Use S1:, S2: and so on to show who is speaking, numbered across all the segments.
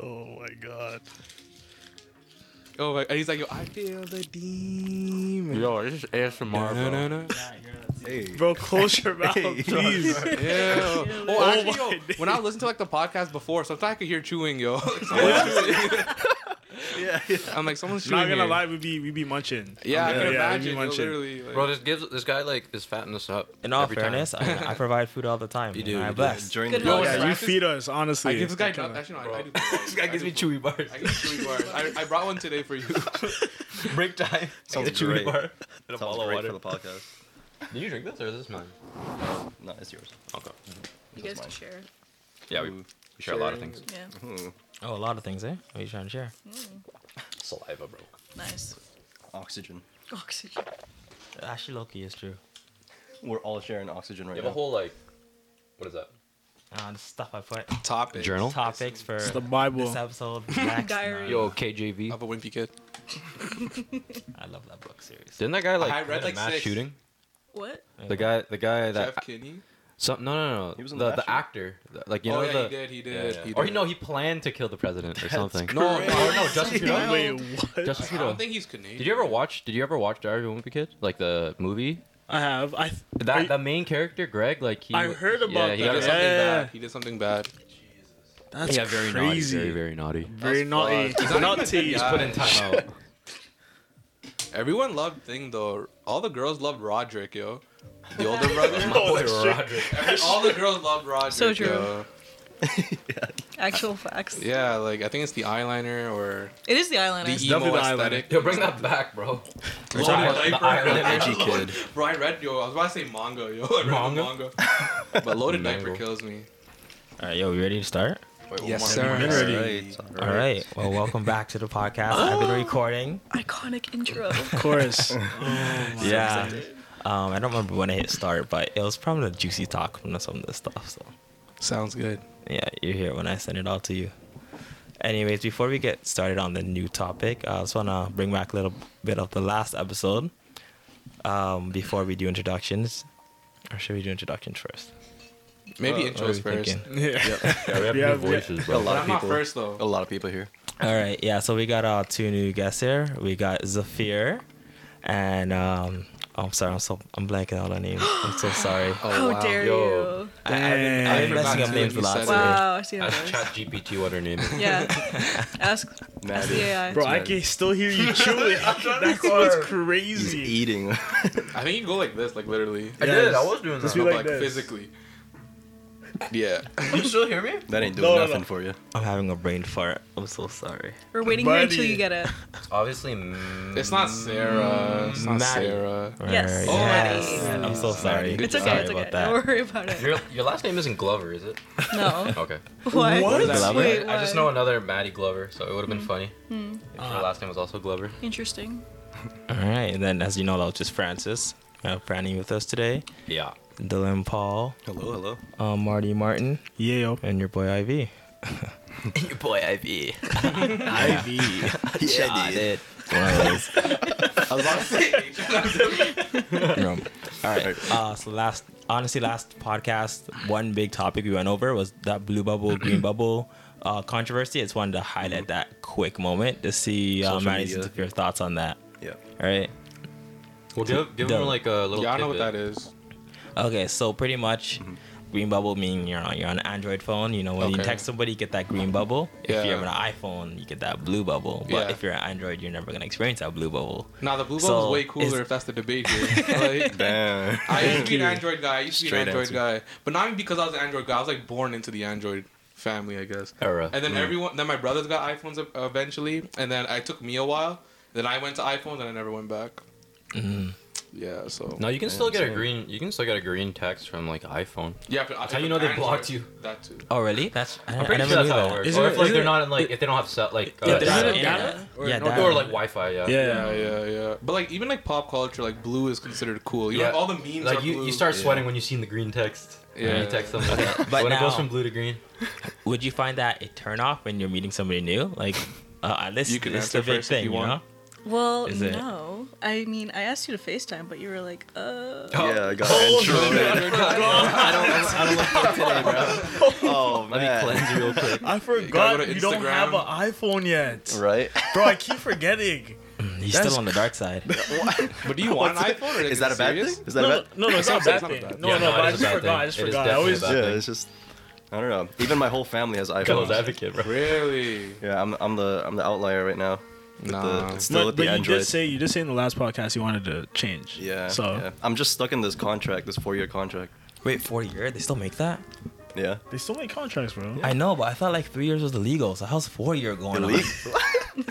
S1: Oh my god.
S2: Oh my! And he's like, yo, I feel the demon.
S3: Yo, this is ASMR, bro.
S2: No, no, no.
S4: Hey.
S1: Bro, close your mouth.
S4: Hey,
S1: John.
S4: please.
S2: Yeah.
S1: Oh
S2: Oh, actually,
S1: my
S2: yo, when I listened to like the podcast before, sometimes I could hear chewing, yo.
S1: Yeah, yeah.
S2: I'm like, someone's chewing.
S1: Not gonna
S2: here.
S1: lie, we be we be munching.
S2: Yeah, I
S1: Yeah,
S2: can
S1: yeah,
S2: imagine.
S1: you
S2: yo,
S1: munching.
S2: literally. like-
S3: Bro, this gives this guy like is fattening us up.
S5: In all
S3: every time.
S5: fairness, I, I provide food all the time.
S3: You
S5: and
S3: do, you
S5: I'm
S3: do.
S5: blessed.
S4: During
S6: Good
S4: the
S6: health.
S1: Yeah,
S6: Practice.
S1: you feed us, honestly.
S2: I give this guy.
S1: Okay.
S2: Actually, no, I, I do.
S3: this guy gives me chewy bars.
S2: I give chewy bars. I, I brought one today for you.
S3: Break time.
S4: Sounds
S3: Get a chewy
S4: great.
S3: bar and a
S4: Sounds
S3: bottle of
S4: great
S3: water.
S4: for the podcast.
S3: Did you drink this or is this mine?
S4: No, it's yours.
S3: Okay.
S6: You guys can share.
S3: Yeah, we, we share a lot of
S2: Sharing.
S3: things.
S6: Yeah.
S5: Oh, a lot of things, eh? What are you trying to share?
S3: Saliva, bro.
S6: Nice.
S4: Oxygen.
S6: Oxygen.
S5: Actually, Loki is true.
S4: We're all sharing oxygen right
S3: You have
S4: now.
S3: a whole like, what is that?
S5: Uh, the stuff I put
S2: Topic.
S5: topics for
S1: It's the Bible.
S5: this episode. Black
S6: Diary.
S5: Swan.
S3: Yo, KJV.
S2: Of a wimpy kid.
S5: I love that book series.
S3: Didn't that guy like
S2: I read,
S3: commit a
S2: like,
S3: mass
S2: six.
S3: shooting?
S6: What?
S3: The guy, the guy
S2: Jeff
S3: that
S2: Kinney.
S3: some no no no.
S4: He was in
S3: the
S4: the
S3: the,
S4: mass shooting.
S3: actor, The- like you
S2: oh
S3: know
S2: yeah,
S3: the.
S2: he did. He
S3: Yeah,
S2: did.
S3: yeah.
S2: He did.
S3: Or he, no, he planned to kill the president or something. No,
S2: No,
S3: or no, Justin Trudeau.
S1: Wait, what?
S3: Justin
S2: I
S3: Trudeau.
S2: don't think he's Canadian.
S3: Did you ever watch? Did you ever watch Diary of a Wimpy Kid? Like the movie?
S1: I have. I th-
S3: That
S1: I-
S3: the main character, Greg. Like he.
S1: I heard
S3: yeah,
S1: about
S3: He
S2: He
S3: got
S2: did
S1: that.
S3: himself-
S2: something
S1: Yeah.
S2: bad. He did something bad.
S1: that's
S3: yeah, very
S1: crazy.
S3: naughty. Very very naughty.
S1: Very naughty.
S2: He's not
S1: Naughty.
S2: even a
S3: Put
S2: good
S3: in
S2: guy.
S3: timeout.
S2: Everyone loved Thing though. All the girls loved Roderick, yo. The older brother.
S1: Oh, that's true.
S2: Every- all the girls loved Roderick.
S6: So true.
S2: yo.
S6: Actual facts.
S2: Yeah, like I think it's the eyeliner or
S6: It is the eyeliner.
S2: the
S1: definitely
S2: emo
S1: the eyeliner.
S2: aesthetic.
S3: Yo, bring that back, bro.
S2: Lord,
S3: talking about
S2: like,
S3: the
S2: bro,
S3: Iron Man
S2: I
S4: edgy
S2: load-
S4: kid.
S2: Bro, I read yo. I was about to say manga, yo. I read manga.
S3: Manga?
S2: manga. But loaded diaper
S3: Mango.
S2: kills me.
S5: All right, yo, we ready to start?
S3: Wait, one
S2: Yes,
S3: more.
S2: sir.
S4: All
S1: Been ready.
S4: right.
S5: All right. Well, welcome back to the podcast. I've been recording.
S6: Iconic intro.
S1: Of course. Oh
S5: yeah. Um, I don't remember when I hit start, but it was probably the juicy talk from some of this stuff. So
S2: Sounds good.
S5: yeah, you hear it when I send it all to you. Anyways, before we get started on the new topic, I just wanna bring back a little bit of the last episode. Um, before we do introductions, or should we do introductions first?
S2: Maybe
S4: Well,
S5: what are we
S2: intros first.
S5: thinking?
S1: yeah.
S3: Yeah, we have
S1: We
S3: new
S1: have-
S3: voices,
S4: A
S3: bro.
S4: lot
S2: But
S4: of
S2: I'm not
S4: people.
S2: first though.
S4: A lot of people here.
S5: All right, yeah. So we got uh, two new guests here. We got Zafir, and um, oh, I'm sorry, I'm so I'm blanking out on names. I'm so sorry.
S2: Oh,
S6: How
S2: wow.
S6: dare
S3: Yo.
S6: you?
S5: I, I've been,
S2: I
S5: I've been messing
S2: forgot
S5: up
S2: to
S5: names
S2: you
S5: a lot.
S2: said
S5: today.
S6: Wow, I see how
S3: Ask
S6: it
S3: Chat
S6: goes.
S3: GPT what her name is.
S6: Yeah. Ask, ask the AI.
S1: Bro, I can still hear you chewing. That's what's
S4: He's
S1: crazy.
S4: eating.
S2: I think you go like this, like literally.
S3: I
S1: did,
S3: did.
S1: Yes.
S3: I
S1: I
S3: was
S1: was
S3: doing
S1: Just
S3: that.
S1: that. be like
S2: No, like
S1: this.
S2: physically. Yeah.
S3: you still hear me?
S4: That ain't doing
S1: No, no,
S4: nothing
S1: no.
S4: for you.
S5: I'm having a brain fart. I'm so sorry.
S6: We're waiting here until
S1: Buddy.
S6: you get it.
S3: Obviously, mm,
S2: It's not Sarah. It's not
S3: Maddie.
S2: Sarah.
S5: Alright,
S6: Yes.
S2: Oh,
S5: yes.
S6: Maddie.
S5: I'm so sorry.
S2: Maddie. Good
S6: It's okay.
S5: Sorry
S6: it's okay.
S5: about that.
S6: Don't worry about it.
S3: your your last name isn't Glover, is it?
S6: No.
S3: Okay.
S6: What?
S1: What?
S5: Glover?
S6: Wait,
S3: I just
S6: what?
S3: know another Maddie Glover, so it would have been funny if her last name was also Glover.
S6: Interesting.
S5: All right, and then as you know, that was just Francis. We have Franny with us today.
S3: Yeah.
S5: Dylan Paul,
S4: Hello, hello.
S5: um, Marty Martin,
S1: Yeah, yo.
S5: and your boy Ivy.
S3: Your boy IV.
S1: Ivy.
S4: Yeah, dude.
S5: All right. Uh, so last, honestly, last podcast, one big topic we went over was that blue bubble, green bubble uh, controversy. It's wanted to highlight that quick moment to see uh,
S4: Social
S5: Maddie's
S4: media.
S5: your thoughts on that.
S4: Yeah.
S5: All right.
S3: Well, give give him
S5: Dope.
S3: like a little.
S2: Y'all know what
S3: tidbit.
S2: that is.
S5: Okay, so pretty much, green bubble meaning you're on you're on an Android phone. You know when you
S2: Okay.
S5: text somebody, you get that green bubble. If you
S2: Yeah.
S5: have an iPhone, you get that blue bubble. But
S2: Yeah.
S5: if you're an Android, you're never gonna experience that blue bubble.
S2: Now the blue
S5: So,
S2: bubble's way
S5: it's-
S2: cooler if that's the debate here. Like,
S4: Damn.
S2: I used to be an
S1: you.
S2: Android guy. I used to be an
S4: Straight
S2: Android guy, but not because I was an Android guy. I was like born into the Android family, I guess.
S3: Era.
S2: And then
S3: Mm.
S2: everyone, then my brothers got iPhones e- eventually, and then I took me a while. Then I went to iPhones, and I never went back. Yeah. So.
S3: Mm. No, you can still
S4: Yeah,
S3: get a
S4: so-
S3: green. You can still get a green text from like iPhone.
S2: Yeah, but I
S3: how
S2: took
S3: you know they
S2: Android,
S3: blocked you.
S2: That too.
S5: Oh really? That's I,
S3: I'm
S5: I
S3: pretty
S5: never
S3: sure that's
S5: knew
S3: how
S5: that.
S3: it works.
S1: Isn't
S3: Or
S1: it-
S3: if like
S1: isn't
S3: they're
S1: it-
S3: not in like if they don't have set like uh,
S1: Yeah,
S5: there's
S3: data.
S1: isn't
S5: no
S1: it data?
S5: Yeah,
S1: no
S5: data.
S3: or like Wi-Fi. Yeah.
S2: Yeah,
S1: Yeah.
S2: Uh, yeah, yeah. But like even like pop culture, like blue is considered cool. You yeah.
S3: Yeah.
S2: know, all the memes
S3: Like
S2: are
S3: you,
S2: blue.
S3: you start sweating when you see the green text. Yeah.
S2: Yeah.
S3: you text them. Like that.
S5: But
S3: when it goes
S5: now-
S3: from blue to green.
S5: Would you find that a turn off when you're meeting somebody new? Like, uh, this
S2: You can
S5: this is the
S2: answer
S5: big
S2: first if
S5: thing,
S2: you
S5: you,
S2: want.
S5: know?
S6: Well,
S5: Is it-
S6: no. I mean, I asked you to FaceTime, but you were like, uh.
S4: Yeah, I got
S2: Oh,
S4: intro.
S2: no, no, no, no.
S3: I don't, I don't, I don't look good today, bro.
S4: Oh,
S3: Let me
S4: man.
S3: cleanse real quick.
S1: I
S2: gotta
S1: forgot
S2: go to
S1: you don't have an
S2: Instagram.
S1: iPhone yet,
S4: Right?
S1: bro. I keep forgetting.
S5: He's
S1: That's
S5: still on the dark side.
S2: But do you want an
S4: What's-
S2: iPhone? Or like,
S4: Is that a bad
S2: serious?
S4: thing? Is that a
S1: No,
S4: bad
S1: no, no, no, it's not a
S2: It's
S1: bad
S2: not
S1: thing.
S2: bad.
S1: No,
S3: Yeah,
S1: no,
S3: no,
S1: but
S3: it
S1: I
S3: is a
S1: just
S3: bad
S1: forgot. I
S3: thing.
S1: just
S3: It is
S1: forgot. I
S3: definitely
S1: always.
S3: a bad
S4: Yeah,
S3: thing.
S4: it's just I don't know. Even my whole family has
S3: Devil's
S4: iPhones.
S3: advocate, bro.
S2: Really?
S4: Yeah, I'm I'm the I'm the outlier right now. With
S2: Nah.
S4: the, still
S1: No,
S4: with the
S1: but you
S4: Android.
S1: did say you did say in the last podcast you wanted to change.
S4: yeah.
S1: So
S4: yeah. I'm just stuck in this contract, this four year contract.
S5: Wait, four year? They still make that?
S4: Yeah.
S1: they still make contracts, bro.
S5: I know, but I thought like three years was illegal. So how's four year going on?
S4: Elite?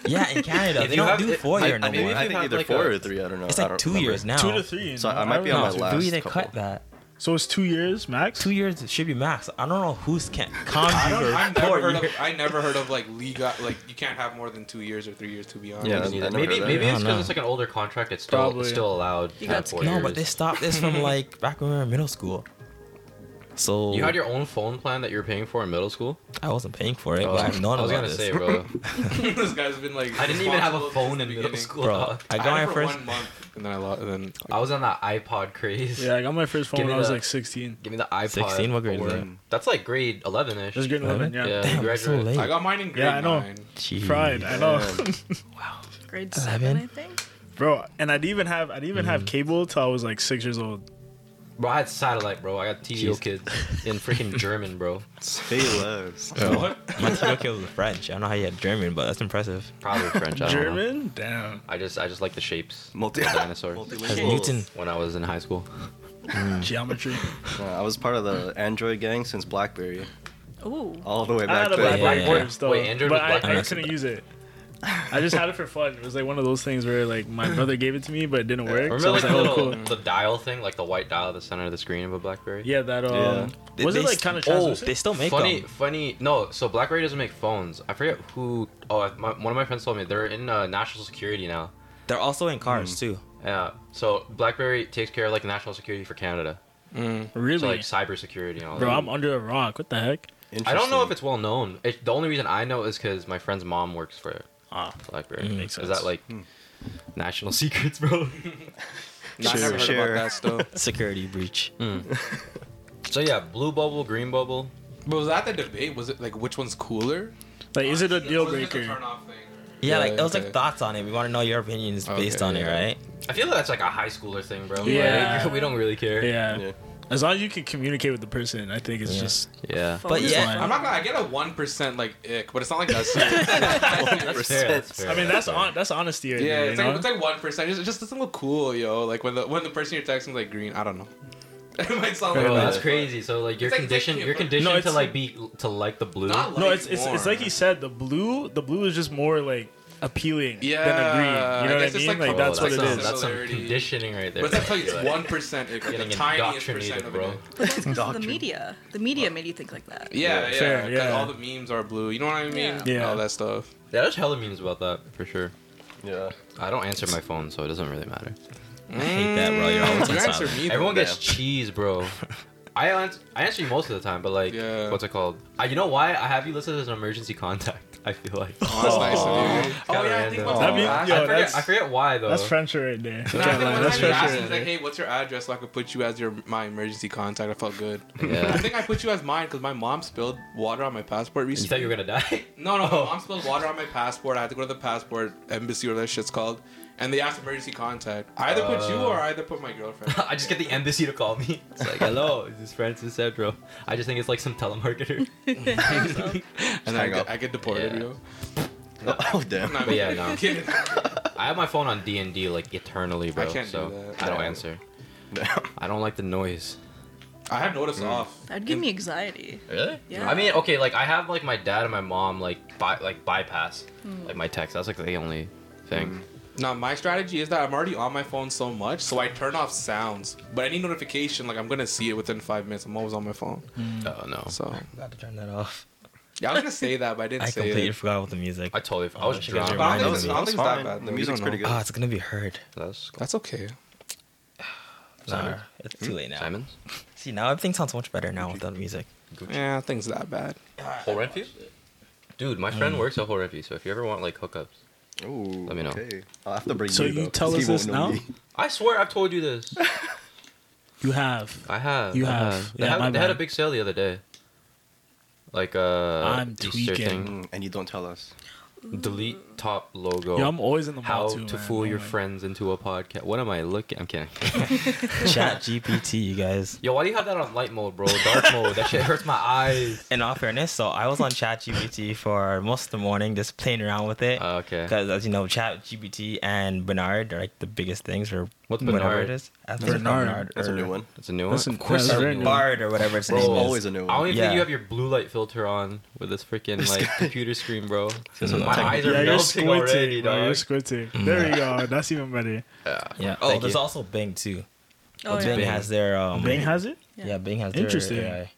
S5: Yeah, in Canada
S3: If you
S5: they don't
S3: have-
S5: do
S3: if-
S5: four
S4: I,
S5: year
S4: I,
S5: no
S4: mean,
S5: more.
S4: I think
S3: If
S4: either
S3: you have,
S4: four
S3: like, a-
S4: or three. I don't know.
S5: it's
S4: I
S5: like
S4: don't
S5: two
S4: remember.
S5: years now.
S1: Two to three. you
S4: So
S1: know?
S4: I might be on
S5: No,
S4: my
S5: three
S4: last
S5: they
S4: couple.
S5: cut that.
S1: So it's two years max.
S5: Two years should be max. I don't know who's can
S2: I
S5: can't
S2: don't.
S5: do
S2: I've
S5: for
S2: never
S5: four
S2: heard of.
S5: year.
S2: I never heard of like Liga. Like you can't have more than two years or three years to be honest.
S4: Yeah, I
S3: maybe
S4: never
S3: maybe,
S4: heard
S5: that.
S3: it's
S5: I don't
S3: because it's
S5: know.
S3: like an older contract. It's still
S1: Probably.
S3: it's still allowed.
S6: You
S3: to have
S6: got
S3: four
S5: No,
S3: years.
S5: but they stopped this from like back when we were in middle school. So
S3: You had your own phone plan that you were paying for in middle school.
S5: I wasn't paying for it,
S3: Oh,
S5: but I've known
S3: I was
S5: about
S3: gonna
S5: this.
S3: say, bro.
S2: this guy's been like.
S3: I didn't even have
S2: responsible
S3: a phone
S2: since
S3: in
S2: the
S3: middle
S2: beginning.
S3: school.
S5: Bro,
S3: dog.
S5: I
S2: I
S5: got
S2: had
S5: my
S2: it for
S5: first.
S2: one month, and then I lost. And then
S3: I was on that iPod craze.
S1: Yeah, I got my first phone
S3: Give
S1: when
S3: me
S1: I was
S3: the-
S1: like 16.
S3: Give me the iPod.
S5: 16? What grade is
S3: or-
S5: that?
S3: That's like grade 11 ish.
S1: Just getting
S5: Eleven?
S1: eleven. Yeah.
S3: Yeah.
S5: Damn,
S3: you
S5: it's so
S3: graduated.
S5: late.
S2: I got mine in grade
S1: I know.
S2: nine.
S5: Jeez.
S1: Fried. I know,
S6: Grade
S5: Eleven?
S6: seven, I think.
S1: bro. And I'd even have I'd even have cable till I was like six years old.
S3: Bro, I had satellite, bro. I got TVO
S5: Jeez.
S3: kids in freaking German, bro.
S4: Stay loves.
S5: What? My TikTok kid was French. I don't know how you had German, but that's impressive.
S3: Probably French. I don't know.
S1: German? Damn.
S3: I just I just like the shapes.
S4: Multi
S3: of dinosaurs.
S5: As
S4: multilingual.
S5: Newton,
S3: When I was in high school.
S1: Geometry.
S4: Uh, I was part of the Android gang since BlackBerry,
S6: Ood.
S4: all the way
S1: I
S4: back
S1: had a
S4: to
S1: black
S5: Blackberry.
S1: yeah,
S5: Yeah.
S1: though.
S3: Wait, Android
S1: but
S3: with
S1: I, I
S5: Blackberry.
S1: couldn't use it. I just had it for fun. It was like one of those things where like my brother gave it to me, but it didn't work.
S3: Remember
S1: so I
S3: like
S1: was
S3: the
S1: like, oh,
S3: little
S1: cool.
S3: the dial thing, like the white dial at the center of the screen of a BlackBerry.
S1: Yeah, that um,
S5: They-
S1: was it
S5: they
S1: like
S5: st-
S1: kind of
S5: oh,
S1: translucent?
S5: they still make
S3: funny,
S5: them.
S3: funny. No, so BlackBerry doesn't make phones. I forget who. Oh, I- my, one of my friends told me they're in uh, national security now.
S5: They're also in cars
S3: Hmm.
S5: too.
S3: Yeah. So BlackBerry takes care of like national security for Canada.
S1: really,
S3: So like cybersecurity and all
S1: bro.
S3: that.
S1: I'm under a rock. What the heck?
S3: I don't know if it's well known. It, the only reason I know is because my friend's mom works for
S1: Ah,
S3: BlackBerry.
S5: Mm.
S1: Makes
S3: Is
S1: sense.
S3: that like national secrets, bro?
S2: Nah, I
S4: Sure,
S2: never
S4: sure.
S2: heard about that stuff.
S5: Security breach.
S3: Hmm. so yeah, blue bubble, green bubble.
S2: But was that the debate? Was it like which one's cooler?
S1: like is it a deal
S2: Was it just a
S1: breaker?
S2: turn-off thing?
S5: Yeah, like it was
S2: okay.
S5: like thoughts on it. We want to know your opinions based
S2: Okay,
S5: on it,
S2: yeah.
S5: right?
S3: I feel like that's like a high schooler thing, bro.
S1: Yeah.
S3: Like, we don't really care.
S1: Yeah.
S4: Yeah.
S1: as long as you can communicate with the person, I think it's
S5: Yeah.
S1: just
S3: Yeah.
S5: But
S6: Phone is
S5: yeah,
S6: fine.
S2: I'm not gonna. I get a one percent like ick, but it's not like that's. serious.
S3: That's fair, that's fair,
S1: I mean, that's
S3: fair.
S1: on, that's honesty right
S2: yeah,
S1: there.
S2: it's
S1: you
S2: like
S1: know?
S2: it's like one percent. It just doesn't look cool, yo. Like when the when the person you're texting is like green. I don't know. it might sound like
S3: Bro,
S2: that,
S3: that's
S2: but-
S3: crazy. So like you're
S2: It's like
S3: conditioned,
S2: dick
S3: you're
S2: pic, bro.
S3: conditioned
S1: No,
S3: to
S1: it's-
S3: like be to like the blue.
S2: Not
S1: no,
S2: like
S1: it's it's, it's
S2: more.
S1: like you said, the blue the blue is just more like appealing
S2: Yeah,
S1: than the green. You
S2: I
S1: know
S2: guess
S1: what I
S2: it's
S1: mean?
S2: like
S1: Like,
S2: the-
S1: that's
S3: Bro,
S1: what
S2: like
S1: it
S2: the-
S3: some-
S1: is.
S3: That's some
S2: Similarity.
S3: conditioning right there.
S2: But that's how you, it's
S3: Like,
S2: one percent, like the
S3: Getting
S2: tiniest percent
S3: indoctrinated,
S2: of
S3: bro.
S2: it.
S6: But that's because of the
S4: Doctrine.
S6: media. The media made you think like that.
S2: Yeah, yeah,
S1: Fair,
S2: 'cause
S1: yeah.
S2: all the memes are blue. You know what I mean?
S6: Yeah.
S1: Yeah.
S2: all that stuff.
S3: Yeah, there's hella memes about that for sure.
S4: Yeah.
S3: I don't answer my phone, so it doesn't really matter.
S5: I hate that, bro. You're always
S2: You
S5: on
S2: answer
S5: silent.
S2: me. though.
S3: Everyone gets
S4: Yeah.
S3: cheese, bro. I answer, I answer you most of the time, but like,
S2: Yeah.
S3: what's it called? I, you know why? I have you listed as an emergency contact. I feel like.
S2: Oh, that's nice of you.
S3: Kinda random.
S2: once-
S1: That'd be-
S2: I-
S1: yo,
S3: I, forget,
S1: that's-
S3: I forget why though.
S1: That's friendship right there.
S2: And I
S1: Can't
S2: think
S1: lie,
S2: when
S1: That's
S2: he asked,
S1: friendship.
S2: he's like, "Hey, what's your address so I could put you as your my emergency contact?" I felt good. I
S3: Yeah.
S2: think I put you as mine because my mom spilled water on my passport
S3: You
S2: recently.
S3: thought you Oh. were gonna die?
S2: No, no, my mom spilled water on my passport. I had to go to the passport embassy, whatever that shit's called, and they asked emergency contact. I either put you or I either put my girlfriend.
S3: I just get the embassy to call me. It's like, hello, this is Francis Cedro. I just think it's like some telemarketer.
S2: and then I
S4: hang
S2: get,
S4: up.
S2: I get deported,
S3: Yeah.
S2: yo.
S4: Oh damn.
S2: Not
S3: But yeah,
S2: even
S3: no.
S2: kidding.
S3: I have my phone on D and D like eternally, bro.
S2: can't do
S3: so
S2: that.
S3: I don't
S4: Yeah.
S3: answer. I don't like the noise.
S2: I have notice
S3: Mm.
S2: off.
S6: That'd give me anxiety.
S3: Really?
S6: Yeah.
S3: I mean, okay, like I have like my dad and my mom like by, like bypass like my text. That's like the only thing.
S2: Now my strategy is that I'm already on my phone so much, so I turn off sounds. But any notification, like I'm gonna see it within five minutes. I'm always on my phone.
S3: Oh no.
S2: So
S5: Got to turn that off.
S2: yeah, I was gonna say that, but I didn't
S5: I
S2: say
S5: completely
S2: it.
S5: forgot about the music.
S3: I totally. I was
S5: that
S3: drunk.
S5: should
S2: But I
S5: Reminded
S2: don't think it's- I
S4: me.
S2: don't think it's
S4: It's
S2: that
S4: fine.
S2: bad. though.
S4: The
S2: You
S4: music's
S2: don't know.
S4: pretty good.
S5: Ah, it's gonna be heard.
S3: That's cool.
S2: That's okay.
S5: Nah, it's
S3: Hmm?
S5: too late now.
S3: Simons.
S5: See, now everything sounds so much better now without music.
S2: Yeah, things that bad.
S3: Hmm. Whole rent Dude, my friend works at Whole Rent so if you ever want like hookups,
S4: Ooh,
S3: Let me know.
S4: Okay. I'll have to bring
S1: So
S4: you.
S1: you
S4: though,
S1: tell
S4: 'cause he
S1: us this
S4: won't know
S1: now?
S4: me.
S3: I swear I've told you this.
S1: You have.
S3: I have.
S1: You
S3: I
S1: have.
S3: They,
S1: Yeah,
S3: had-
S1: my
S3: they had a
S1: bad.
S3: big sale the other day. Like uh
S1: I'm
S3: Easter
S1: tweaking.
S4: Mm, and you don't tell us.
S3: thing. Delete top logo.
S1: Yo, I'm always in the mall
S3: how
S1: too,
S3: to
S1: man.
S3: fool
S1: I'm
S3: your
S1: like-
S3: friends into a podcast. What am I looking? I'm kidding.
S5: Chat GPT, you guys.
S3: Yo, why do you have that on light mode, bro? Dark mode. That shit hurts my eyes.
S5: In all fairness, so I was on Chat GPT for most of the morning, just playing around with it.
S3: Uh, okay.
S5: Because as you know, Chat GPT and Bernard are like the biggest things for
S3: What's
S5: whatever
S3: Bernard?
S5: it is. I think
S1: That's
S5: it's
S1: Bernard.
S4: That's a
S5: or
S4: new one.
S3: That's a new one.
S1: That's
S3: of course,
S1: yeah,
S3: it's
S1: that's
S3: a
S1: very
S3: new
S1: new.
S3: one.
S5: Bard or whatever its
S4: Bro,
S5: name is.
S4: always a new
S3: I don't
S4: one.
S3: even
S5: Yeah.
S3: think you have your blue light filter on with this freaking like computer screen, bro.
S5: is
S3: my
S5: what I'm
S3: eyes are
S1: Yeah, you're
S3: melting
S1: squinting,
S3: already,
S1: bro. You're
S3: dog. Mm.
S1: squinting. There you go. That's even better.
S5: Yeah.
S3: Oh,
S5: Oh,
S3: thank
S5: there's
S3: you.
S5: also Bing too.
S6: Oh,
S5: Bing,
S6: yeah.
S5: has their um.
S3: Mm.
S1: Bing has it.
S5: Yeah,
S6: Yeah.
S5: Bing has their
S1: Interesting.
S5: AI.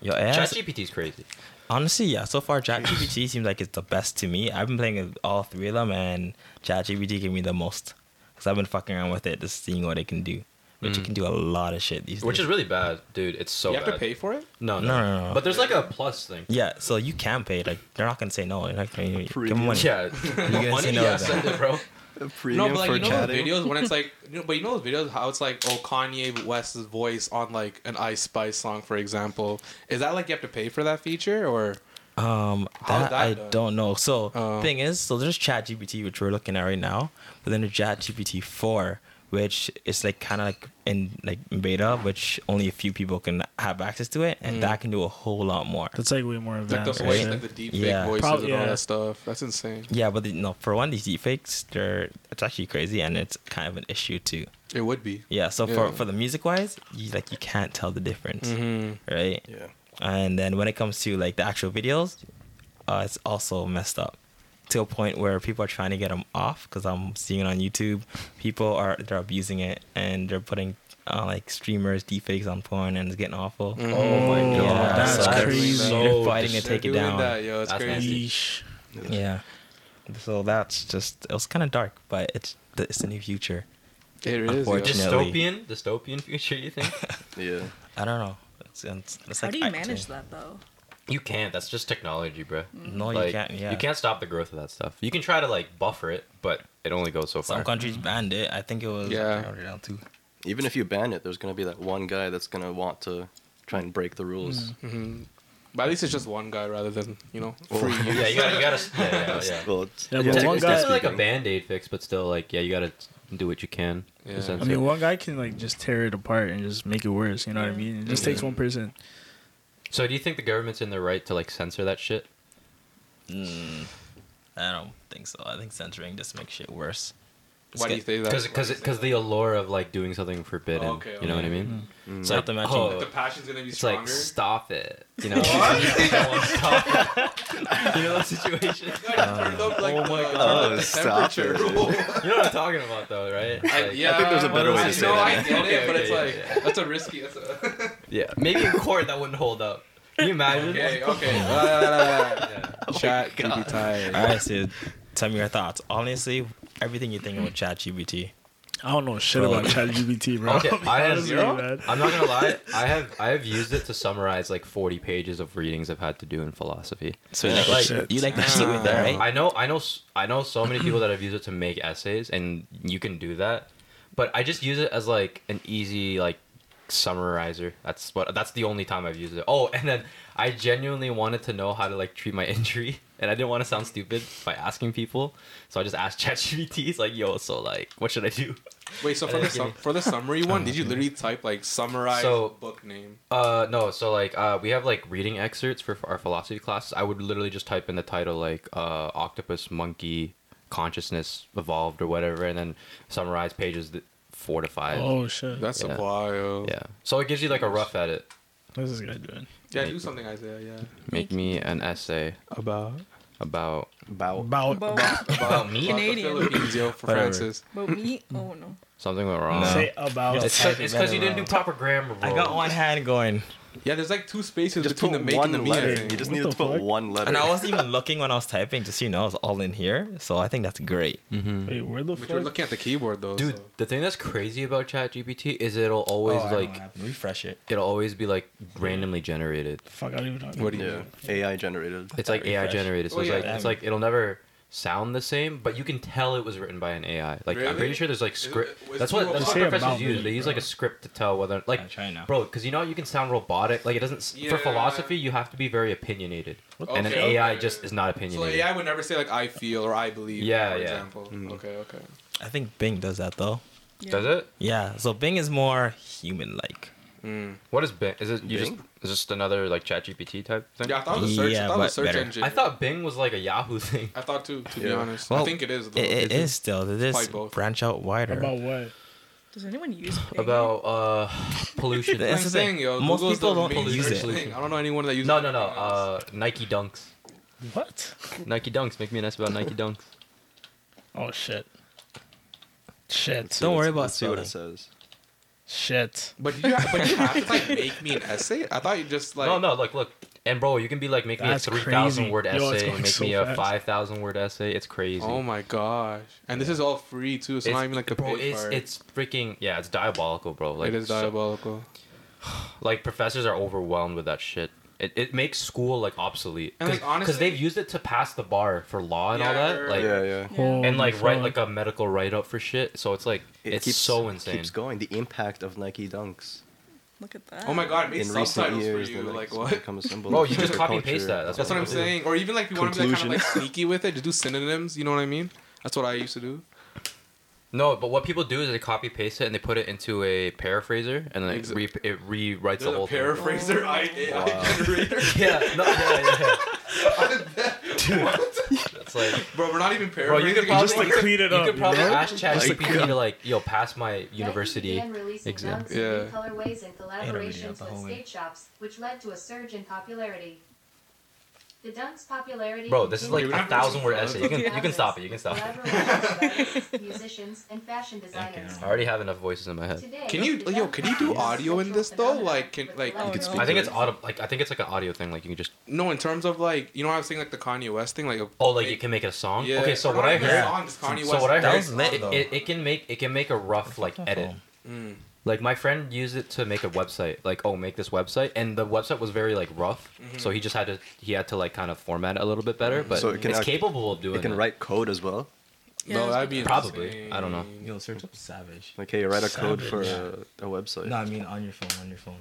S5: Yo, it has-
S3: ChatGPT is crazy.
S5: honestly, yeah. So far, ChatGPT seems like it's the best to me. I've been playing with all three of them, and ChatGPT gave me the most because I've been fucking around with it, just seeing what it can do. Which it can do a lot of shit these
S3: Which
S5: days.
S3: is really bad, dude. It's so
S2: you have
S3: bad.
S2: to pay for it.
S3: No, no,
S5: No, no, no.
S3: But there's like a plus thing.
S5: yeah, so you can pay. Like they're not gonna say no. They're not gonna give them
S4: Premium.
S5: money.
S3: Yeah,
S5: guys
S3: money.
S5: know
S3: Yeah,
S5: that.
S3: send it, bro.
S4: A
S2: No,
S4: premium
S2: but like
S4: for
S2: you know
S4: chatting.
S2: those videos when it's like, you know, but you know those videos how it's like, oh, Kanye West's voice on like an Ice Spice song, for example. Is that like you have to pay for that feature or?
S5: Um,
S2: How's
S5: that,
S2: that
S5: I
S2: done?
S5: don't know. So
S2: Oh.
S5: thing is, so there's ChatGPT which we're looking at right now, but then there's ChatGPT four, which is like kind of like in like beta, which only a few people can have access to it, and that can do a whole lot more.
S1: That's like way more
S2: Like the
S1: advanced.
S2: voice,
S1: right?
S2: like the deep fake
S5: Yeah.
S2: voices
S1: Probably,
S2: and all
S1: yeah.
S2: that stuff. That's insane.
S5: Yeah, but the, no, for one, these deepfakes, they're it's actually crazy, and it's kind of an issue too.
S2: It would be.
S5: Yeah, so for
S2: Yeah.
S5: for the music wise, you like you can't tell the difference, right?
S4: Yeah.
S5: And then when it comes to like the actual videos, uh, it's also messed up to a point where people are trying to get them off because I'm seeing it on YouTube. People are they're abusing it and they're putting uh, like streamers deepfakes on porn and it's getting awful.
S3: Oh my
S1: Yeah,
S3: god,
S1: that's
S5: so
S1: that's
S5: they're-
S1: crazy.
S5: They're fighting to
S3: dis-
S5: take it
S2: doing
S5: down.
S2: That, yo, it's
S3: That's
S2: crazy.
S1: Yeesh.
S5: Yeah. So that's just it was kind of dark, but it's it's the new future.
S2: It is. yo.
S5: Unfortunate.
S3: dystopian, dystopian future. You think?
S4: Yeah.
S5: I don't know. It's, it's, it's
S6: How
S5: like
S6: do you
S5: I-
S6: manage that though?
S3: you can't. That's just technology, bro.
S5: No, you
S3: Like,
S5: can't. Yeah.
S3: you can't stop the growth of that stuff. You can try to like buffer it, but it only goes so
S5: Some
S3: far.
S5: countries banned it. I think it was
S2: Yeah.
S5: I wrote it down too.
S4: Even if you ban it, there's gonna be that one guy that's gonna want to try and break the
S1: Mm.
S4: rules.
S2: Mhm. But at least it's just one guy rather than you know. free
S4: Well,
S3: yeah, you gotta, you gotta, yeah, yeah, yeah.
S4: well, it's-
S1: Yeah, but
S4: yeah,
S1: one
S4: technically
S1: guy-
S3: It's like a
S4: speaking.
S3: band aid fix, but still, like, yeah, you gotta do what you can. to
S2: Yeah.
S1: I
S3: censor it. Mm.
S1: mean, one guy can like just tear it apart and just make it worse. You know what I mean? It just takes one person.
S3: so, do you think the government's in the right to like censor that shit?
S5: I don't think so. I think censoring just makes shit worse.
S2: Why do you think that?
S3: Because because the allure of like doing something forbidden.
S2: Oh, okay,
S3: You know what I
S2: okay.
S3: mean?
S5: So I have to imagine.
S3: oh,
S2: the passion's gonna be
S3: It's
S2: stronger.
S3: like stop it. You know, Someone stop it. You know that situation.
S2: oh my
S4: God, stop it.
S3: You know what I'm talking about, though, right?
S2: I,
S3: Like,
S2: yeah,
S4: think there's a better way to
S2: I
S4: say
S2: know,
S4: that.
S2: I get
S3: Okay,
S2: it, but
S3: okay,
S2: it's
S3: yeah,
S2: like
S3: yeah.
S2: that's a risky. That's a
S3: yeah. Maybe in court that wouldn't hold up. Can you imagine?
S2: okay, okay. Uh,
S3: Yeah.
S2: Chat GPT time.
S5: All right, so tell me your thoughts. Honestly, everything you think about ChatGPT.
S1: I don't know shit
S5: Bro.
S1: about ChatGPT, bro.
S3: Okay, I have
S1: Honestly,
S3: zero.
S1: man.
S3: I'm not gonna lie. I have I have used it to summarize like 40 pages of readings I've had to do in philosophy.
S5: So
S1: Yeah,
S5: like,
S1: like-
S5: shit.
S1: you
S5: you like to
S2: cheat
S5: cheat
S2: with
S5: with
S2: that,
S5: that, right?
S3: I know, I know, s- I know so many people that have used it to make essays, and you can do that. But I just use it as like an easy like summarizer. That's what. That's the only time I've used it. Oh, and then I genuinely wanted to know how to like treat my injury, and I didn't want to sound stupid by asking people, so I just asked ChatGPT. It's like, yo, so like, what should I do?
S2: Wait, so for the sum- for the summary one, did you literally type like summarize
S3: So-
S2: book name?
S3: Uh, no. So like, uh, we have like reading excerpts for our philosophy classes. I would literally just type in the title like, uh, octopus monkey consciousness evolved or whatever, and then summarize pages th- four to five.
S1: Oh shit.
S2: That's
S3: Yeah.
S2: a wild.
S3: Yeah. So it gives you like a rough edit.
S1: What's this guy doing?
S2: Yeah, do something, Isaiah. Yeah.
S3: Make me an essay
S2: About
S3: about
S4: Bow.
S1: About
S3: about me.
S6: Canadian.
S2: The Philippines, yo, for
S5: Whatever.
S2: Francis.
S6: But me? Oh no.
S3: Something went wrong.
S5: No.
S1: say about.
S3: It's
S5: Type it
S3: because you didn't do
S5: better,
S3: proper grammar.
S5: I got one hand going,
S2: Yeah, there's like two spaces
S4: Just
S2: between
S4: put
S2: the make and the
S4: one
S2: me.
S4: letter.
S2: I
S4: You
S2: think.
S4: just
S1: What
S4: need
S1: the
S4: to put
S1: fuck?
S4: one letter.
S5: and I wasn't even looking when I was typing. Just so you know, it's all in here, so I think that's great.
S1: Wait, where the
S2: But you're
S1: fuck?
S2: looking at the keyboard though.
S3: Dude,
S2: so-
S3: the thing that's crazy about ChatGPT is it'll
S5: Oh,
S3: always like
S5: refresh it.
S3: it'll always be like randomly generated.
S1: Fuck, I don't even know.
S2: What do you?
S4: Yeah. AI generated.
S3: It's like AI
S5: refresh.
S3: generated, so
S2: Oh,
S3: it's
S2: yeah.
S3: like it's like it'll never sound the same, but you can tell it was written by an AI. Like I'm
S2: Really?
S3: pretty sure there's like
S2: Is it-
S3: script.
S2: was
S3: that's
S2: it
S3: what
S2: robotic?
S3: that's
S1: Say
S3: what professors
S1: about
S3: use.
S1: me,
S3: they use
S1: bro.
S3: like a script to tell whether like
S5: I'm trying now.
S3: bro, because you know how you can sound robotic. Like it doesn't s
S2: Yeah.
S3: for philosophy. You have to be very opinionated, and an
S2: Okay,
S3: AI
S2: okay.
S3: just is not
S2: So
S3: opinionated.
S2: AI would never say like I feel or I believe.
S3: Yeah,
S2: for
S3: yeah.
S2: Example. Okay, okay.
S5: I think Bing does that though.
S6: Yeah.
S3: Does it?
S5: Yeah, so Bing is more human like.
S3: What is Bing? Is it you just
S4: Bing?
S3: is this another like ChatGPT type thing?
S2: Yeah, I thought it was a search.
S5: Yeah,
S2: I thought it was
S5: but
S2: a search
S5: better.
S2: engine.
S3: I thought Bing was like a Yahoo thing.
S2: I thought too. To be
S4: Yeah.
S2: honest, I think it is. Though.
S5: It, it is still. They just
S2: Probably both.
S5: branch out wider.
S1: About what?
S6: Does anyone use Bing?
S3: About uh pollution.
S5: That's
S2: That's
S5: the
S2: the
S5: thing.
S2: thing, yo.
S5: Most
S2: Google's
S5: people
S2: the
S5: don't
S2: main
S5: use
S2: search
S3: it.
S2: thing. I don't know anyone that uses.
S3: no, no, no.
S2: anything else.
S3: Uh, Nike Dunks.
S1: What?
S3: Nike Dunks. Make me an S about Nike Dunks.
S1: Oh shit. Shit.
S5: Don't worry about
S4: Let's see what it
S5: spelling.
S4: says.
S1: Shit.
S2: But you, have, but you have to like make me an essay. I thought you just like.
S3: no, no. Look, look. And bro, you can be like, make me a
S1: That's
S3: three thousand
S1: crazy.
S3: word
S1: Yo, it's
S3: essay,
S1: going
S3: make
S1: so
S3: me a
S1: fast.
S3: five thousand word essay. It's crazy.
S2: Oh my gosh! And this is all free too. It's,
S3: It's-
S2: not even like a
S3: bro,
S2: paid
S3: it's
S2: part.
S3: it's freaking yeah. It's diabolical, bro. Like
S2: it is
S3: so-
S2: diabolical.
S3: like professors are overwhelmed with that shit. It, it makes school like obsolete
S2: And, like,
S3: because
S2: honestly-
S3: they've used it to pass the bar for law and all
S2: Yeah,
S3: that.
S2: right,
S3: Like
S2: right.
S4: Yeah, yeah.
S6: Yeah.
S3: and like write like a medical write up for shit. So it's like
S4: It
S3: it's
S4: keeps-
S3: so insane.
S4: Keeps going. The impact of Nike Dunks
S6: Look at that.
S2: Oh my god! It
S4: in
S2: makes
S4: recent
S2: subtitles for
S4: years.
S2: you.
S4: the
S2: Like
S4: Nike's
S2: what?
S4: Become a symbol
S3: Bro,
S4: of
S3: you just
S4: popular
S3: copy and paste
S4: culture.
S3: that. That's,
S2: That's what I'm
S3: people do.
S2: saying. Or even like if you want to be like, kind of
S4: Conclusion.
S2: like sneaky with it, just do synonyms. You know what I mean? That's what I used to do.
S3: No, but what people do is they copy paste it and they put it into a paraphraser and then it,
S2: Exa-
S3: re- it rewrites the
S2: There's a
S3: whole thing.
S2: paraphraser I AI generator.
S3: yeah, no, yeah, yeah, yeah. Dude, that's like
S2: Bro, we're not even
S3: Bro, you
S2: paraphrasing.
S3: could
S2: it's
S3: probably-
S1: just to clean it
S3: you
S1: up.
S3: could probably ask ChatGPT
S4: God.
S3: to like, yo, pass my university. exam.
S7: exam.
S2: Yeah.
S7: Colorways and collaborations
S5: the
S7: with
S5: whole way.
S7: skate shops, which led to a surge in popularity. The Dunk's popularity.
S3: Bro, this is like
S7: continued
S2: Dude, we're
S3: a
S2: not
S3: thousand word
S2: doing
S3: essay. You can you can
S7: throughout
S3: stop it.
S7: others,
S3: You can stop it.
S7: collaborations with artists, musicians and fashion designers.
S3: I already have enough voices in my head.
S7: Today,
S2: Can you,
S7: the
S2: yo?
S7: Dunk
S2: Can you do
S7: is a
S2: audio in
S7: cultural
S2: this though?
S7: phenomenon
S2: Like, can
S7: with
S2: like
S7: loud
S6: You could speak
S3: I think
S4: to
S3: it's auto. Like I think it's like an audio thing. Like you can just
S2: no? In terms of like, you know, what I'm saying like the Kanye West thing. Like, a-
S3: oh, like you can make it a song.
S2: Yeah.
S3: Okay, so
S2: Not
S3: what I
S2: even a
S3: heard.
S2: song, just Kanye
S3: So
S2: West
S3: what I
S2: did
S5: That
S3: heard.
S5: was lit,
S3: it,
S5: though.
S3: it, it can make it can make a rough like edit. Like my friend used it to make a website. Like oh, make this website, and the website was very like rough. So he just had to he had to like kind of format it a little bit better. But
S4: So it can
S3: it's
S4: act-
S3: capable of doing.
S4: It can write code as well.
S6: Yeah,
S2: No,
S6: it's
S2: that'd be
S3: Probably.
S2: insane.
S3: I don't know.
S5: Yo, search up Savage.
S4: Like, hey, you write a code
S5: Savage.
S4: for a, a website.
S5: No, I mean on your phone, on your phone.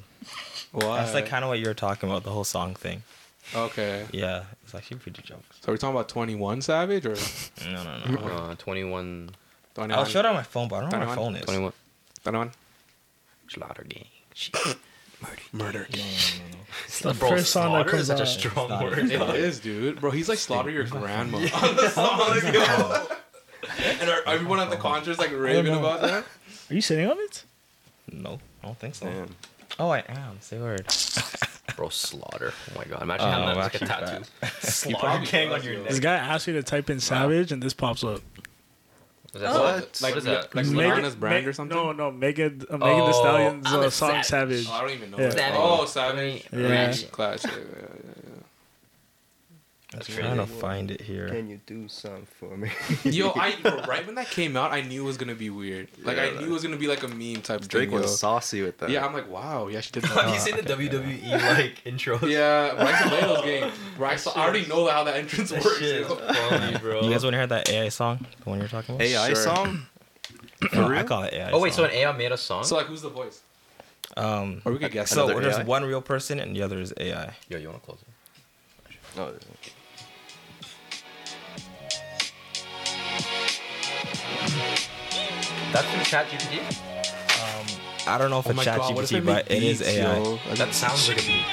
S5: Uh,
S2: Why?
S5: That's like kind of what you were talking about, the whole song thing.
S2: Okay.
S5: Yeah, it's actually pretty jokes.
S2: So we're talking about 21 Savage or
S5: No, no, no.
S3: Uh, 21,
S2: 21?
S3: Oh,
S5: I'll show it on my phone, but I don't know where my phone is.
S3: 21.
S2: 21.
S3: Slaughter gang.
S2: Murder.
S5: No, no, no, no.
S1: It's the first song that
S3: slaughter
S1: comes
S3: is such a
S1: out.
S3: strong
S5: Slaughter.
S3: word.
S2: It
S3: yo.
S2: is, dude. Bro, he's like slaughter your grandma on the song. and are, everyone at the concert is like raving
S1: know.
S2: about that.
S1: Are you sitting on it?
S5: No, I don't think so.
S4: Man.
S5: Oh, I am. Say word.
S3: Bro, slaughter. Oh my god. Imagine
S5: Oh,
S3: having that like a
S5: actually
S3: tattoo.
S2: He probably
S3: gang
S2: does,
S3: on your
S2: yo.
S3: neck.
S1: This guy asked me to type in Savage and this pops up.
S3: Is that
S6: Oh.
S3: slaughter?
S4: What?
S2: Like,
S3: What is that?
S2: like
S1: Megan-
S2: Rihanna's brand
S1: Me-
S2: or something?
S1: No, no, Megan, uh, Megan
S3: Oh,
S1: the Stallion's
S3: I'm
S1: uh,
S3: a
S1: song
S3: savage.
S1: Savage.
S2: Oh, I don't even know.
S1: Yeah.
S2: that.
S3: Savage.
S2: Oh, Savage.
S1: Yeah.
S2: Rich Clash. Yeah, yeah,
S5: I'm
S3: That's
S5: trying to
S3: crazy.
S5: find it here.
S4: Can you do something for me?
S2: yeah. Yo, I bro, right when that came out, I knew it was gonna be weird. Like I
S4: Yeah,
S2: knew it was gonna be like a meme type.
S4: Drake
S2: thing, yo.
S4: was saucy with that.
S2: Yeah, I'm like, wow. Yeah, she did that.
S3: Have you seen the WWE like intros?
S2: Yeah, Bryson Lalo's game. Bryson, I already know how that entrance
S3: That
S2: works.
S3: shit
S2: yo.
S3: is funny, bro.
S5: You guys want to hear that AI song? The one you're talking about?
S4: AI
S2: Sure.
S4: song?
S5: No,
S4: real?
S5: I call it AI.
S3: oh wait, so
S5: song.
S3: an AI made a song?
S2: So like, who's the voice?
S5: um,
S2: Or we could guess.
S5: so
S4: another
S5: there's
S4: AI?
S5: one real person and the other is AI.
S3: Yo, you wanna close it?
S4: Oh,
S3: That's from ChatGPT.
S5: I don't know if
S2: Oh
S5: it's
S2: my God, what if
S5: ChatGPT,
S2: they
S5: but
S2: make
S5: it is
S2: beats,
S5: AI.
S2: yo?
S3: That sounds like a beat.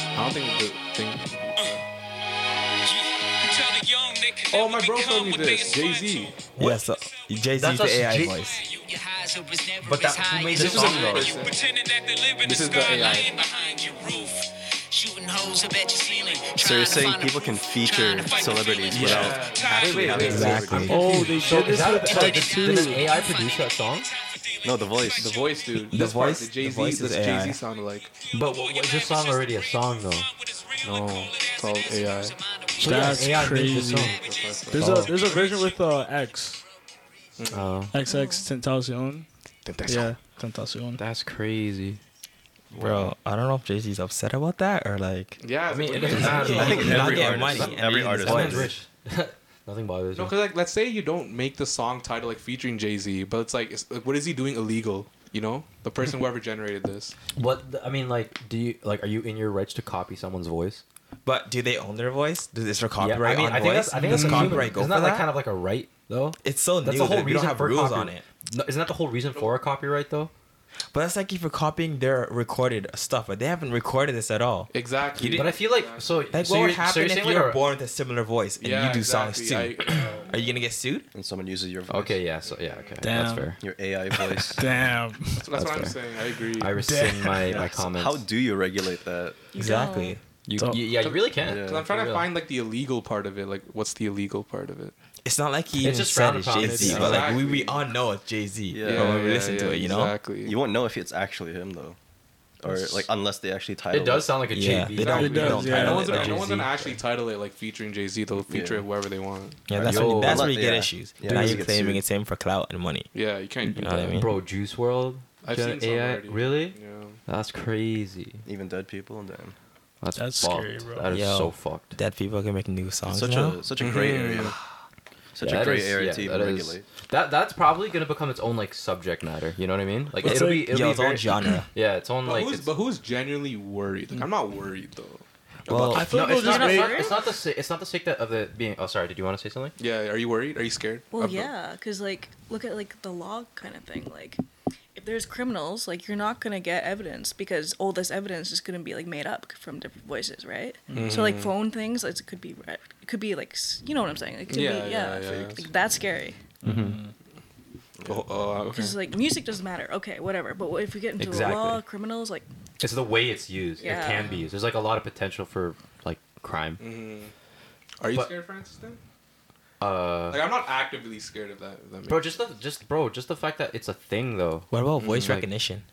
S2: I don't think the thing.
S8: Oh, my bro told me this. Jay Z.
S2: Jay-Z.
S5: Yeah, so Jay Z's
S3: That's
S5: the
S3: a
S5: AI
S3: Jay-
S5: voice.
S3: But that who made the
S2: This is
S3: song
S2: a
S3: though?
S2: person. This is the AI.
S4: So you're saying people can feature celebrities
S2: without
S4: actually having to do it.
S5: Exactly.
S1: Oh, they
S3: So
S1: did this
S3: is that
S1: with uh,
S3: sorry,
S1: like
S3: did,
S1: too.
S3: did an AI produce that song?
S4: No, the voice.
S2: The voice, dude.
S5: The
S2: This part,
S5: voice-
S2: The
S5: the
S2: Jay Z.
S5: voice is
S2: This
S5: AI.
S2: Jay Z sounded like.
S3: But w- was this song already a song though?
S2: No, it's all AI.
S3: So
S1: That's
S3: yeah, AI made this
S1: crazy.
S3: song.
S1: There's a there's a version with uh, X.
S3: Oh,
S1: XX Tentacion. Yeah, Tentacion.
S3: that's crazy.
S5: Bro, I don't know if Jay Z's upset about that or like.
S2: Yeah,
S3: I mean, it
S2: it's-
S3: doesn't matter.
S4: I think
S5: He's not
S4: every
S5: getting
S4: artist,
S5: money.
S4: every
S5: He's
S4: artist
S5: not
S3: Boy, it's
S4: does.
S5: getting
S4: it.
S3: rich. Nothing bothers
S2: No,
S3: me.
S2: because like, let's say you don't make the song title like featuring Jay Z, but it's like, it's, like, what is he doing illegal? You know, the person whoever generated this.
S3: What the- I mean, like, do you like? Are you in your rights to copy someone's voice?
S5: But do they own their voice? Do this for copyright
S3: I mean,
S5: on
S3: I think
S5: voice?
S3: that's, I think that's
S5: Does
S3: a human-
S5: copyright go
S3: Isn't
S5: for
S3: that, like
S5: that?
S3: kind of like a right though?
S5: it's so
S3: That's
S5: new.
S3: the whole
S5: that we
S3: reason
S5: don't have
S3: for
S5: rules
S3: copy-
S5: on it.
S3: No, isn't that the whole reason for copyright though?
S5: But that's like if you're copying their recorded stuff, but they haven't recorded this at all.
S2: Exactly.
S3: But I feel like so.
S5: Like,
S3: so
S5: what would
S3: you're- so
S5: happen
S3: you're
S5: if
S3: saying,
S5: you're
S3: like, a-
S5: born with a similar voice and you do songs too?
S2: exactly. I-
S5: Are you gonna get sued?
S4: and someone uses your voice.
S3: Okay, yeah, so yeah, okay, that's
S1: Damn.
S3: fair.
S4: Your AI voice.
S1: Damn.
S2: that's that's what I'm
S3: That's
S2: saying. I agree.
S3: I rescind my my comments.
S4: How do you regulate that?
S5: Exactly.
S3: you,
S1: So-
S3: you- yeah, you really can't.
S4: Yeah.
S2: 'Cause I'm trying
S3: For
S2: to
S3: real.
S2: find like the illegal part of it. Like, what's the illegal part of it?
S5: It's not like he even
S3: just
S5: said
S3: frowned
S5: it's
S3: upon.
S5: Jay Z,
S3: It's-
S5: but like we,
S2: Exactly.
S5: we all know it's Jay Z.
S4: Yeah.
S5: but when we listen to it, you know.
S2: Exactly.
S4: You won't know if it's actually him though, or like unless they actually title
S3: It does sound like a
S5: Yeah,
S3: cheat.
S5: they
S3: beat.
S5: don't.
S2: Exactly.
S5: they don't
S1: Yeah.
S5: title
S2: no
S1: No
S2: one's,
S5: it like
S2: no one's
S5: Jay-Z.
S2: gonna actually title it like featuring Jay Z. They'll feature it whoever they want.
S5: Yeah, that's
S3: Yo.
S5: when, that's where you get
S4: Yeah.
S5: issues.
S4: Yeah,
S5: now
S4: you
S5: you're
S4: get
S5: claiming
S4: sued.
S5: it's him for clout and money.
S2: Yeah, you can't do
S5: You know
S2: that.
S5: what I mean?
S3: Bro, Juice World.
S2: I've
S3: Gen
S2: seen some
S3: AI?
S2: already.
S3: Really?
S2: Yeah.
S3: That's crazy.
S4: even dead people and damn.
S3: That's,
S1: That's
S3: fucked.
S1: scary, bro.
S3: That is
S5: Yo.
S3: so fucked.
S5: Dead people can make new songs
S4: such
S5: now.
S4: a such a gray area. Such
S3: Yeah,
S4: a
S3: that
S4: gray
S3: is-
S4: area
S3: yeah,
S4: to even
S3: that is-
S4: regulate.
S3: That that's probably gonna become its own like subject matter. You know what I mean? Like
S1: It's
S3: it'll
S1: like-
S3: be it'll
S5: Yo,
S3: be
S5: it's all
S3: very-
S5: genre.
S3: Yeah, it's on
S2: But
S3: like.
S2: who's
S3: it's-
S2: but who's genuinely worried? Like, I'm not worried though.
S5: well,
S1: I
S3: no,
S1: feel like
S3: it's
S1: we'll just
S3: not, it's,
S1: wait.
S3: not, it's not the si- it's not the sick that of the being. Oh, sorry. Did you want to say something?
S2: Yeah, are you worried? Are you scared?
S6: Well,
S2: Of the-
S6: yeah, because like look at like the law kind of thing. Like if there's criminals, like you're not gonna get evidence because all this evidence is gonna be like made up from different voices, right? So like phone things, like, it could be re- it could be like s- you know what I'm saying? It could
S2: Yeah,
S6: be,
S2: yeah,
S6: yeah,
S2: yeah.
S6: Like, that's scary
S2: Oh, oh, okay.
S6: because like music doesn't matter. Okay, whatever. But if we get into
S3: Exactly.
S6: the law, criminals, like
S3: It's the way it's used. It
S6: Yeah.
S3: can be used. There's like a lot of potential for like crime.
S2: Are you
S3: But-
S2: scared, Francis? Then
S3: Uh,
S2: like, I'm not actively scared of that. if that
S3: bro,
S2: makes-
S3: just the just bro, just the fact that it's a thing though.
S5: what about voice
S3: like-
S5: recognition?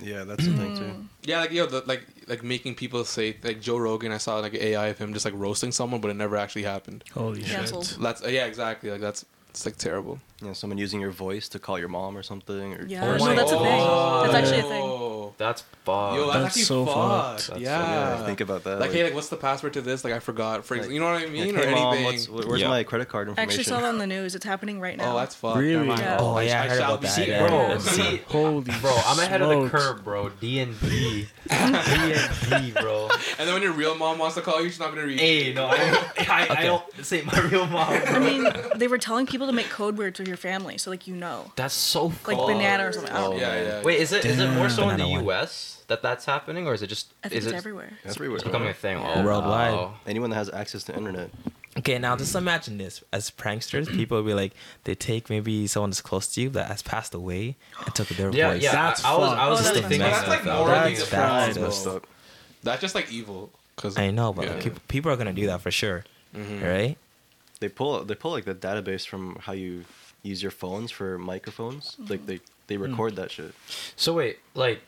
S4: Yeah, that's the thing too.
S2: yeah, like yo, the, like like making people say like Joe Rogan. I saw like AI of him just like roasting someone, but it never actually happened.
S1: Holy
S6: Cancelled.
S1: shit.
S2: That's uh, yeah, exactly. Like that's it's like terrible.
S4: You know, someone using your voice to call your mom or something. Or
S6: yeah,
S5: Oh
S6: no,
S5: my
S6: that's a
S5: God.
S6: thing. That's actually a thing.
S2: Oh. Yo,
S3: Oh, That's fucked.
S2: that's,
S1: That's
S2: actually
S1: so
S2: fucked.
S1: fucked.
S3: That's so
S2: yeah.
S4: Yeah, think about that.
S2: like, hey, like what's the password to this? Like I forgot. For ex-
S4: Like,
S2: you know what I mean?
S4: like,
S2: or
S4: hey, mom,
S2: anything.
S4: what's- wh- where's
S5: Yeah.
S4: my credit card
S6: I actually
S4: information?
S6: saw it on the news. It's happening right now.
S2: oh, that's fucked.
S1: Really?
S2: Never mind.
S6: Yeah.
S5: Oh, yeah, I heard
S2: shall
S5: about
S2: be
S5: that,
S2: secret.
S5: yeah.
S3: bro, see,
S1: Holy
S3: bro, I'm ahead of the
S1: smokes.
S3: curve, bro. D and D, D and D, bro.
S2: And then when your real mom wants to call you, she's not gonna read.
S3: Hey, no, I, I, I don't say my real mom.
S6: I mean, they were telling people to make code words with your family, so like you know,
S3: That's so
S6: like
S3: fucked.
S6: banana or something. I don't
S4: Oh,
S6: know.
S2: Yeah,
S4: man.
S2: yeah.
S3: Wait, is it is it more so in the
S5: Banana one.
S3: U.S. that that's happening, or is it just
S6: I think
S3: is
S6: it's
S3: it
S6: everywhere.
S4: That's everywhere.
S3: It's becoming a thing Oh,
S5: Yeah. Worldwide.
S3: wow.
S4: Anyone that has access to internet.
S5: Okay, now just imagine this. As pranksters, people will be like, they take maybe someone that's close to you that has passed away and took their
S3: Yeah,
S5: voice.
S3: yeah.
S1: That's
S3: I, I was, I was
S6: fucked.
S3: just
S6: Oh, that's
S3: thinking
S2: messed up.
S3: that.
S2: That's, like, morally
S5: That's,
S2: deprived.
S5: that's
S2: Bro.
S5: messed up.
S2: That's just like evil. Cause
S5: I know, but
S2: Yeah. Mm-hmm.
S5: okay, people are gonna do that for sure, right?
S4: They pull they pull like the database from how you use your phones for microphones. Like they they record that shit.
S3: So wait, like,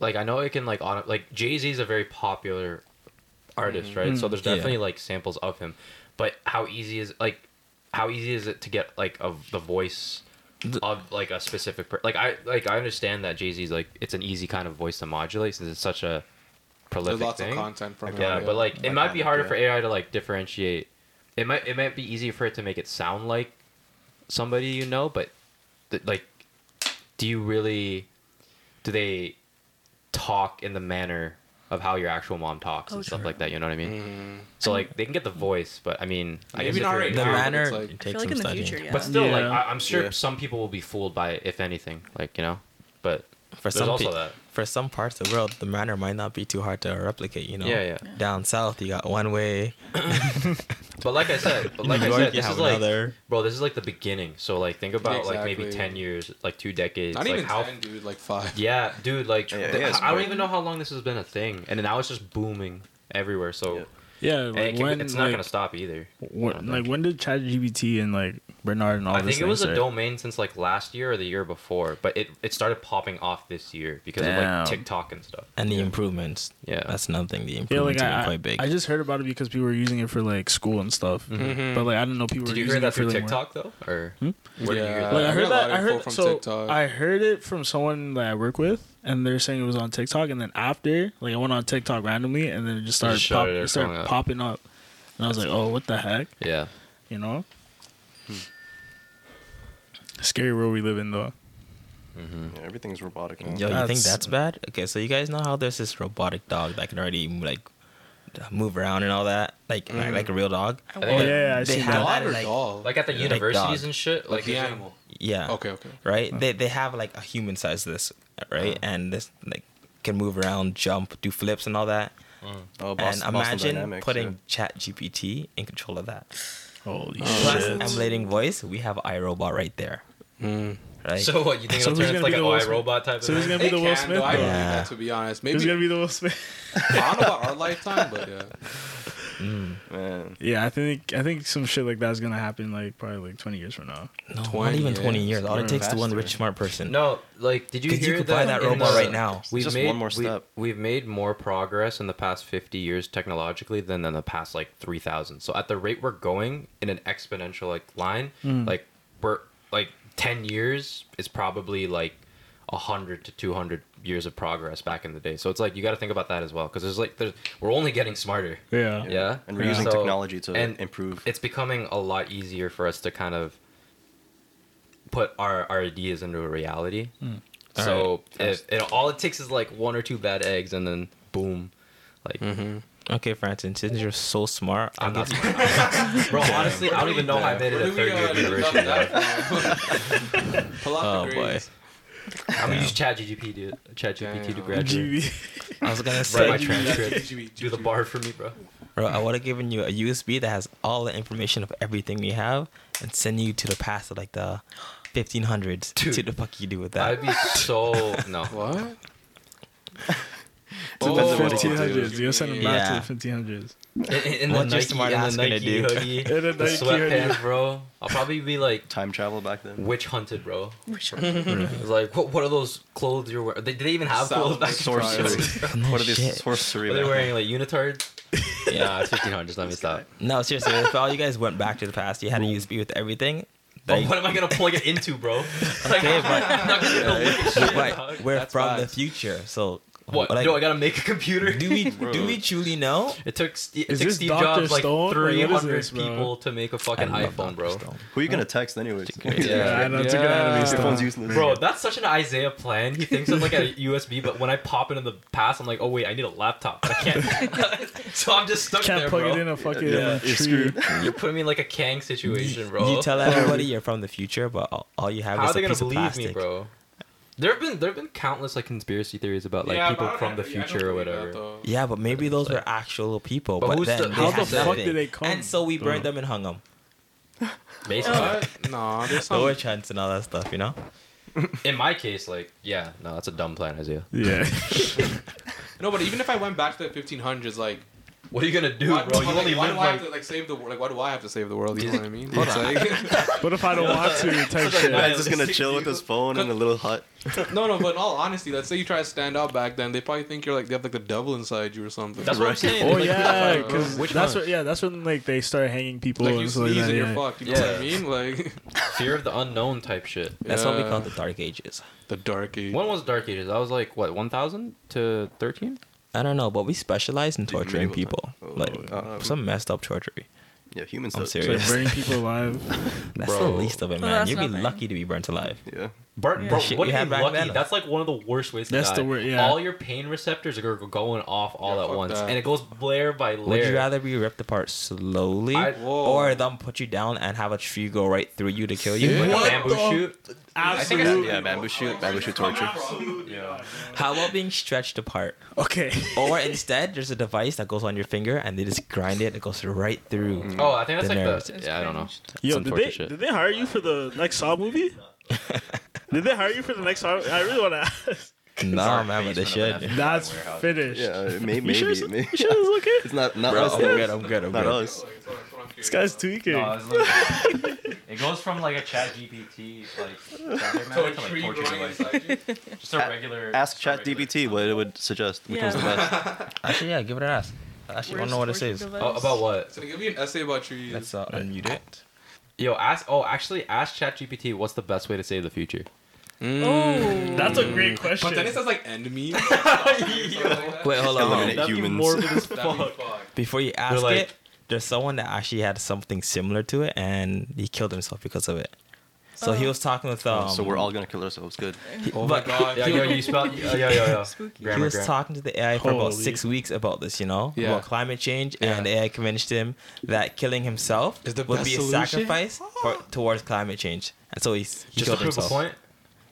S3: like I know it can like auto, like Jay Z is a very popular artist, right? So there's
S5: Mm. Yeah.
S3: definitely like samples of him, but how easy is like how easy is it to get like of the voice of like a specific per- like I like I understand that Jay Z's like it's an easy kind of voice to modulate since it's such a prolific
S2: there's lots
S3: thing.
S2: of content from
S3: Yeah,
S2: it.
S3: but like it might be
S4: Iconic,
S3: harder
S4: yeah.
S3: for AI to like differentiate. It might it might be easier for it to make it sound like somebody you know, but th- like, do you really? Do they talk in the manner of how your actual mom talks
S6: Oh,
S3: and stuff
S6: true.
S3: like that? You know what I mean? So like they can get the voice, but I mean, I
S2: Mm-hmm.
S3: guess
S2: Maybe
S3: if
S2: not
S3: you're-
S2: right
S5: The
S2: Yeah, now.
S5: manner
S2: it's like-
S5: it
S6: I
S5: takes
S6: feel like
S5: some
S6: in the
S5: studying.
S6: future, yeah.
S3: But still, like
S1: Yeah.
S3: I, I'm sure
S4: Yeah.
S3: some people will be fooled by it, if anything. Like you know, but
S5: for
S3: there's
S5: some
S3: also
S5: peo-
S3: that.
S5: for some parts of the world, the manner might not be too hard to replicate. You know,
S3: Yeah, yeah. Yeah.
S5: Down south, you got one way.
S3: But like I said, but like
S5: New
S3: I
S5: York,
S3: said,
S5: you
S3: this
S5: have
S3: is like
S5: another.
S3: Bro, this is like the beginning. So like think about like maybe
S2: Exactly.
S3: ten years, like two decades.
S2: not
S3: like
S2: even
S3: how
S2: ten, dude. Like five.
S3: Yeah, dude, like
S4: Yeah,
S3: the-
S4: yeah, it's
S3: I don't
S4: great.
S3: even know how long this has been a thing. And now it's just booming everywhere. So
S4: Yeah.
S1: Yeah,
S3: and it
S1: like
S3: can-
S1: when,
S3: it's not
S1: like,
S3: gonna stop either. I
S1: when,
S3: don't
S1: like when did ChatGPT and like Bernard and all
S3: I
S1: this
S3: think it was
S1: things
S3: a
S1: start?
S3: domain since like last year or the year before, but it, it started popping off this year because of
S1: Damn.
S3: like TikTok and stuff.
S5: And the improvements.
S3: Yeah.
S5: That's nothing. The
S1: Yeah, like
S5: improvements have been
S1: I,
S5: quite big.
S1: I just heard about it because people were using it for like school and stuff.
S2: Mm-hmm.
S1: But like I didn't know people
S3: Mm-hmm. Did
S1: were using
S3: you hear that
S1: it for
S3: through
S1: like, work.
S3: TikTok though? Or where did you hear
S2: Yeah.
S3: that?
S1: Like
S2: I
S1: I
S2: heard a
S1: heard
S2: lot
S1: that.
S2: of
S1: I
S2: info
S1: heard
S2: from
S1: so.
S2: TikTok.
S1: I heard it from someone that I work with, and they're saying it was on TikTok. And then after, like, I went on TikTok randomly, and then it just started
S3: showed
S1: pop,
S3: it
S1: it started
S3: going up.
S1: popping up. And I was like, oh, what the heck?
S3: Yeah.
S1: You know?
S3: Hmm.
S1: Scary world we live in, though.
S4: Yeah, everything's robotic now.
S5: Yo, you think
S1: That's-
S5: that's bad? Okay, so you guys know how there's this robotic dog that can already like move around and all that, like
S2: Mm.
S5: like, like a real dog.
S6: I
S3: think
S1: Oh,
S6: want-
S1: yeah, I
S5: They
S1: see
S5: have-
S1: that.
S5: Dog
S2: Dog
S5: or
S2: or
S5: like-
S2: doll?
S3: Like at the
S5: Like
S3: universities
S5: dog.
S3: and shit. Like
S2: like the
S3: there's a-
S2: animal.
S5: Yeah.
S2: Okay, okay.
S5: Right? They they have like a human size to this, right? And this like can move around, jump, do flips and all that.
S4: Oh, Boston,
S5: and
S4: Boston
S5: imagine
S4: Dynamics,
S5: putting
S4: yeah.
S5: Chat GPT in control of that.
S1: Holy
S3: Oh,
S5: Plus
S1: shit.
S5: emulating voice, we have iRobot right there.
S2: Hmm.
S5: Right?
S3: So what you think
S1: So
S3: it'll
S1: who's
S3: turn into
S1: gonna
S3: like
S1: be
S3: an
S1: the
S3: AI
S1: worst-
S3: robot type
S1: So
S3: of
S1: who's gonna
S3: thing?
S1: be the
S2: It
S1: Will
S2: can,
S1: Smith?
S2: though. I
S1: though?
S2: believe
S5: Yeah.
S2: that, to be honest.
S1: Who's
S2: Maybe
S1: gonna be the Will Smith?
S2: I don't know about our lifetime, but yeah.
S4: Man,
S1: yeah, I think I think some shit like that's gonna happen like probably like 20 years from now.
S5: no, not
S2: 20
S5: even twenty
S2: years.
S5: years. All it
S1: Or
S5: takes to one
S4: faster.
S5: rich smart person.
S3: No, like did you
S5: Because you
S3: hear
S5: could buy that
S3: in
S5: robot
S3: the-
S5: right now. It's
S3: We've
S4: just
S3: made
S4: one more
S3: we-
S4: step.
S3: we've made more progress in the past 50 years technologically than in the past like 3,000. So at the rate we're going in an exponential like line,
S5: Mm.
S3: like we're like 10 years is probably like 100 to 200 years of progress back in the day. So it's like you got to think about that as well because there's like there's, we're only getting smarter.
S1: Yeah.
S3: Yeah.
S4: And we're using
S3: So-
S4: technology to
S3: and
S4: improve.
S3: It's becoming a lot easier for us to kind of put our, our ideas into a reality. So if, it, all it takes is like one or two bad eggs, and then boom, like
S5: Okay, Francis, since you're so smart,
S3: I'm
S5: I'm
S3: not. Bro, honestly, I don't even know how I made it a third year of university. bro.
S2: Pull out
S5: Oh
S2: the
S5: boy.
S2: grades.
S3: I'm gonna use ChatGPT to ChatGPT to
S2: Damn.
S3: graduate.
S1: GB.
S5: I was gonna
S3: Write my
S5: say
S3: transcript.
S2: GG,
S3: Do the bar for me, bro.
S5: Bro, I would have given you a USB that has all the information of everything we have and send you to the past of like the
S3: Dude.
S5: 1500s. Dude. What the fuck you do with that?
S3: I'd be so no.
S2: What?
S4: depends on what you do.
S1: 1500s. You're sending back to the 1500s.
S3: In, in
S5: What
S3: the Nike,
S5: your smart
S3: in the
S5: ass gonna
S3: Nike
S5: do?
S3: hoodie,
S1: In a
S3: the
S1: Nike hoodie.
S3: sweatpants, bro. I'll probably be like
S4: time travel back then.
S3: witch hunted, bro.
S6: Which
S3: It's like, what, what are those clothes you're wearing? They, do they even have clothes
S2: Salad
S3: back in
S2: trials.
S4: Sorcery.
S5: No
S4: what are these
S5: shit.
S4: sorcery?
S3: Are they
S4: man?
S3: wearing like unitards? yeah, it's 1500. Just let me stop.
S5: No, seriously, if all you guys went back to the past, you had a USB with everything.
S3: But
S5: Like,
S3: what am I gonna plug it into, bro?
S5: okay, but,
S3: I'm not gonna go look at shit.
S5: but
S3: dog.
S5: we're
S2: That's
S5: from the
S2: facts.
S5: future, so
S3: What?
S5: like,
S3: do I gotta make a computer?
S5: do we
S4: Bro.
S5: do we truly know?
S3: It took, St- it
S1: Is
S3: took
S1: this
S3: Steve
S1: Dr.
S3: Jobs like
S1: Stone? Like, what is
S3: 300
S1: this, bro?
S3: people to make a fucking
S5: I love
S3: iPhone,
S5: Dr.
S3: bro.
S5: Stone.
S4: Who are you gonna text anyways?
S1: Yeah, I know. It's a good
S2: Yeah.
S1: anime
S4: Your
S1: stuff.
S4: phone's useless.
S3: Bro, that's such an Isaiah plan. He thinks I'm like a USB, but when I pop into the past, I'm like, oh wait, I need a laptop. But I can't. so I'm just stuck
S1: Can't
S3: there,
S1: plug
S3: bro.
S1: it in a fucking
S4: Yeah,
S1: uh,
S4: you're
S1: tree.
S4: screwed.
S3: You're putting me in like a Kang situation, bro.
S5: You tell everybody you're from the future, but all, all you have
S3: How are
S5: is
S3: they
S5: a
S3: gonna
S5: piece of
S3: believe
S5: plastic.
S3: me, bro? There have been there have been countless like conspiracy theories about like
S2: Yeah,
S3: people
S2: but I
S3: from the
S2: don't- yeah, I don't
S3: future or
S2: believe that,
S3: whatever.
S2: though.
S5: Yeah, but maybe those were actual people.
S3: But
S5: But,
S3: who's
S5: then
S3: the-
S5: they
S3: how the
S5: had
S3: fuck
S5: nothing.
S1: did they come?
S5: And so we burned them and hung them.
S3: Basically,
S2: What? Nah, there's
S5: The
S2: some.
S5: witch hunts and all that stuff, you know.
S3: in my case, like yeah, no, that's a dumb plan, Isaiah.
S1: Yeah.
S2: No, but even if I went back to the 1500s, like,
S3: What are you gonna do,
S2: why,
S3: bro? You
S2: why,
S3: only
S2: why
S3: live
S2: do I have
S3: like
S2: to like save the world? Like, why do I have to save the world? You know what I mean? It's like-
S1: What if I don't want to? Type shit.
S4: Man's just gonna chill with his phone in a little hut.
S2: No, no, but in all honesty, let's say you try to stand out back then, they probably think you're like they have like the devil inside you or something.
S3: That's what I'm
S4: Right.
S3: saying.
S1: Oh
S3: like,
S1: yeah,
S2: uh,
S1: because
S3: which
S1: that's
S3: one?
S1: what yeah that's when like they start hanging people
S2: like you
S1: and stuff
S2: sneeze
S1: that,
S2: and you're
S1: yeah.
S2: fucked. You know what I mean? Like
S3: Fear of the unknown type shit.
S5: That's what we
S2: Yeah.
S5: call the dark ages.
S2: the dark age.
S3: When was Dark Ages? I was like what, one thousand to thirteen?
S5: I don't know, but we specialize in torturing
S4: medieval
S5: people, like
S4: uh,
S5: some messed up torture.
S4: Yeah, humans.
S5: I'm
S4: don't-
S1: So they
S5: serious.
S1: burning people alive.
S5: That's
S3: Bro.
S5: the least of it,
S6: Well,
S5: man.
S6: that's
S5: You'd be
S6: nothing.
S5: lucky to be burnt alive.
S4: Yeah.
S3: Bro,
S6: Yeah.
S3: bro
S5: Shit,
S3: what do
S5: we
S3: you
S5: had
S3: mean
S5: back
S3: lucky?
S5: then.
S3: That's like one of the worst ways to
S1: That's
S3: die.
S1: the wor- yeah.
S3: All your pain receptors are going off all
S2: Yeah,
S3: at
S2: fuck
S3: once,
S2: that.
S3: and it goes layer by layer.
S5: Would you rather be ripped apart slowly,
S3: I-
S2: Whoa.
S5: or them put you down and have a tree go right through you to kill you?
S3: Like a
S1: What
S3: bamboo
S1: the-
S3: shoot?
S1: Absolutely.
S4: Yeah, bamboo shoot, bamboo shoot torture.
S5: How about being stretched apart?
S1: Okay.
S5: Or instead, there's a device that goes on your finger and they just grind it. It goes right through.
S3: Oh, I think that's
S5: The
S3: like
S5: nerves.
S3: the. Yeah, I don't know.
S1: Yo,
S3: Some
S1: did
S3: torture
S1: they
S3: shit.
S1: did they hire you for the next Saw movie? did they hire you for the next Saw? I really want to ask.
S5: No, man, but they should.
S1: That's finished.
S4: Yeah, uh, may-
S1: You sure
S4: maybe.
S1: it's, you
S4: maybe.
S1: sure it's okay?
S4: It's not not
S5: Bro,
S4: us.
S5: I'm
S4: though.
S5: good. I'm good. I'm
S4: Not
S5: good.
S4: us.
S1: This guy's tweaking.
S3: it goes from like a chat GPT, like, just a regular.
S4: Ask ChatGPT what it would suggest. Which one's the best?
S5: Actually, yeah, give it an ask. I actually don't know what it says.
S3: Oh, about what?
S2: So give me an essay about trees.
S5: Let's uh, unmute it.
S3: Yo, ask. Oh, actually, ask ChatGPT what's the best way to save the future.
S6: Oh,
S1: That's a great question.
S2: but then it says like enemy. Wait,
S5: Wait, hold on. hold on.
S4: Eliminate
S1: That'd be
S4: humans.
S1: morbid as fuck.
S5: Before you ask
S3: like-
S5: it, there's someone that actually had something similar to it, and he killed himself because of it. So he
S6: Oh.
S5: was talking with um.
S4: so we're all gonna kill ourselves. Good.
S5: he-
S2: Oh my
S5: but-
S2: god.
S3: Yo, yo, you spell. Yo, yo, yo, yo.
S6: Spooky.
S5: he
S3: Grammar,
S5: was
S3: grammar.
S5: talking to the AI for about
S1: Holy.
S5: six weeks about this, you know,
S2: Yeah.
S5: about climate change,
S2: Yeah.
S5: and the AI convinced him that killing himself
S2: Is the
S5: would
S2: best
S5: be a
S2: solution?
S5: sacrifice for, towards climate change, and so he's,
S3: Just
S5: he
S3: to
S5: killed
S3: prove
S5: himself.
S3: a point,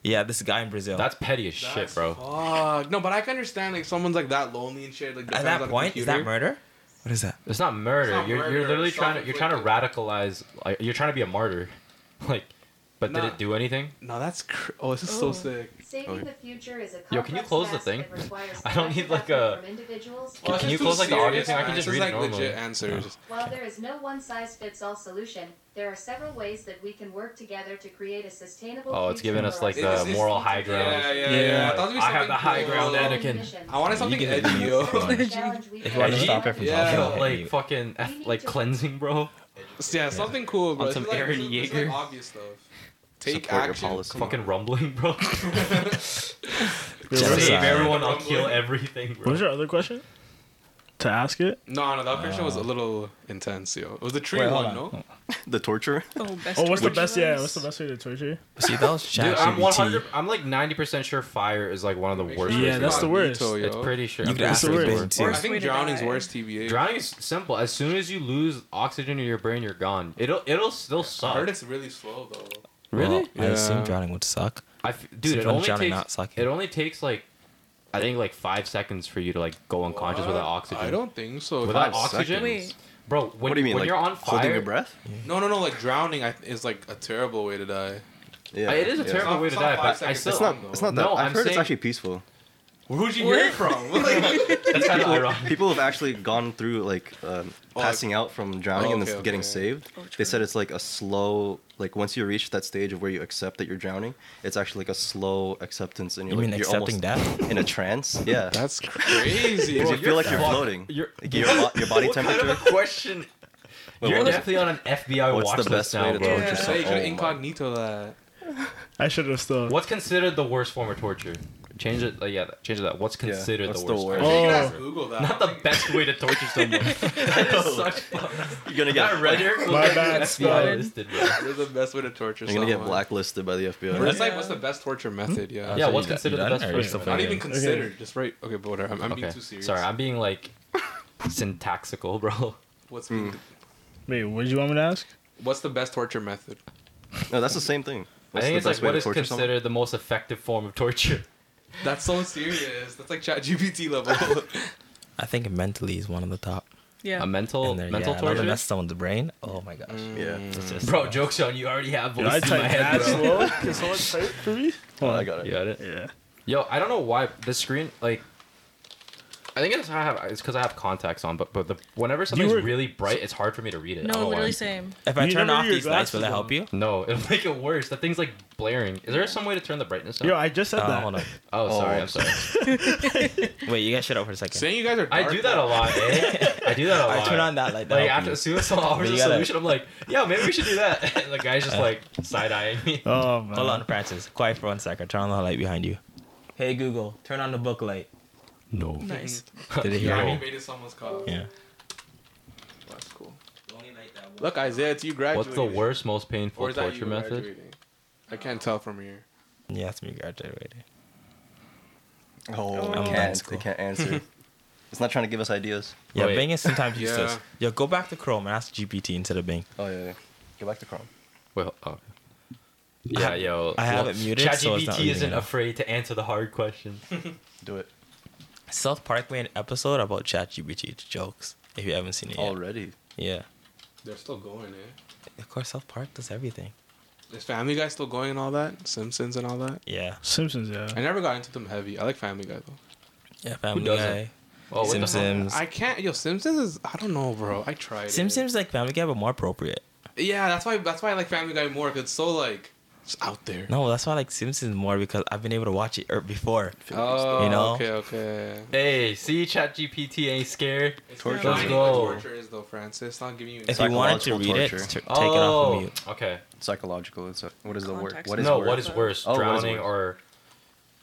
S5: Yeah, this guy in Brazil.
S3: that's petty as shit, bro.
S2: Fuck. No, but I can understand like someone's like that lonely and shit. Like
S5: at
S2: depends on
S5: that
S2: the
S5: point is
S2: computer.
S5: that murder? What is that?
S3: It's not murder.
S2: It's not
S3: you're,
S2: murder,
S3: you're literally
S2: it's
S3: trying to you're trying to radicalize. Like, you're trying to be a martyr, like. But
S2: Nah.
S3: did it do anything?
S2: No, that's cr- oh, this is so
S6: Oh.
S2: sick.
S7: Saving
S4: Okay.
S7: the future is a
S3: Yo, can you
S7: complex
S3: close the
S7: task
S3: thing?
S7: that requires
S3: I don't need, like,
S7: collective effort
S3: a-
S7: from individuals
S3: Can-
S2: Oh,
S3: can
S7: and
S2: this
S3: you
S2: is too
S3: close, like, the
S2: serious,
S3: audio thing? I can
S2: man.
S3: just
S2: This
S3: read
S2: is,
S3: it
S2: like
S3: normally.
S2: legit answers.
S7: While there is no one size fits all solution, there are several ways that we can work together to create a sustainable.
S3: Oh, it's
S7: future
S3: giving
S7: for
S3: us like
S2: It's-
S3: the
S2: it's- it's-
S3: moral high
S2: Yeah,
S3: ground.
S2: yeah, yeah.
S1: Yeah.
S2: I thought it'd be
S3: I have
S2: something
S3: the high
S2: cool.
S3: ground,
S7: Our
S3: Anakin.
S7: mission.
S2: I wanted something
S3: can-
S2: edgy, yo.
S7: The challenge we
S5: If
S7: face-
S5: you stop him from
S2: Yeah.
S5: talking,
S3: Felt
S5: about
S3: like
S5: it,
S3: fucking
S7: We
S3: F,
S7: need
S3: like
S7: to-
S3: cleansing, bro.
S2: Yeah, something cool, bro.
S4: On
S2: It's
S4: some
S2: like-
S4: Aaron
S2: it's- it's like
S4: Yeager.
S2: obvious stuff. Take
S4: Support your
S2: action.
S4: policy.
S2: Come on.
S3: Fucking rumbling, bro.
S5: Genocide.
S3: Save everyone, I'll
S2: Rumbling.
S3: kill everything,
S1: What was
S3: bro.
S1: your other question? To ask it?
S2: No, no, that picture was a little intense, yo. It was the tree
S5: Wait, hold
S2: one,
S5: on.
S2: no?
S4: The torture.
S6: Oh, best
S1: Oh, what's the
S6: torture
S1: best? Yeah,
S6: device?
S1: what's the best way to torture?
S5: see that was
S3: Dude, I'm
S5: ChatGPT.
S3: 100. I'm like 90 percent sure fire is like one of the
S2: Make
S3: worst.
S2: sure
S1: Yeah,
S3: ways
S2: it's
S3: to
S1: that's
S2: not
S3: die.
S1: the worst.
S2: Nito, yo.
S3: It's pretty sure.
S5: You
S3: I'm
S5: could
S3: pretty
S5: ask
S1: the
S3: sure
S5: her
S1: worst.
S3: it's
S5: been
S2: I
S5: too.
S6: Worst way
S2: think
S6: to
S2: drowning's
S6: die.
S2: worse, TBA.
S3: Drowning is simple. As soon as you lose oxygen in your brain, you're gone. It'll it'll still
S2: I
S3: suck.
S2: heard it's really slow, though.
S5: Well, I
S2: Yeah.
S5: assume drowning would suck.
S3: I f- dude, it
S5: Sometimes
S3: only
S5: drowning
S3: takes
S5: not sucking.
S3: it only takes like I think like five seconds for you to like go unconscious
S2: What?
S3: without oxygen.
S2: I don't think so.
S3: without
S4: Five
S3: oxygen,
S6: seconds.
S3: bro. When,
S4: what do you mean?
S3: When
S4: like
S3: you're on
S4: holding your
S3: fire,
S4: breath?
S2: No, no, no. Like drowning I, is like a terrible way to die.
S4: Yeah.
S3: it is a
S4: yeah.
S3: terrible
S2: not-
S3: way
S2: it's
S3: to
S2: not
S3: die,
S2: five
S3: but I
S2: seconds,
S3: still.
S4: It's not. It's not that.
S3: No,
S4: I've
S3: I'm
S4: heard it's
S3: saying-
S4: actually peaceful.
S2: Who'd you
S6: What?
S2: hear it from? Like-
S3: that's kind of
S4: People,
S3: ironic.
S4: people have actually gone through like um,
S2: Oh,
S4: passing out from drowning
S2: Oh,
S4: and
S2: okay,
S4: then getting
S2: okay.
S4: saved.
S6: Oh,
S4: they
S6: true.
S4: said it's like a slow, like once you reach that stage of where you accept that you're drowning, it's actually like a slow acceptance, and
S5: You
S4: you're
S5: mean
S4: like you're
S5: accepting
S4: almost
S5: death?
S4: in a trance. Yeah,
S2: That's crazy.
S4: because
S3: Bro,
S4: you feel like you're
S3: fucked.
S4: floating.
S3: You're-
S4: Like, your, bo- your body
S3: what
S4: temperature.
S3: kind of a question?
S4: Wait,
S3: you're
S4: what was it?
S3: definitely on an FBI
S4: What's
S3: watch
S4: the
S3: list
S4: best way
S3: now,
S4: to
S3: bro.
S4: torture
S2: yeah,
S4: yourself?
S2: you
S4: Oh
S2: could
S4: my-
S2: incognito that.
S1: I uh, should have still.
S3: What's considered the worst form of torture? Change it. Uh, yeah, change it. That. What's considered
S4: what's
S3: the
S4: the
S3: worst?
S4: worst?
S2: You
S3: form?
S2: could
S1: Oh.
S2: ask Google that.
S3: Not the best way to torture someone. that is such fuck.
S4: You're gonna
S3: That
S4: get
S3: red hair.
S1: My bad,
S3: FBI
S1: Spud.
S3: listed. bro.
S2: That's the best way to torture
S4: you're gonna get
S2: someone.
S4: blacklisted by the FBI.
S2: That's like what's the best torture method? Yeah.
S3: Yeah,
S5: so
S3: what's
S5: you- you
S3: considered the
S5: done
S3: best
S5: or you
S3: first
S5: still
S3: of
S2: Not
S3: all?
S2: even considered. Just right. Okay, but whatever. I'm, I'm being
S3: Okay.
S2: too serious.
S3: Sorry, I'm being like syntaxical, bro.
S2: What's
S3: Hmm.
S1: Wait,
S2: being
S1: what did you want me to ask?
S2: what's the best torture method?
S4: No, that's the same thing.
S3: I
S4: What's
S3: think
S4: the
S3: it's
S4: best
S3: like
S4: way
S3: what
S4: to
S3: is
S4: torture
S3: considered
S4: someone?
S3: the most effective form of torture.
S2: That's so serious. That's like chat GPT level.
S5: I think mentally is one of the top.
S6: Yeah.
S3: A mental
S5: And then,
S3: Oh, mental
S5: yeah,
S3: torture.
S5: Another mess someone's brain. Oh my gosh.
S4: Yeah.
S5: It's just-
S3: Bro, jokes on you. Already have
S1: Dude, I
S3: voices in my
S1: typed
S3: head,
S1: that
S3: bro.
S1: slow. Can someone type for me?
S4: Oh, I got it.
S3: You got it.
S1: Yeah.
S3: Yo, I don't know why the screen like. I think it's how I have it's because I have contacts on, but but the, whenever something's
S1: were-
S3: really bright, it's hard for me to read it. I don't
S6: No,
S3: know why.
S6: literally same.
S5: If I
S1: You
S5: turn
S1: never
S5: off
S1: do your
S5: these lights, will it
S1: glasses
S5: help
S1: on.
S5: you?
S3: No, it'll make it worse. That thing's like blaring. Is there some way to turn the brightness up?
S1: Yo, I just said
S5: Uh,
S1: that.
S5: hold on.
S3: oh, sorry, I'm sorry.
S5: Wait, you guys shut up for a second.
S2: Saying you guys are.
S3: I
S2: dark,
S3: do that a
S2: though.
S3: lot, eh? I do that a lot.
S5: I turn on that light. to
S3: Like
S5: help
S3: after
S5: you.
S3: as soon as someone offers a
S5: But you gotta-
S3: solution, I'm like, yeah, maybe we should do that. And the guy's just like side eyeing me.
S1: Oh man.
S5: Hold on, Francis. Quiet for one second. Turn on the light behind you. Hey Google, turn on the book light.
S3: No.
S6: Nice.
S5: Did it
S2: You
S5: hear
S3: Yeah.
S5: me?
S2: invaded someone's cause.
S5: Yeah.
S2: That's cool. Look, Isaiah, it's you
S3: What's
S2: graduating.
S3: the worst, most
S2: or
S3: painful
S2: is that
S3: torture
S2: you
S3: method?
S2: graduating? I can't tell from here.
S5: Yeah, that's me graduating.
S4: Oh,
S5: I'm
S4: they
S5: done
S4: can't.
S5: school.
S4: They can't answer. it's not trying to give us ideas.
S5: Yeah,
S3: Wait.
S5: Bing is sometimes useless.
S2: Yeah.
S5: Yo, go back to Chrome and ask GPT instead of Bing.
S4: Oh yeah. yeah. Go back to Chrome.
S3: Well, oh. yeah,
S5: I-
S3: yo.
S5: I have
S3: well,
S5: it muted,
S3: ChatGPT
S5: so it's not reading
S3: isn't
S5: it.
S3: afraid to answer the hard questions.
S4: Do it
S5: South Park made an episode about ChatGPT jokes. If you haven't
S4: Oh,
S5: seen it yet.
S4: already.
S5: Yeah.
S2: They're still going, eh?
S5: Of course, South Park does everything.
S2: Is Family Guy still going and all that? Simpsons and all that?
S5: Yeah.
S1: Simpsons, yeah.
S2: I never got into them heavy. I like Family Guy though.
S5: Yeah, Family
S3: doesn't?
S5: Guy.
S3: Oh, what the hell?
S5: Simpsons.
S2: I can't. Yo, Simpsons is. I don't know, bro. I tried. it.
S5: Simpsons like Family Guy, but more appropriate.
S2: Yeah, that's why. That's why I like Family Guy more. Cause it's so like, it's out there.
S5: No, that's why I like Simpsons more because I've been able to watch it er, before.
S2: Oh,
S5: You know?
S2: Okay, okay.
S3: Hey, see, ChatGPT ain't scared.
S2: It's
S4: Torture.
S2: not
S3: Let's
S2: like
S3: go.
S2: Torture is though, Francis. Not giving you.
S5: If you wanted to read it,
S4: Psychological torture.
S5: t- take it
S3: oh,
S5: off of mute.
S3: okay.
S4: Psychological. It's a, what is the word?
S6: Context.
S4: What is
S3: no,
S4: word?
S3: what is worse,
S4: Oh, what is
S3: drowning
S4: worse?
S3: or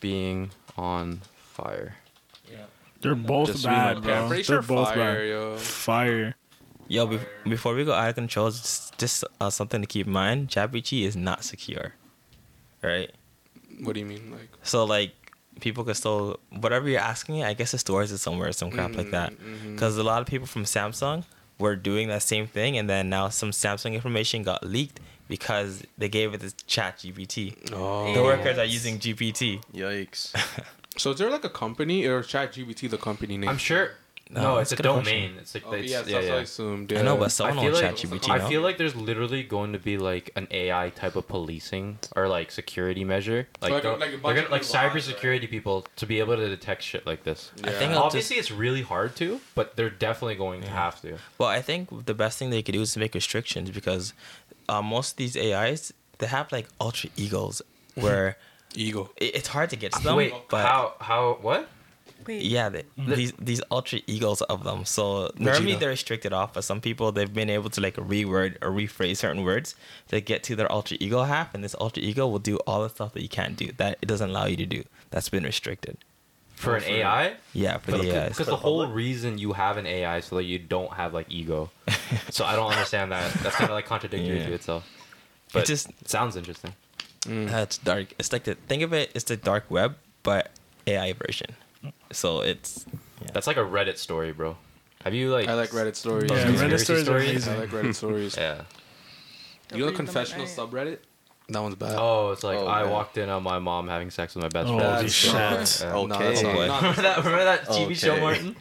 S3: being on fire?
S1: They're both
S4: Just read my
S1: bad,
S4: book.
S2: Yeah, I'm
S1: bro.
S2: pretty
S1: They're
S2: sure
S1: both
S2: fire,
S1: bad.
S2: yo.
S1: Fire.
S5: Yo, bef- before we go out of control, just, just uh, something to keep in mind. Jabuchi is not secure, right?
S2: What do you mean, like?
S5: So like people could still whatever you're asking. I guess it stores it somewhere, some crap like that. Because a lot of people from Samsung were doing that same thing, and then now some Samsung information got leaked because they gave it to Chat GPT.
S2: Oh.
S5: The workers are using GPT.
S4: Yikes.
S2: So is there like a company or ChatGPT the company name?
S3: I'm sure.
S5: No,
S3: No,
S5: that's
S3: it's
S5: a
S3: a
S5: good question.
S3: domain. It's like
S2: Oh,
S3: it's,
S2: yeah,
S3: yeah,
S2: that's what I
S3: yeah.
S2: assumed.
S5: I know,
S2: yeah.
S5: but someone
S3: I feel
S5: on
S3: like-
S5: ChatGPT
S3: I
S5: now.
S3: feel like there's literally going to be like an AI type of policing or like security measure, like
S2: Like a-
S3: they're-
S2: like a
S3: they're
S2: bunch
S3: gonna-
S2: of
S3: like
S2: new laws, right?
S3: cybersecurity people to be able to detect shit like this.
S5: I
S2: Yeah.
S5: think I'll just,
S3: Obviously, it's really hard to, but they're definitely going to have to.
S5: well, I think the best thing they could do is to make restrictions because uh, most of these AIs they have like alter egos where
S2: Eagle.
S5: it, it's hard to get to them.
S3: Wait,
S5: but
S3: how? How? What?
S6: Wait,
S5: yeah the, these these alter egos of them so normally they're restricted off but some people they've been able to like reword or rephrase certain words to get to their alter ego half and this alter ego will do all the stuff that you can't do that it doesn't allow you to do that's been restricted
S3: For an AI?
S5: yeah for the uh, AI.
S3: Because the whole reason you have an AI is so that you don't have like ego. so I don't understand that. That's kind of like contradictory
S5: Yeah.
S3: to itself. But it
S5: just-
S3: just sounds interesting.
S5: that's dark uh, it's like the think of it it's the dark web but ai version so it's
S3: That's like a Reddit story, bro. Have you like?
S2: I like Reddit stories.
S1: Yeah,
S3: Those
S1: Reddit
S3: conspiracy
S1: stories are
S3: stories?
S1: amazing.
S2: I like Reddit stories.
S3: Yeah.
S6: don't
S2: You know the
S6: read them at
S2: confessional
S6: night.
S2: subreddit? That one's bad.
S3: Oh, it's like
S4: Oh,
S3: I
S4: man.
S3: walked in on my mom having sex with my best
S1: Oh,
S3: friend.
S2: that's
S1: shit.
S3: Yeah.
S4: Oh,
S2: No, that's
S4: Okay.
S2: not-
S3: remember that? Remember that TV show,
S4: Okay.
S3: Martin?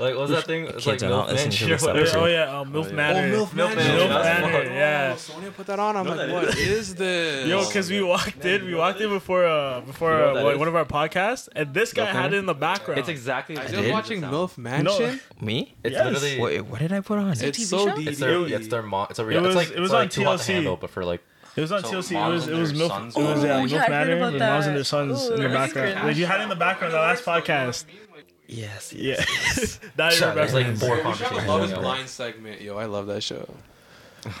S3: Like, what was that thing? It's like
S5: Kids are not
S3: Milk
S5: listening to
S3: Mansion or
S5: this
S1: There's-
S3: whatever.
S1: oh yeah, um, Milf Manor.
S2: Oh, Milf
S3: Milk
S2: Mansion.
S3: Manor,
S2: That's
S3: that's
S2: the
S1: Manor,
S2: one.
S1: yeah.
S2: Oh, Sonia put that on. I'm like, what is this?
S1: Yo, because we walked in, we walked in before uh before
S3: You know what
S1: uh,
S3: that
S1: one
S3: is?
S1: one of our podcasts, and this guy had it in the background.
S3: It's exactly.
S2: I
S3: what
S2: was
S3: it
S2: watching
S3: sounds.
S2: Milf Mansion.
S5: me
S3: It's
S1: Yes.
S3: literally.
S5: wait what did i put on
S6: It-
S2: It's
S6: TV
S2: so
S6: show?
S2: deep.
S3: It's their, it's their mom. It's a real.
S1: was-
S3: it's like,
S1: it was
S3: it's like
S1: on
S3: Too Hot to
S1: TLC.
S3: Handle, but for like.
S1: It was on
S3: So
S1: TLC. It
S3: moms
S1: was it
S3: and
S1: was
S3: their
S1: Milf.
S3: sons
S1: It was yeah,
S6: Oh,
S1: Milf
S6: yeah, I heard
S1: Manor
S6: about
S1: and moms and
S6: that.
S1: their sons
S6: Ooh,
S1: in the
S6: that was
S1: background.
S6: cringe.
S1: Like you had it in the background in the last podcast.
S5: yes
S1: Yeah,
S5: yes
S1: that is
S3: Shut up, there's like
S1: reference.
S3: four
S2: Yo, we should have a
S3: conversations.
S2: Love is
S3: going on.
S2: Blind segment. Yo, I love that show.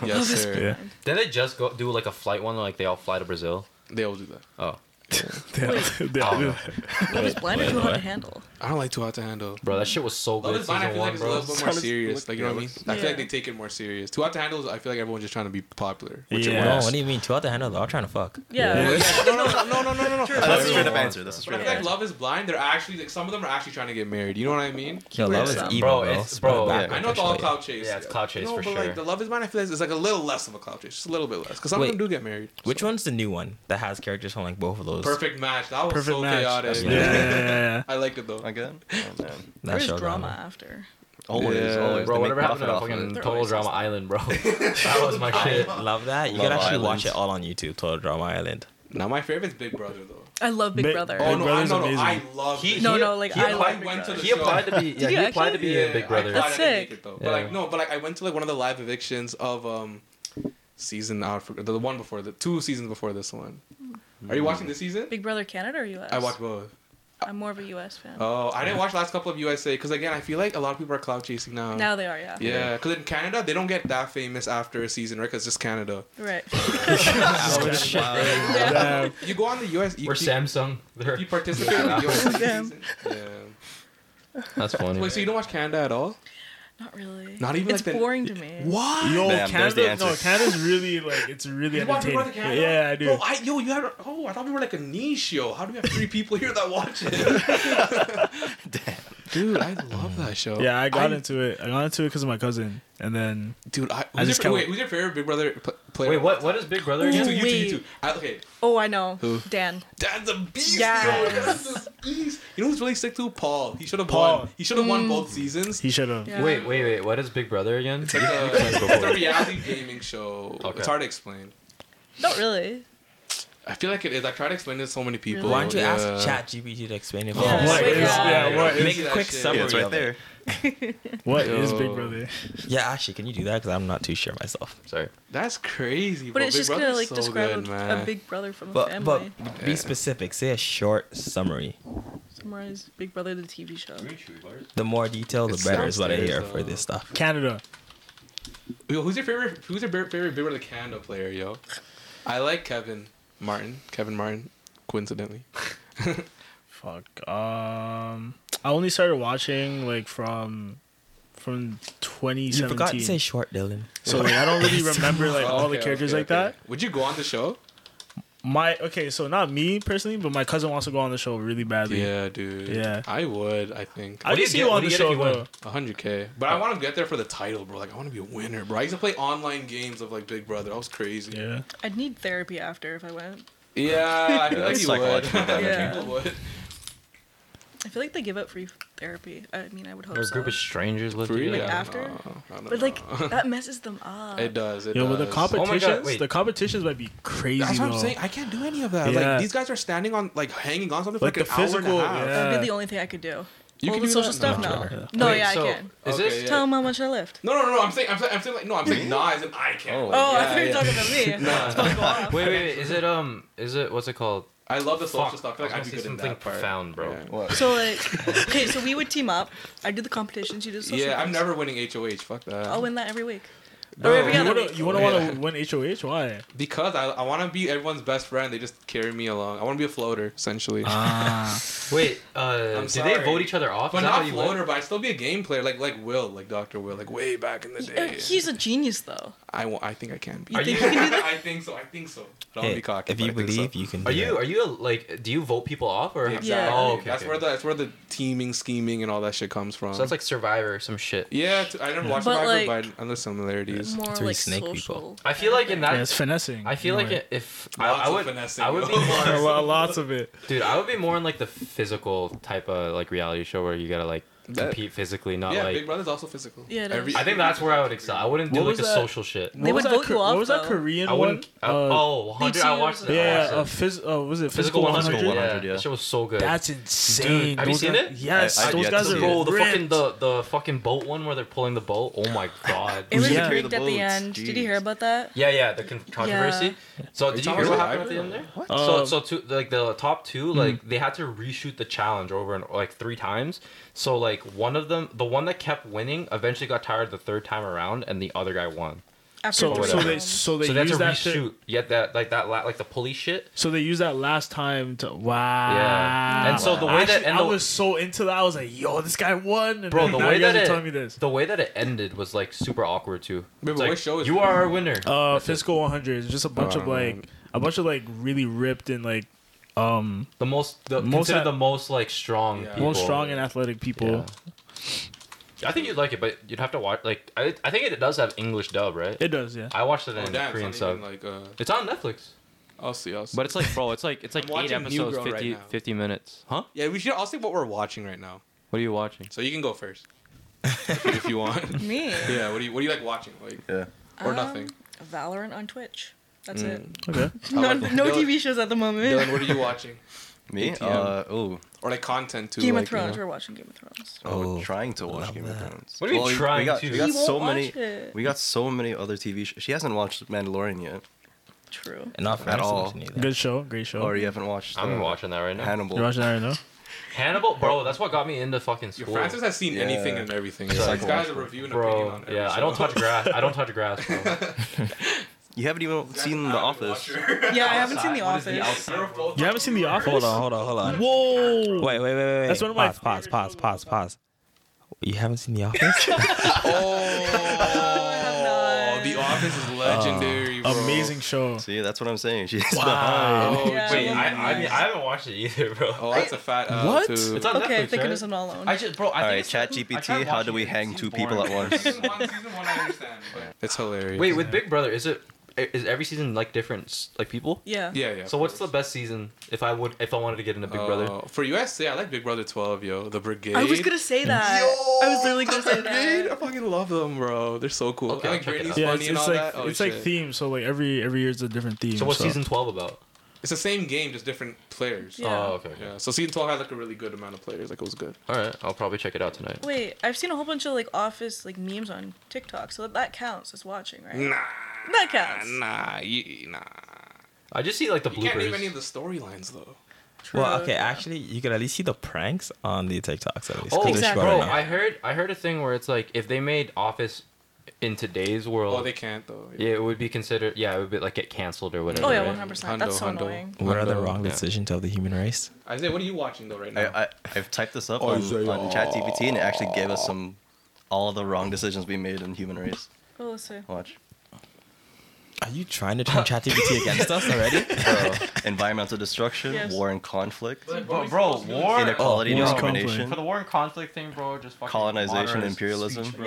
S2: Yes, sir.
S1: Yeah.
S3: Did they just go do like a flight one? Like they all fly to Brazil?
S2: They all do that.
S3: Oh,
S1: Yeah,
S3: Oh, no.
S1: yeah.
S6: Love is blind or too hard to handle.
S2: I don't like Too Hot to Handle.
S3: bro, that shit was so
S2: Love
S3: good.
S2: is Blind, I
S3: Season
S2: feel like
S3: one,
S2: it's a little
S3: bro.
S2: bit more serious.
S4: look-
S2: Like, you know
S4: yeah,
S2: what I mean?
S6: look-
S2: I feel like
S6: Yeah.
S2: they take it more serious. Too Hot to Handle, is- I feel like everyone's just trying to be popular. Which
S1: Yeah.
S2: it
S5: no
S2: was.
S5: what do you mean two out the handle they're all trying to fuck
S6: Yeah.
S2: no, no, no, no, no, no, no.
S4: That's a
S3: Everyone
S4: straight up
S3: wants
S4: answer. That's
S2: But I
S4: a straight up
S2: feel like
S4: answer.
S2: Love is Blind, they're actually, like, some of them are actually trying to get married. You know what I mean?
S5: Yo, love is
S6: Bro,
S5: evil, bro.
S3: it's-
S5: Spread it
S3: bro,
S5: back,
S2: I know it's all
S5: actually.
S2: cloud chase.
S3: Yeah, it's cloud chase
S2: no,
S3: for
S2: but
S3: sure.
S2: like the Love Is Blind, I feel like it's like a little less of a cloud chase, just a little bit less. Because some
S5: Wait.
S2: of them do get married.
S5: Which one's the new one that has characters from like both of those?
S2: Perfect match. That was
S1: Perfect
S2: so
S1: match.
S2: chaotic.
S1: Yeah, yeah, yeah, yeah.
S2: I liked it though.
S4: Again? Oh, man.
S5: That
S6: There's
S5: show
S6: drama
S5: drama.
S6: after.
S4: Always,
S2: Yeah.
S4: always.
S3: Bro,
S4: They
S3: whatever
S4: make
S3: happened
S4: profit
S3: to
S4: off of
S3: fucking
S4: it.
S3: Total Drama Island, bro? that was my shit.
S5: Love that. You
S4: Love
S5: could actually watch
S4: Island.
S5: it all on YouTube, Total Drama Island.
S2: Now my favorite's Big Brother though.
S6: I love Big
S1: Big-
S6: Brother.
S1: Big
S2: Oh no, I,
S1: Brother's
S2: no, no, I
S1: amazing.
S2: love.
S3: He-
S2: Big
S6: no,
S2: Brother.
S6: no, like
S3: he
S6: I
S2: I
S6: love.
S2: went to the
S3: He
S2: show.
S3: applied to be. Yeah,
S6: you
S3: he applied to
S6: actually?
S3: be
S2: Yeah,
S3: a Big
S2: I
S3: Brother.
S2: applied,
S6: That's
S2: I didn't make
S6: sick.
S2: it, though. But like
S3: Yeah.
S2: no, but like I went to like one of the live evictions of um season out for the one before the two seasons before this one. Are you watching this season?
S6: Big Brother Canada or US?
S2: I watched both.
S6: I'm more of a US fan.
S2: Oh, I didn't watch last couple of USA because again, I feel like a lot of people are cloud chasing now.
S6: now they are, yeah.
S2: oh. Yeah, because in Canada they don't get that famous after a season, right? Because it's just Canada.
S6: Right.
S1: Damn.
S2: You go on the US, you,
S3: We're
S2: you-
S3: Samsung.
S2: you participate in the US season. Yeah.
S3: That's funny.
S2: Wait, so you don't watch Canada at all?
S6: Not really.
S2: Not even
S6: It's
S2: like the-
S6: boring to me.
S2: What?
S1: Yo,
S4: Damn, there's the
S1: Canada, no,
S4: answer.
S1: Canada's really like it's really
S2: You watch Big Brother
S1: entertaining.
S2: Canada?
S1: Yeah, I do.
S2: Bro, I, yo, you had. Oh, I thought we were like a niche show. How do we have three people here that watch it? Dude, I love that show.
S1: yeah, I got into it. I got into it because of my cousin, and then
S2: Dude, I, who's,
S1: I just
S2: your,
S1: can't-
S2: wait, who's your favorite Big Brother pl- player?
S3: Wait, what? What is Big Brother
S2: You two,
S3: again?
S2: you two, you
S6: Wait.
S2: two. I, okay,
S6: Oh, I know.
S2: Who?
S6: Dan.
S2: Dan's a beast.
S6: Yes.
S2: Yo, Dan's a beast. You know who's really sick too? Paul. He should have
S1: Paul.
S2: won. He should have
S6: Hmm.
S2: won both seasons.
S1: he should have.
S6: Yeah.
S3: Wait, wait, wait. What is Big Brother again?
S2: It's like a, it's a reality gaming show.
S3: Okay.
S2: It's hard to explain.
S6: Not really.
S2: I feel like it is. I tried to explain it to so many people.
S6: Really?
S5: Why don't you
S2: Yeah. Oh
S5: ask ChatGPT to explain it? for
S6: Yeah.
S5: us?
S1: What
S6: Wait,
S1: is yeah?
S6: yeah.
S1: What
S2: Yeah.
S1: is
S5: Make a quick
S2: Yeah,
S5: summary
S4: Yeah, it's right
S5: of it.
S4: there.
S1: what is
S2: Yo.
S1: Big Brother?
S5: Yeah, actually, can you do that? Because I'm not too sure myself.
S3: Sorry.
S2: That's crazy.
S6: But
S2: bro.
S6: it's
S2: Big
S6: just gonna
S2: Brother's
S6: like
S2: so
S6: describe
S2: good,
S6: a,
S2: man.
S6: a big brother from a
S5: But but
S6: family.
S5: be specific. Say a short summary.
S6: Summarize Big Brother the TV show.
S5: The more detail, the
S2: It's
S5: better is what I
S2: downstairs,
S5: hear for
S2: though.
S5: this stuff.
S1: Canada.
S2: Yo, who's your favorite? Who's your favorite Big Brother Canada player, yo? I like Kevin Martin. Kevin Martin, coincidentally.
S1: Fuck. Um, I only started watching like from from
S5: You
S1: 2017.
S5: forgot to say short, Dylan.
S1: so like, I don't really remember like all the
S2: Okay,
S1: characters
S2: okay,
S1: like
S2: okay.
S1: that.
S2: Would you go on the show?
S1: My okay, so not me personally, but my cousin wants to go on the show really badly.
S2: Yeah, dude.
S1: Yeah.
S2: I would. I think.
S1: I
S3: do you
S1: just see
S3: get-
S1: you
S3: what
S1: on
S3: do
S1: the
S3: you get if
S1: show
S3: you win?
S1: though.
S2: 100k. But I want to get there for the title, bro. Like I want to be a winner, bro. I used to play online games of like Big Brother. I was crazy.
S1: Yeah.
S6: I'd need therapy after if I went.
S2: Yeah, I feel like
S4: that's
S2: you would.
S4: psychological
S6: Yeah.
S2: People would.
S6: I feel like they give out free therapy. I mean, I would hope
S3: Or a
S6: so.
S3: group of strangers living
S6: like
S2: Yeah.
S6: after?
S2: I don't
S6: but like
S2: know.
S6: that messes them up.
S2: it does. It
S1: Yo,
S2: does.
S1: but the
S3: Uh,
S1: competitions,
S3: Oh wait.
S1: the competitions might be crazy.
S2: That's what I'm
S1: though.
S2: saying. I can't do any of that.
S1: Yeah.
S2: Like these guys are standing on, like hanging on something for
S1: Like
S2: like,
S1: the
S2: an
S1: physical,
S2: hour and a half.
S1: yeah.
S6: That'd be the only thing I could do.
S2: You
S6: Well,
S2: can
S6: with
S2: do
S6: social
S2: that?
S6: stuff. No,
S1: Sure.
S6: no,
S3: Wait,
S6: yeah,
S3: so
S6: I can.
S3: Is
S2: Okay,
S3: this
S2: yeah.
S6: Tell them how much I left.
S2: No, no, no. I'm saying, I'm saying, I'm saying like, no, I'm saying, nah, as in I can't.
S6: Oh, I
S2: Yeah,
S6: thought you were
S2: yeah.
S6: talking about me. It's about to go off.
S3: Wait, wait, wait. Is it um? Is it what's it called?
S2: I love the social
S3: Fuck,
S2: stuff. I feel like
S3: I
S2: I'd
S3: was
S2: be
S3: gonna
S2: good
S3: say
S2: in
S3: something
S2: that part.
S3: profound, bro.
S2: Yeah.
S6: So like, okay, so we would team up. I do the competitions. You do the social.
S2: Yeah, I'm
S6: things.
S2: never winning HOH. Fuck that.
S6: I'll win that every week.
S1: Bro,
S6: or every
S1: you
S6: other
S1: wanna,
S6: week.
S1: you wanna
S2: Yeah.
S1: wanna win HOH? Why?
S2: Because I, I want to be everyone's best friend. They just carry me along. I want to be a floater, essentially.
S3: Wait, uh,
S2: I'm
S3: did they
S2: sorry.
S3: vote each other off?
S2: but
S3: Ah. Is that how
S2: not
S3: you win?
S2: floater, but I'd still be a game player, like like Will, like Dr. Will, like way back in the
S6: He- uh,
S2: day.
S6: He's a genius, though.
S2: I, wa- I think I can be.
S6: You
S3: Are
S6: think
S3: you-
S6: you can do that?
S2: I think so. I think so. Don't
S5: Hey,
S2: be cocky.
S5: if
S2: but
S5: you
S2: I think so.
S5: believe, you can.
S3: Are
S5: do
S3: you
S5: it.
S3: are you like? Do you vote people off or?
S2: Exactly.
S6: Yeah.
S3: Oh, okay.
S2: that's
S3: okay.
S2: where the that's where the teaming, scheming, and all that shit comes from.
S3: So that's like Survivor or some shit.
S2: yeah. T- I never watched
S6: But,
S2: Survivor,
S6: like-
S2: but other similarities.
S6: More
S5: Three
S6: like
S5: snake
S6: social.
S5: people.
S3: I feel like in that.
S1: Yeah, it's finessing.
S3: I feel
S1: in a
S3: like
S1: way.
S3: it, if I,
S2: Lots
S3: I
S2: of
S3: would,
S2: finessing.
S3: I would be more,
S1: Well, lots of it.
S3: dude. I would be more in like the physical type of like reality show where you gotta like
S2: That-
S3: compete physically, not
S2: Yeah,
S3: like.
S2: Big Brother's also physical. Oh,
S6: Yeah, it is.
S3: I think that's where I would excel. I wouldn't do
S1: What
S3: like
S1: was
S3: the
S1: that?
S3: social shit.
S6: They
S1: What was
S6: would
S1: that
S6: vote you
S1: Kor-
S6: off,
S1: What was that
S6: though.
S1: Korean
S3: I wouldn't.
S1: one?
S3: I-
S1: Uh,
S3: oh, 100, I watched
S6: see yours.
S3: that. I
S1: Yeah,
S3: watched
S1: a
S3: that.
S1: phys- uh, was it
S3: physical
S1: physical 100?
S3: 100. Yeah,
S4: 100, yeah.
S3: that shit was so good.
S1: That's insane.
S3: have you
S1: Those
S3: seen
S1: guys-
S3: it?
S1: Yes,
S4: I- I've
S1: those
S4: yet
S1: guys
S4: to
S1: are
S4: see it.
S3: Bro, Oh, the
S1: ripped.
S3: fucking the, the fucking boat one where they're pulling the boat. Oh my god.
S6: It was
S1: Yeah.
S6: rigged at the
S4: Boats,
S6: end. Did you hear
S4: jeez.
S6: about that?
S3: Yeah, yeah, the con- controversy. So did you
S2: talking
S3: hear what
S2: about
S3: happened at the end there?
S1: Um, hmm.
S3: so so two like the top two like they had to reshoot the challenge over and like three times. So like one of them, the one that kept winning, eventually got tired the third time around, and the other guy won.
S6: After
S1: So,
S6: the
S1: so
S3: whatever.
S1: they
S6: round.
S1: so they
S3: so they had to
S1: use that shit.
S3: reshoot. Yet that like that la- like the pulley shit.
S1: So they use that last time to wow.
S3: Yeah. And so the way that-
S1: Actually,
S3: and
S1: I
S3: the-
S1: was so into that, I was like, "Yo, this guy won!" And
S3: Bro,
S1: then
S3: the
S1: now
S3: way
S1: you guys
S3: that
S1: are
S3: it,
S1: telling me this.
S3: the way that it ended was like super awkward too.
S2: Wait,
S3: It's
S2: but
S3: like,
S2: what show is
S3: you
S2: it?
S3: are our winner.
S1: Uh, Fiscal 100 is just a bunch
S2: I
S1: of
S2: don't
S1: like a bunch of like really ripped and like um
S3: the most, the
S1: most
S3: considered
S1: at-
S3: the most like strong,
S2: Yeah.
S3: people.
S1: most strong and athletic people.
S3: Yeah. I think you'd like it, but you'd have to watch. Like, I, I think it does have English dub, right?
S1: It does, yeah.
S3: I watched it
S2: Oh,
S3: in
S2: damn,
S3: Korean
S2: it's not even,
S3: sub.
S2: like uh,
S3: It's on Netflix.
S2: I'll see. I'll see.
S9: But it's like, bro, it's like it's like
S2: I'm
S9: eight
S2: watching
S9: episodes,
S2: Newgirl right
S9: 50,
S2: now.
S9: 50 minutes. Huh?
S2: yeah, we should all see what we're watching right now.
S9: What are you watching?
S2: So you can go first, if you want.
S6: Me.
S2: Yeah. What do you What do you like watching? Like
S4: Yeah.
S2: or
S6: Um,
S2: nothing.
S6: Valorant on Twitch. That's it.
S1: Okay.
S6: No,
S2: about-
S6: no
S2: Dylan-
S6: TV shows at the moment.
S2: Dylan, what are you watching?
S4: Me?
S2: ATM.
S4: Uh, oh,
S2: Or like content too.
S6: Game
S2: like,
S6: of Thrones.
S2: You know?
S6: We're watching Game of Thrones.
S4: oh,
S5: Oh,
S4: trying to watch
S5: love
S4: Game of
S5: that.
S4: Thrones.
S3: What do you mean
S4: we-
S3: trying
S4: we got,
S3: to?
S4: We got
S6: He won't
S4: so
S6: watch
S4: many.
S6: it.
S4: We got so many other TV. Sh- she hasn't watched Mandalorian yet,
S6: True.
S5: And not for
S4: At
S5: us,
S4: all.
S5: Either.
S1: Good show, great show.
S4: or you haven't watched.
S3: I'm
S4: uh,
S3: watching that right now.
S4: Hannibal.
S1: You're watching that right now?
S3: Hannibal, bro, that's what got me into fucking
S2: Yo,
S3: school.
S2: Francis has seen anything
S4: Yeah.
S2: and everything.
S4: It's
S2: It's like,
S4: like
S2: this guy has a
S4: watching-
S2: review and opinion
S3: bro,
S2: on every
S3: yeah, I
S2: show.
S3: don't touch grass. I don't touch grass. Bro.
S4: You haven't even
S2: That's
S4: seen The
S2: avid
S4: Office.
S2: watcher.
S6: Yeah, I haven't seen The
S3: What is the
S6: Office.
S3: outside?
S2: You're both-
S1: You haven't seen The Office?
S5: Hold on, hold on, hold on.
S1: Whoa.
S5: Wait, wait, wait, wait, wait.
S1: That's one of my
S5: pause, pause, pause, pause, pause. You haven't seen The Office?
S2: Oh, The Office is legendary.
S3: Oh,
S2: bro.
S1: Amazing show.
S4: See, that's what I'm saying. She's
S2: Oh,
S6: Yeah,
S2: wait,
S3: Wait, I, I, mean, I haven't watched it either, bro.
S2: oh, that's a fat. Uh,
S1: What?
S2: Too.
S3: It's on
S6: Okay,
S3: Netflix,
S6: thank
S3: right?
S6: goodness I'm not alone.
S3: I just, bro, I
S4: All
S3: think
S4: right,
S3: it's- I tried
S4: ChatGPT. How do
S3: watching
S4: we
S3: it.
S4: hang
S3: It's
S4: two people at
S3: boring.
S4: once?
S2: one, season one, I understand. but- It's hilarious.
S3: Wait, with Big Brother, is it is every season like different like people?
S6: yeah.
S2: Yeah, yeah.
S3: So what's the best season if I would if I wanted to get into Big
S2: Uh,
S3: Brother?
S2: For USA, I like Big Brother 12, yo. The Brigade.
S6: I was gonna say that. I was literally gonna say
S2: Brigade? I
S6: that.
S2: fucking love them, bro. They're so cool.
S3: Okay,
S2: like
S3: I'll check
S2: Granny's
S3: it out.
S1: Yeah,
S2: funny
S1: it's,
S2: and all
S1: it's like
S2: that. Oh,
S1: it's like
S2: shit.
S1: themes. So like every every year is a different theme.
S3: So what's season twelve about?
S2: It's the same game, just different players.
S6: Yeah.
S3: Oh, okay. okay.
S2: Yeah. So season 12 had like a really good amount of players. Like it was good.
S3: All right, I'll probably check it out tonight.
S6: Wait, I've seen a whole bunch of like office like memes on TikTok, so that, that counts as watching, right?
S2: Nah.
S6: That counts.
S2: Nah. You, nah.
S3: I just see like the
S2: You can't name any of
S3: bloopers.
S2: the storylines though.
S5: well,
S6: True.
S5: okay, actually, you can at least see the pranks on the TikToks at least.
S3: Oh,
S5: 'cause they're
S6: Exactly.
S5: short
S3: bro,
S5: enough.
S3: I heard I heard a thing where it's like if they made Office in today's world,
S2: Oh, they can't though.
S3: yeah, it would be considered. Yeah, it would be like get canceled or whatever.
S6: Oh yeah,
S3: right?
S6: one hundred percent. That's so
S2: Hundo, hundo.
S6: annoying.
S5: What are the
S2: Hundo,
S5: wrong
S3: yeah.
S5: decisions of the human race?
S2: Isaiah, what are you watching though right now?
S4: I, I I've typed this up on, on ChatGPT and it actually gave us some all the wrong decisions we made in human race.
S6: Oh, so
S4: Watch.
S5: Are you trying to turn ChatGPT against us already?
S4: Bro, environmental destruction,
S6: Yes.
S4: war and conflict,
S9: Bro, bro war.
S5: Oh.
S4: inequality and
S1: war is
S4: discrimination,
S9: For the war and conflict thing, bro, just fucking
S4: colonization,
S9: moderate
S4: imperialism,
S9: speech, bro.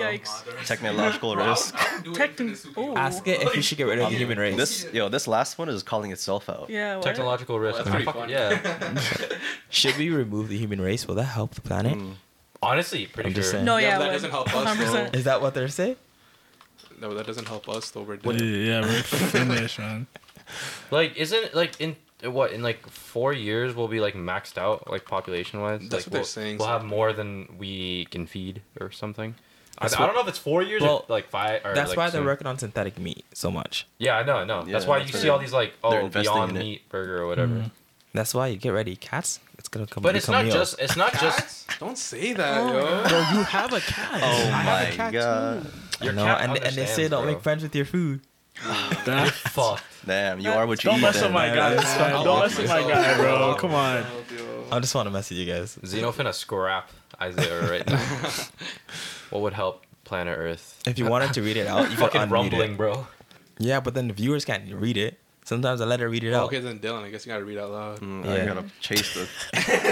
S6: yikes.
S4: technological risk.
S6: Technically, oh,
S5: Ask it if we should get rid of the human race.
S4: This yo, this last one is calling itself out.
S6: yeah, what?
S3: Technological risk.
S9: that's pretty
S3: Fuck-
S9: funny.
S3: yeah.
S5: Should we remove the human race? Will that help the planet?
S4: Mm.
S3: Honestly, pretty
S5: I'm
S3: sure.
S5: just saying.
S6: No,
S2: Yeah,
S6: yeah,
S2: but that
S6: it
S2: doesn't
S6: would.
S2: help us, though.
S6: 100%.
S5: Is that what they're saying?
S2: No, that doesn't help us though. We're
S1: Yeah,
S2: doing.
S1: we're finished, man.
S3: Like, isn't like in what in like four years we'll be like maxed out like population wise.
S2: That's
S3: like,
S2: what they're
S3: we'll,
S2: saying,
S3: We'll have
S2: so-
S3: more than we can feed or something. I,
S5: That's
S3: I
S5: what-
S3: don't know if it's four years
S5: Well,
S3: or like five. Or,
S5: That's
S3: like,
S5: why they're
S3: soon.
S5: working on synthetic meat so much.
S3: Yeah, I know, I know. that's
S4: Yeah,
S3: why
S4: that's
S3: you
S4: what
S3: see
S4: they-
S3: all these like
S4: they're
S3: oh
S4: investing
S3: beyond
S4: in it.
S3: meat
S5: Mm-hmm.
S3: burger or whatever.
S5: That's why you get ready, cats. It's gonna come.
S3: But it's
S5: become
S3: not
S5: real.
S3: just it's not
S2: Cats?
S3: just
S2: Don't say that,
S5: Bro,
S2: yo.
S5: you have a cat.
S4: Oh
S2: have a
S4: my
S2: cat
S4: god.
S3: your
S5: You know,
S3: cat
S5: and, and they say
S3: understands,
S5: don't
S3: bro.
S5: make friends with your food.
S1: That-
S3: Fuck.
S4: Damn, you are what you
S1: don't
S4: eat.
S1: mess with
S4: then.
S1: my guy.
S5: That's
S1: man.
S2: fine.
S1: Don't mess with my guy, bro.
S2: Myself.
S1: Come on.
S5: I just want to message you guys.
S3: Xenophina scrap Isaiah right now. what would help planet Earth?
S5: If you wanted to read it out, you could
S3: Fucking
S5: unmute
S3: rumbling,
S5: It.
S3: bro.
S5: Yeah, but then the viewers can't read it. Sometimes I let her read it out.
S2: Okay, then Dylan, I guess you gotta read out loud.
S4: Mm,
S5: Yeah.
S4: I gotta chase the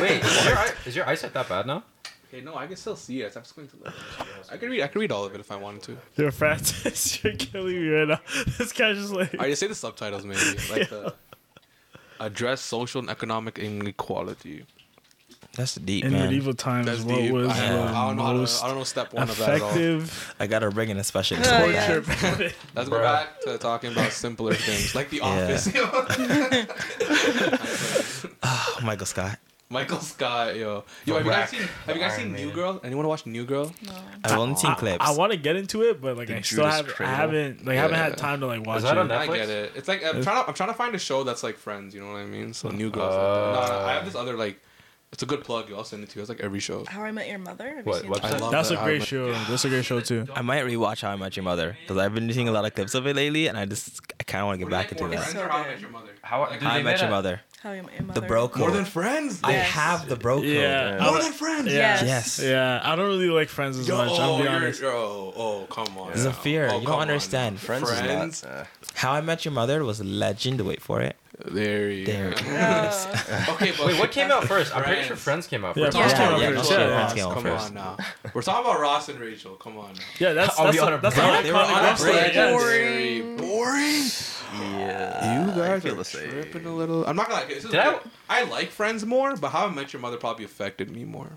S3: Wait, is your, eye- is your eyesight that bad now?
S2: Okay, no, I can still see it. I'm just going to. look. I could read. I could read all of it if I wanted to.
S1: Yo, Francis, you're killing me right now. This guy's just like.
S2: I just say the subtitles maybe. Like the address social and economic inequality.
S5: That's deep,
S1: in
S5: man.
S1: medieval times,
S2: That's
S1: what
S2: deep.
S1: was
S2: I,
S1: the
S2: I don't know. How to,
S1: most
S2: I don't know step one of that at all.
S1: effective
S5: I gotta bring in a special.
S6: Oh,
S5: support.
S6: yeah.
S1: torture method?
S2: Let's go
S3: Bruh.
S2: back to talking about simpler things like The Office.
S5: Oh, Michael Scott.
S2: Michael Scott, yo. Yo,
S3: The
S2: have you guys
S3: Rack,
S2: seen? Have you guys
S3: Iron
S2: seen New
S3: Man.
S2: Girl? Anyone watch New Girl?
S6: No.
S5: I've only seen
S1: I,
S5: clips.
S1: want to get into it, but like I
S4: The
S1: still
S4: Judas
S1: have, I
S4: Cradle.
S1: haven't like I haven't
S2: Yeah.
S1: had time to like watch
S3: that
S1: it.
S3: on Netflix?
S2: I get it. It's like I'm trying. To, I'm trying to find a show that's like Friends. You know what I mean? So New Girl.
S3: Uh.
S2: no, no, I have this other like. It's a good plug. Yo, I'll send it to you. It's like every show.
S6: How I Met Your Mother. Have
S3: What,
S6: you seen that?
S2: I
S3: website?
S2: love
S1: That's a
S2: that. How I
S1: great
S2: Met-
S1: show. That's a great show too.
S5: I might rewatch How I Met Your Mother because I've been seeing a lot of clips of it lately, and I just I kind of want to
S2: What
S5: get
S2: do you
S5: back
S2: like
S5: into
S2: more,
S5: that.
S2: Friends or How I Met Your Mother?
S3: How do
S5: How I
S3: they
S5: Met
S3: made
S5: Your
S3: a-
S5: Mother.
S6: How I Met Your Mother.
S5: The bro
S2: More
S5: code.
S2: than Friends.
S5: I
S6: Yes.
S5: have the
S3: Oh,
S5: bro code.
S1: Yeah,
S4: Yeah.
S1: I
S2: More
S1: don't-
S2: than Friends.
S1: yeah,
S5: Yes.
S1: yeah. I don't really like Friends as
S2: Yo,
S1: much. I'll be
S2: you're-
S1: honest.
S2: you're- oh, oh, come on.
S5: It's a
S2: now. Oh,
S5: fear. You don't
S2: come on.
S5: understand.
S4: friends. is
S2: Friends.
S4: not, uh,
S5: How I Met Your Mother was legend. Wait for it.
S2: There you
S5: There.
S2: go.
S6: Oh.
S2: Okay, but
S3: Wait, what came out first? I'm pretty sure
S2: Friends.
S3: Friends came out
S1: Yeah,
S3: first.
S1: Friends
S5: Yeah,
S1: came out
S5: yeah,
S1: first.
S5: yeah,
S1: Yeah.
S5: Friends came out
S2: Come
S5: first.
S2: on now. We're talking about Ross and Rachel. Come on now.
S1: Yeah, that's
S3: Are
S1: that's
S3: we on a
S1: that's
S3: break?
S1: an
S5: They were on
S1: iconic
S5: a
S1: website,
S5: break.
S1: yes.
S2: Very
S6: Boring.
S2: boring.
S4: yeah, you guys feel the same.
S2: Tripping a little. I'm not gonna. lie, This is
S3: Did I-
S2: good. I like Friends more, but How I Met Your Mother probably affected me more.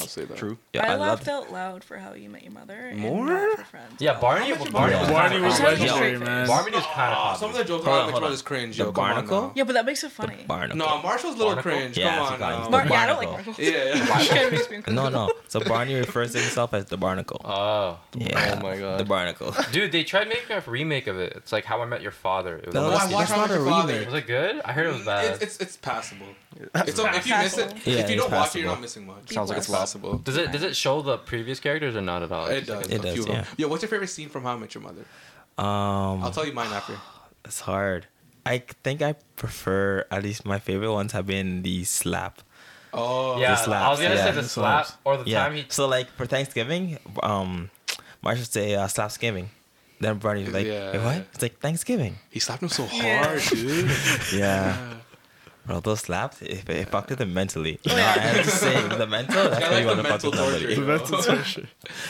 S2: I'll say that.
S4: True.
S5: Yeah,
S6: I,
S5: I
S6: laughed
S5: love.
S6: out loud for How You Met Your Mother. and
S2: More?
S6: not for Friends.
S3: Yeah, Barney. Barney was,
S1: Barney
S3: kinda
S1: was
S3: comedy.
S6: Yo,
S1: legendary, man.
S3: Barney was kind
S2: Ah,
S3: of
S2: some of the jokes on
S5: Hold
S2: How I
S5: on,
S2: Met Your
S5: hold
S2: Mother
S5: on.
S2: is cringe.
S5: The
S2: yo, come on
S5: barnacle?
S2: now.
S6: Yeah, but that makes it funny.
S5: Barnacle.
S2: No, Marshall's a little
S3: Barnacle?
S2: cringe.
S5: Yeah, it's a
S2: Come
S5: guy.
S2: on.
S6: Bar-
S2: now.
S5: The
S6: yeah, I don't like
S5: barnacle.
S6: barnacles.
S2: Yeah.
S6: It makes me
S5: No,
S6: uncomfortable.
S5: no. So Barney refers to himself as the Barnacle.
S3: Oh,
S5: Yeah.
S4: Oh my god.
S5: The Barnacle.
S3: dude, they tried making a remake of it. It's like How I Met Your Father. It was,
S5: No,
S2: Well, I
S5: that's-
S2: watched
S5: that's
S2: How I Met
S5: not a
S2: Your Father.
S5: remake.
S3: was it good? I heard it was bad.
S2: It's, it's it's passable. It's okay. if you miss
S6: passable.
S2: it,
S5: Yeah,
S2: if you
S5: it's
S2: don't watch it, you're
S5: passable.
S2: not missing much.
S6: Sounds like it's lost.
S2: possible.
S3: does it does it show the previous characters or not at all?
S2: It does.
S5: It
S2: a
S5: does,
S2: few of them.
S5: yeah.
S2: Yo, what's your favorite scene from How I Met Your Mother? I'll
S5: Um,
S2: tell you mine after.
S5: it's hard. I think I prefer at least my favorite ones have been the slap.
S2: Oh,
S3: Yeah,
S5: The
S3: I was gonna
S5: slaps,
S3: say
S5: yeah.
S3: the
S5: The
S3: slap
S1: slaps.
S3: or the
S5: Yeah.
S3: time he.
S5: So like for Thanksgiving, um, Marshall say uh, slap Thanksgiving. Then Barney was like,
S2: Yeah.
S5: Wait, what? It's like Thanksgiving.
S2: He slapped him so hard,
S6: Yeah.
S2: dude.
S5: Yeah. Bro, those slaps, it, it fucked with them mentally. You
S6: Oh,
S5: know,
S6: yeah.
S5: I have to say, the mental, that's
S2: Yeah,
S5: how
S2: like the
S5: you want to fuck
S2: mental
S5: with somebody.
S2: torture.
S1: That's the torture.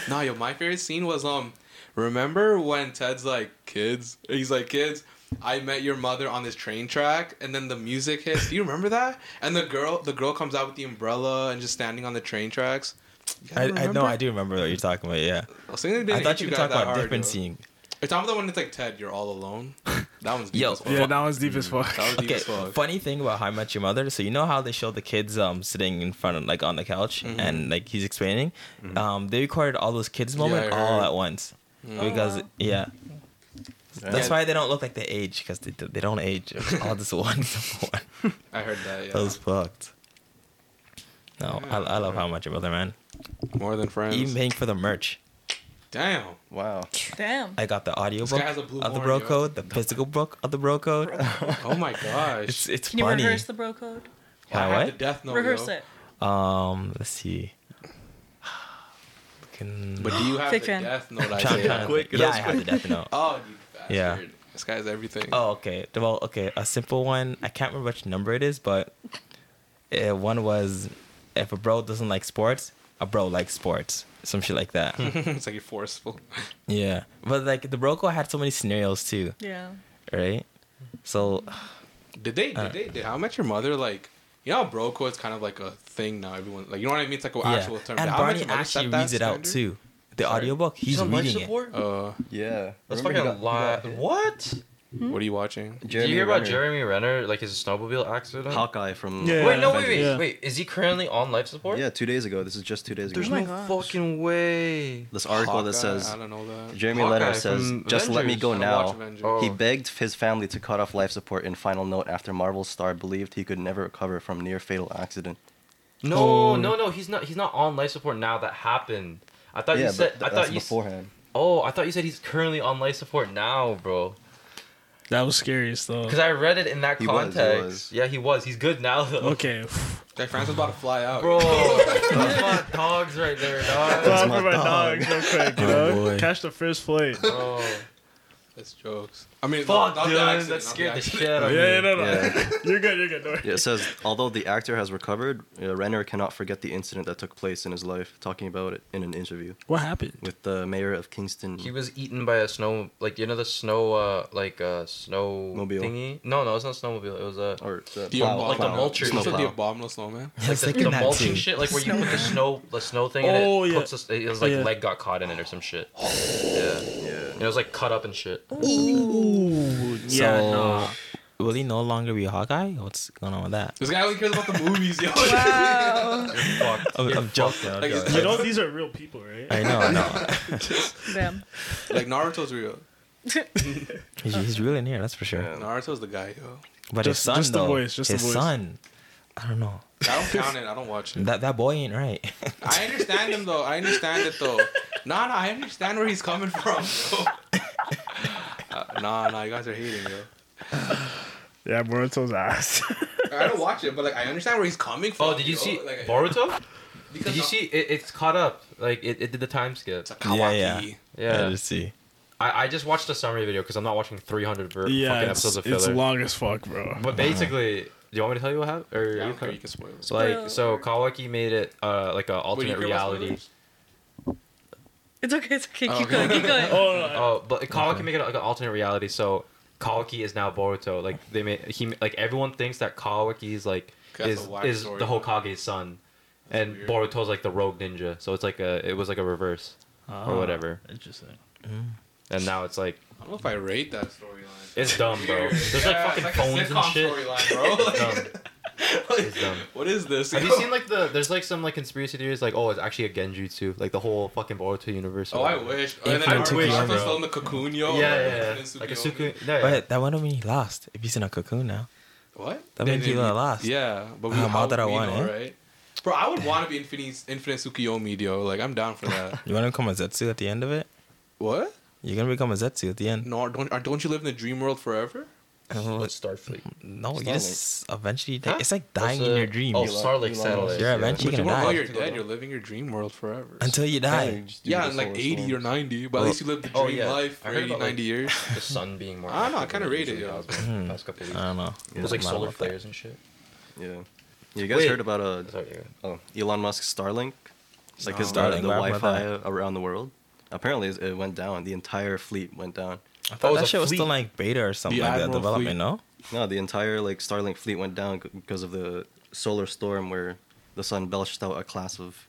S2: Nah, yo, my favorite scene was um, remember when Ted's like, kids? He's like, kids. I met your mother on this train track, and then the music hits. Do you remember that? And the girl, the girl comes out with the umbrella and just standing on the train tracks. You guys
S5: I, I know,
S2: remember?
S5: I do remember what you're talking about, yeah.
S2: I was thinking they
S5: I
S2: didn't
S5: thought
S2: hit
S5: you
S2: you
S5: were
S2: guys
S5: talking
S2: that
S5: about
S2: hard.
S5: different
S2: yo.
S5: scene.
S2: You're talking about the one that's like Ted, you're all alone. That one's deep
S5: Yo,
S2: as fuck.
S1: Yeah, that one's deep as fuck.
S2: That was deep
S5: Okay,
S2: as fuck.
S5: funny thing about How I Met Your Mother. So you know how they show the kids um sitting in front of like on the couch
S2: Mm-hmm.
S5: and like he's explaining, um they recorded all those kids
S2: I
S5: moment all
S2: heard. Mm.
S5: at once because
S6: Oh, wow.
S5: yeah.
S2: Yeah.
S5: That's why they don't look like they age because they, they don't age. It was all this one, one.
S2: I heard that. Yeah.
S5: That was fucked. No, I, I love How I Met Your Mother, man.
S2: More than friends.
S5: Even paying for the merch.
S2: Damn.
S4: Wow.
S6: Damn.
S5: I got the
S2: guy
S5: audiobook
S2: has a blue
S5: of the
S2: horn,
S5: bro
S2: yo.
S5: code, the physical book of the bro code.
S2: Oh my gosh.
S5: It's it's
S6: Can you
S5: funny.
S6: rehearse the bro code?
S2: I
S5: How
S2: had
S5: what?
S2: the death note.
S6: rehearse
S2: yo.
S6: it.
S5: Um, let's see. fucking.
S2: But do you have
S6: Fake
S2: the
S6: fan.
S2: death note? I
S5: I'm trying,
S2: said?
S5: trying to
S4: Quick,
S5: think.
S4: that
S5: Yeah,
S4: was
S5: I have the death note.
S2: Oh, you bastard.
S5: Yeah.
S2: This guy's everything.
S5: Oh, okay. Well, okay. A simple one. I can't remember which number it is, but uh, one was if a bro doesn't like sports, a bro likes sports. Some shit like that.
S2: it's like you're forceful.
S5: yeah. But like the Broco had so many scenarios too,
S6: Yeah.
S5: right? So
S2: Did they? Did
S5: Uh.
S2: they? Did, how much your mother like? You know, how bro code's kind of like a thing now. Everyone like, you know what I mean? It's like an
S5: yeah.
S2: actual term. Did-
S5: And
S2: how much
S5: Barney
S2: your mother set
S5: actually
S2: that
S5: reads it out
S2: standard?
S5: too. The
S2: Sorry.
S5: audiobook, he's
S3: He's on life
S5: reading it.
S3: support?
S2: Uh,
S4: Yeah.
S3: That's
S4: Remember
S3: fucking
S4: he got- he
S3: lie.
S4: got hit?
S3: What?
S2: what are you watching?
S3: Did you hear about
S4: Renner.
S3: Jeremy Renner, like his snowmobile accident?
S4: Hawkeye from
S1: Yeah.
S3: Wait, no, wait, wait,
S1: Yeah.
S3: wait. Is he currently on life support?
S4: Yeah, two days ago. This is just two days ago.
S3: There's
S6: Oh my
S3: no
S6: gosh.
S3: fucking way.
S4: this article that
S2: Hawkeye?
S4: says
S2: I don't know that.
S4: Jeremy
S3: Hawkeye
S4: Renner says,
S3: from
S4: "Just let me
S3: Avengers.
S2: I
S4: go
S2: don't watch
S4: now."
S2: Avengers.
S3: Oh.
S4: He begged his family to cut off life support in final note after Marvel star believed he could never recover from near fatal accident.
S3: No,
S1: Oh.
S3: no, no. He's not. He's not on life support now. That happened. I thought
S4: yeah,
S3: you said.
S4: but th-
S3: I thought
S4: that's
S3: you. s-
S4: beforehand.
S3: Oh, I thought you said he's currently on life support now, bro.
S1: That was scariest though.
S3: Because I read it in that
S4: He was, he
S3: context.
S4: was.
S3: Yeah, he was. He's good now though.
S1: Okay.
S2: Like Francis about to fly out.
S3: Bro, that's my dogs right there, dog.
S1: Clap
S4: my
S1: for my
S4: dog.
S1: dogs real quick, you
S5: Oh,
S1: know?
S5: boy.
S1: Catch the first flight.
S3: Bro,
S2: that's jokes. I mean,
S3: fuck,
S2: not the
S3: Dylan,
S2: accident,
S3: that
S2: not
S3: scared the
S2: accident.
S3: shit out
S1: Yeah,
S3: of me.
S1: yeah, no, no.
S4: Yeah.
S1: You're good, you're good. Don't worry.
S4: Yeah, it says, although the actor has recovered, uh, Renner cannot forget the incident that took place in his life, talking about it in an interview
S1: What happened?
S4: with the mayor of Kingston.
S3: He was eaten by a snow, like you know the snow, uh, like uh, snow
S4: Mobile.
S3: thingy. No, no, it's not snowmobile. It was a
S4: or the
S2: The
S4: plow-
S2: abominable-
S3: Like the
S4: plow,
S3: vultures.
S2: You said the
S4: snowplow.
S2: abominable snowman.
S5: I
S3: like
S5: was
S3: the,
S5: thinking
S3: the
S5: that
S3: mulching
S5: too.
S3: shit, like where you put the snow, the snow thing,
S1: Oh,
S3: and it
S1: yeah.
S3: puts us. It was like
S1: Yeah.
S3: leg got caught in it or some shit. Yeah,
S4: Yeah.
S3: and it was like cut up and shit.
S1: Oh. Ooh, yeah,
S5: so
S1: nah.
S5: will he no longer be Hawkeye? What's going on with that?
S2: This guy only cares about the movies, yo.
S6: Wow.
S3: Fucked.
S5: I'm,
S3: You're
S5: I'm joking. I'm
S2: Like,
S5: joking.
S2: it's-
S1: You know these are real people, right?
S5: I know. I know.
S6: Damn.
S2: like Naruto's real.
S5: He's, he's real in here, that's for sure.
S2: Naruto's the guy, yo.
S5: But his
S1: Just-
S5: son,
S1: just the
S5: though,
S1: voice, just the
S5: his
S1: voice.
S5: son. I don't know.
S2: I don't count it. I don't watch it.
S5: That that boy ain't right.
S2: I understand him though. I understand it though. Nah, nah. I understand where he's coming from. Yo. Uh, nah, nah. You guys are hating, yo.
S1: Yeah, Boruto's ass.
S2: I don't watch it, but like I understand where he's coming from.
S3: Oh, did you
S2: yo.
S3: see
S2: Like,
S3: Boruto?
S2: because
S3: Did you
S2: of-
S3: see it, it's caught up? Like it, it did the time skip.
S2: It's a
S5: Yeah,
S2: Kawaki.
S5: yeah.
S3: Yeah,
S5: Let's see.
S3: I, I just watched the summary video because I'm not watching 300 ver-
S1: yeah,
S3: fucking
S1: it's,
S3: episodes of
S1: it's
S3: filler.
S1: long as fuck, bro.
S3: But basically, do you want me to tell you what happened? Or
S2: Yeah, I
S3: you
S2: don't care.
S3: can-
S2: You can spoil it.
S3: like so, Kawaki made it uh, like a
S2: Wait, you
S3: alternate
S2: care about
S3: reality.
S2: spoilers?
S6: It's okay. It's okay.
S2: Oh,
S6: Keep
S2: okay.
S6: going. Keep going.
S1: Oh, no, no,
S3: Oh, but Kawaki made it like an alternate reality. So Kawaki is now Boruto. Like they made he like everyone thinks that Kawaki is like
S2: That's
S3: is
S2: a whack
S3: is
S2: story,
S3: the
S2: though.
S3: Hokage's son, and
S2: weird.
S3: Boruto's like the rogue ninja. So it's like a it was like a reverse,
S1: Ah,
S3: whatever.
S1: Interesting.
S3: and now it's like
S2: I don't know if I rate that storyline.
S3: it's dumb, bro.
S2: Weird.
S3: There's
S2: Yeah,
S3: like fucking
S2: it's
S3: phones
S2: a
S3: and
S2: sitcom
S3: shit.
S2: Storyline, bro.
S3: It's dumb.
S2: Like,
S3: It's dumb.
S2: what is this?
S3: Have you
S2: yo?
S3: seen like the there's like some like conspiracy theories like oh it's actually a Genjutsu like the whole fucking Boruto universe.
S2: Oh, I Oh, wish. Oh, and then
S5: Infinite
S2: Naruto's
S3: Wish,
S2: Naruto's
S3: bro.
S2: still in the cocoon, yo.
S3: Yeah, yeah, yeah.
S2: Infinite
S3: like a
S2: Tsukuyomi.
S3: Suku. No, yeah.
S5: But that one don't mean he lost. If he's in a cocoon now,
S2: What?
S5: that
S2: They
S5: means he
S2: didn't-
S5: lost.
S2: Yeah, but we,
S5: Ah,
S2: how would
S5: Madara
S2: we
S5: won,
S2: know,
S5: eh?
S2: right? Bro, I would want to be Infinite Infinite Tsukuyomi, yo. Like, I'm down for that.
S5: You want to become a Zetsu at the end of it?
S2: what?
S5: You're gonna become a Zetsu at the
S3: Mm,
S5: end.
S2: No, don't uh, don't you live in the dream world forever?
S5: No,
S3: What's Starfleet.
S5: you
S4: Starlight.
S5: just eventually. die.
S3: Huh?
S5: It's like dying in your dream.
S3: Oh, Starlake Satellite.
S5: You're eventually
S2: But you
S5: gonna
S2: won't know you're
S5: die
S2: dead. You're living your dream world forever.
S5: until you die.
S2: yeah, in like 80 or 90, but at
S5: Well-
S2: least you lived the
S3: Oh,
S2: dream
S3: yeah.
S2: life for
S3: I heard
S2: 80,
S3: about,
S2: 90
S3: like-
S2: years.
S3: the sun being more.
S2: I don't know, I
S3: active
S2: kinda
S3: than it
S2: rate it,
S3: usually
S2: yo.
S3: has
S5: Hmm.
S3: been the Past couple
S5: I
S3: weeks.
S5: don't know.
S3: It was like
S5: I don't know
S3: solar
S5: about that.
S3: flares and shit.
S4: Yeah. You guys
S3: Wait.
S4: heard about uh,
S3: Sorry, yeah.
S4: oh, Elon Musk's Starlink? It's like his
S5: No.
S4: uh,
S5: Starlink,
S4: the
S5: what happened with
S4: Wi-Fi around the world. Apparently, it's- it went down. The entire fleet went down.
S5: I
S3: Oh, it
S5: thought
S3: was a
S5: that shit was
S3: fleet.
S5: still like beta or something like that.
S2: Admiral
S5: Development, no?
S4: No, the entire like Starlink fleet went down c- because of the solar storm where the sun belched out a class of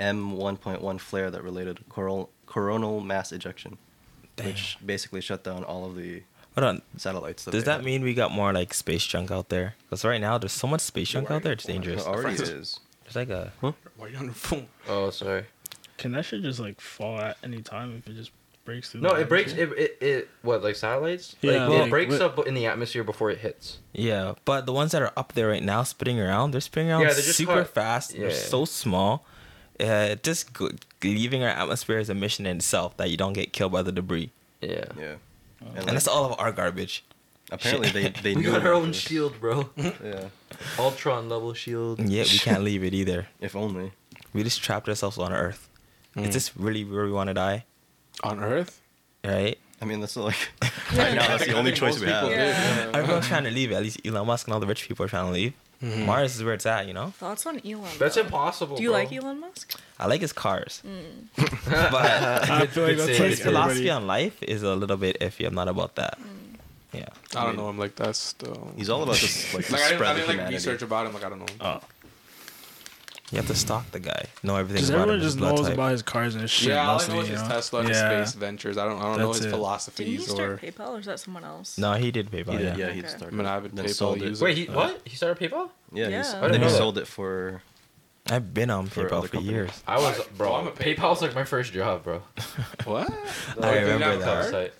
S4: M1.1 flare that related coral coronal mass ejection, which basically shut down all of the
S5: Hold on.
S4: satellites. That
S5: Does
S4: they
S5: that
S4: had.
S5: mean we got more like space junk out there? Because right now there's so much space junk out there, it's dangerous.
S4: It already is.
S5: It's like a
S2: Why are you on the phone?
S3: Oh, sorry.
S1: Can that shit just like fall at any time if it just breaks through?
S3: No,
S1: the
S3: it breaks.
S1: atmosphere?
S3: It, it, it what like satellites?
S1: Yeah,
S3: like,
S1: like,
S3: it breaks
S1: what-
S3: up in the atmosphere before it hits.
S5: yeah. But the ones that are up there right now, spinning around, they're spinning around
S3: Yeah, they're just
S5: super
S3: caught-
S5: fast.
S3: yeah.
S5: They're so small. Uh, just go- leaving our atmosphere is a mission in itself that you don't get killed by the debris,
S3: Yeah.
S4: Yeah.
S5: and that's all of our garbage.
S4: apparently they they
S3: We
S4: knew
S3: got our
S4: about
S3: own
S4: this.
S3: shield, bro.
S4: Yeah.
S3: Ultron level shield.
S5: Yeah, we can't leave it either.
S4: If only.
S5: We just trapped ourselves on Earth.
S3: Mm.
S5: Is this really where we want to die?
S2: on Earth.
S5: Right?
S4: I mean, that's like right now that's the only choice we have.
S6: Yeah.
S5: Everyone's trying to leave. At least Elon Musk and all the rich people are trying to leave.
S3: Mm-hmm.
S5: Mars is where it's at, you know?
S6: Thoughts on Elon?
S3: That's
S6: though?
S3: impossible.
S6: Do you
S3: bro.
S6: like Elon Musk?
S5: I like his cars. but
S1: I feel like
S3: It's
S1: that's
S3: a-
S1: like
S5: his philosophy on life is a little bit iffy. I'm not about that. Yeah.
S2: I don't know. I'm like that's still.
S4: He's all about this like, the
S2: like I didn't,
S4: spread
S2: I
S4: of
S2: didn't like
S4: humanity.
S2: research about him. Like I don't know.
S5: You have to stalk the guy. Know everything
S1: Because
S5: about
S1: everyone
S5: him, his
S1: just
S5: blood
S1: knows
S5: type.
S1: about his cars and his shit.
S2: yeah, all I
S1: mostly,
S2: know is
S1: you
S2: his
S1: know?
S2: Tesla and
S1: yeah.
S2: his space ventures. I don't. I don't know
S1: That's
S2: his
S1: it.
S6: Didn't he
S2: philosophies or.
S6: start PayPal or is that someone else?
S5: No, he did PayPal.
S4: He
S5: yeah.
S4: did, yeah, he
S6: Okay.
S4: started.
S2: I'm an avid
S4: Then
S2: PayPal
S4: sold it.
S2: user.
S3: Wait, he, what? He started PayPal?
S4: Yeah, he's,
S6: Yeah. I
S3: didn't
S4: then he
S5: Oh.
S3: know that.
S4: sold it for
S5: I've been on
S4: For
S5: PayPal
S4: other
S5: for
S4: company.
S5: years.
S3: I was,
S2: Alright,
S3: bro.
S2: well, I'm a PayPal.
S3: PayPal's like my first job, bro.
S2: What?
S5: I remember that.
S3: Website.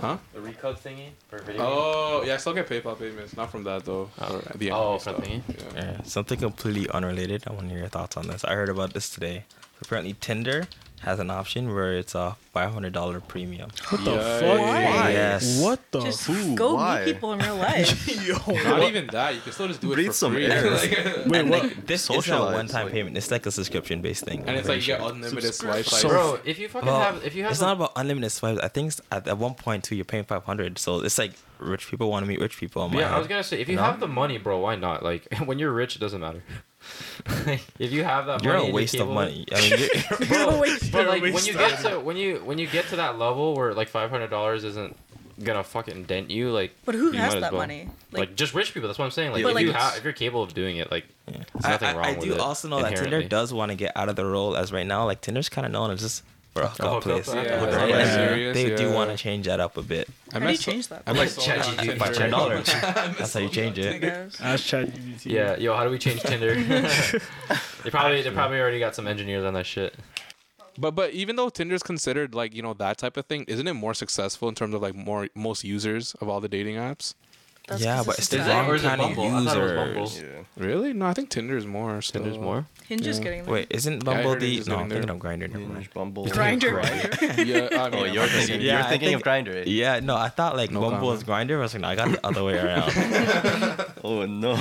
S2: Huh?
S3: The recode thingy for video.
S2: Oh yeah, I still get PayPal payments. Not from that though.
S3: Oh.
S2: Or the
S3: Oh,
S2: Amazon
S3: from
S2: stuff.
S3: thingy?
S2: Yeah.
S5: Yeah, something completely unrelated. I want to hear your thoughts on this. I heard about this today. Apparently, Tinder has an option where it's a five hundred dollar premium.
S1: What the
S2: Yeah,
S1: fuck?
S2: yeah,
S6: Why?
S5: Yes.
S1: What the
S6: Just
S1: who?
S6: go
S4: why?
S6: meet people in real life.
S2: Not even that. You can still just do it
S4: Breathe
S2: for
S4: some
S2: free.
S4: air.
S2: Like,
S1: Wait, what?
S5: This is a
S4: Socialize,
S5: one time
S4: like-
S5: payment. It's like a subscription based thing.
S2: and it's like you get unlimited swipe.
S1: So-
S2: like-
S3: Bro, if you fucking
S5: Well,
S3: have, if you have,
S5: it's
S3: a-
S5: not about unlimited swipes. I think it's at, at one point too, you're paying five hundred. So it's like rich people want to meet rich people. in my
S3: yeah, I was
S5: head.
S3: gonna say, if you
S5: No.
S3: have the money, bro, why not? Like, when you're rich, it doesn't matter. if you have that
S5: You're
S3: money, and
S5: a
S3: you
S5: waste of
S3: cable-
S5: money. I mean, you're-
S3: Bro, but
S1: you're
S3: like when
S1: waste
S3: you get to when you when you get to that level where like five hundred dollars isn't gonna fucking dent you, like.
S6: But who
S3: you
S6: has
S3: might as
S6: that
S3: well.
S6: money?
S3: Like, just rich people. That's what I'm saying. Like,
S6: But,
S3: if
S6: like,
S3: you
S6: it's-
S3: have, if you're capable of doing it, like, there's
S5: I,
S3: nothing
S5: I-
S3: wrong
S5: I
S3: with
S5: do
S3: it
S5: also know that Tinder
S3: inherently.
S5: does want to get out of the role as right now. Like Tinder's kind of known as just for a hookup
S3: hookup,
S5: place.
S3: yeah.
S5: Right?
S1: Yeah.
S5: Like,
S2: Serious,
S5: They do
S2: yeah.
S5: want to change that up a bit.
S2: I
S6: How do you
S2: messed up-
S6: change that?
S2: I messed
S3: Like,
S2: up on
S3: ChatGPT,
S2: Tinder.
S5: Five hundred dollars.
S2: I messed
S5: That's how you
S2: up
S5: change
S2: on
S5: it.
S2: Tinder.
S6: Yes.
S1: Ask ChatGPT.
S3: Yeah, yo, how do we change Tinder? they probably they probably already got some engineers on that shit.
S2: But but even though Tinder's considered like you know that type of thing, isn't it more successful in terms of like more most users of all the dating apps?
S6: That's
S5: yeah,
S6: 'cause
S5: but
S6: it's
S5: it's the
S6: a
S3: that-
S5: wrong
S3: or is it
S5: kind
S3: Bumble?
S5: of
S3: I thought it was
S5: users.
S3: Bumble.
S4: yeah.
S2: Really? No, I think Tinder's more. Still.
S6: Oh.
S3: Tinder's more.
S6: Hinge is getting there.
S5: Wait, isn't Bumble
S2: heard it
S5: the
S2: just
S5: no?
S2: going
S5: I'm
S2: there.
S5: thinking of Grinder. Never mind.
S4: Hinge, Bumble,
S6: Grindr.
S2: Yeah. I mean,
S4: Oh, you're thinking,
S5: Yeah,
S4: you're
S5: I
S4: thinking
S5: think-
S4: of eh? Grinder.
S5: Yeah, no, I thought like Bumble
S2: comment.
S5: was Grinder. I was like, no, I got the other way around.
S4: Oh no.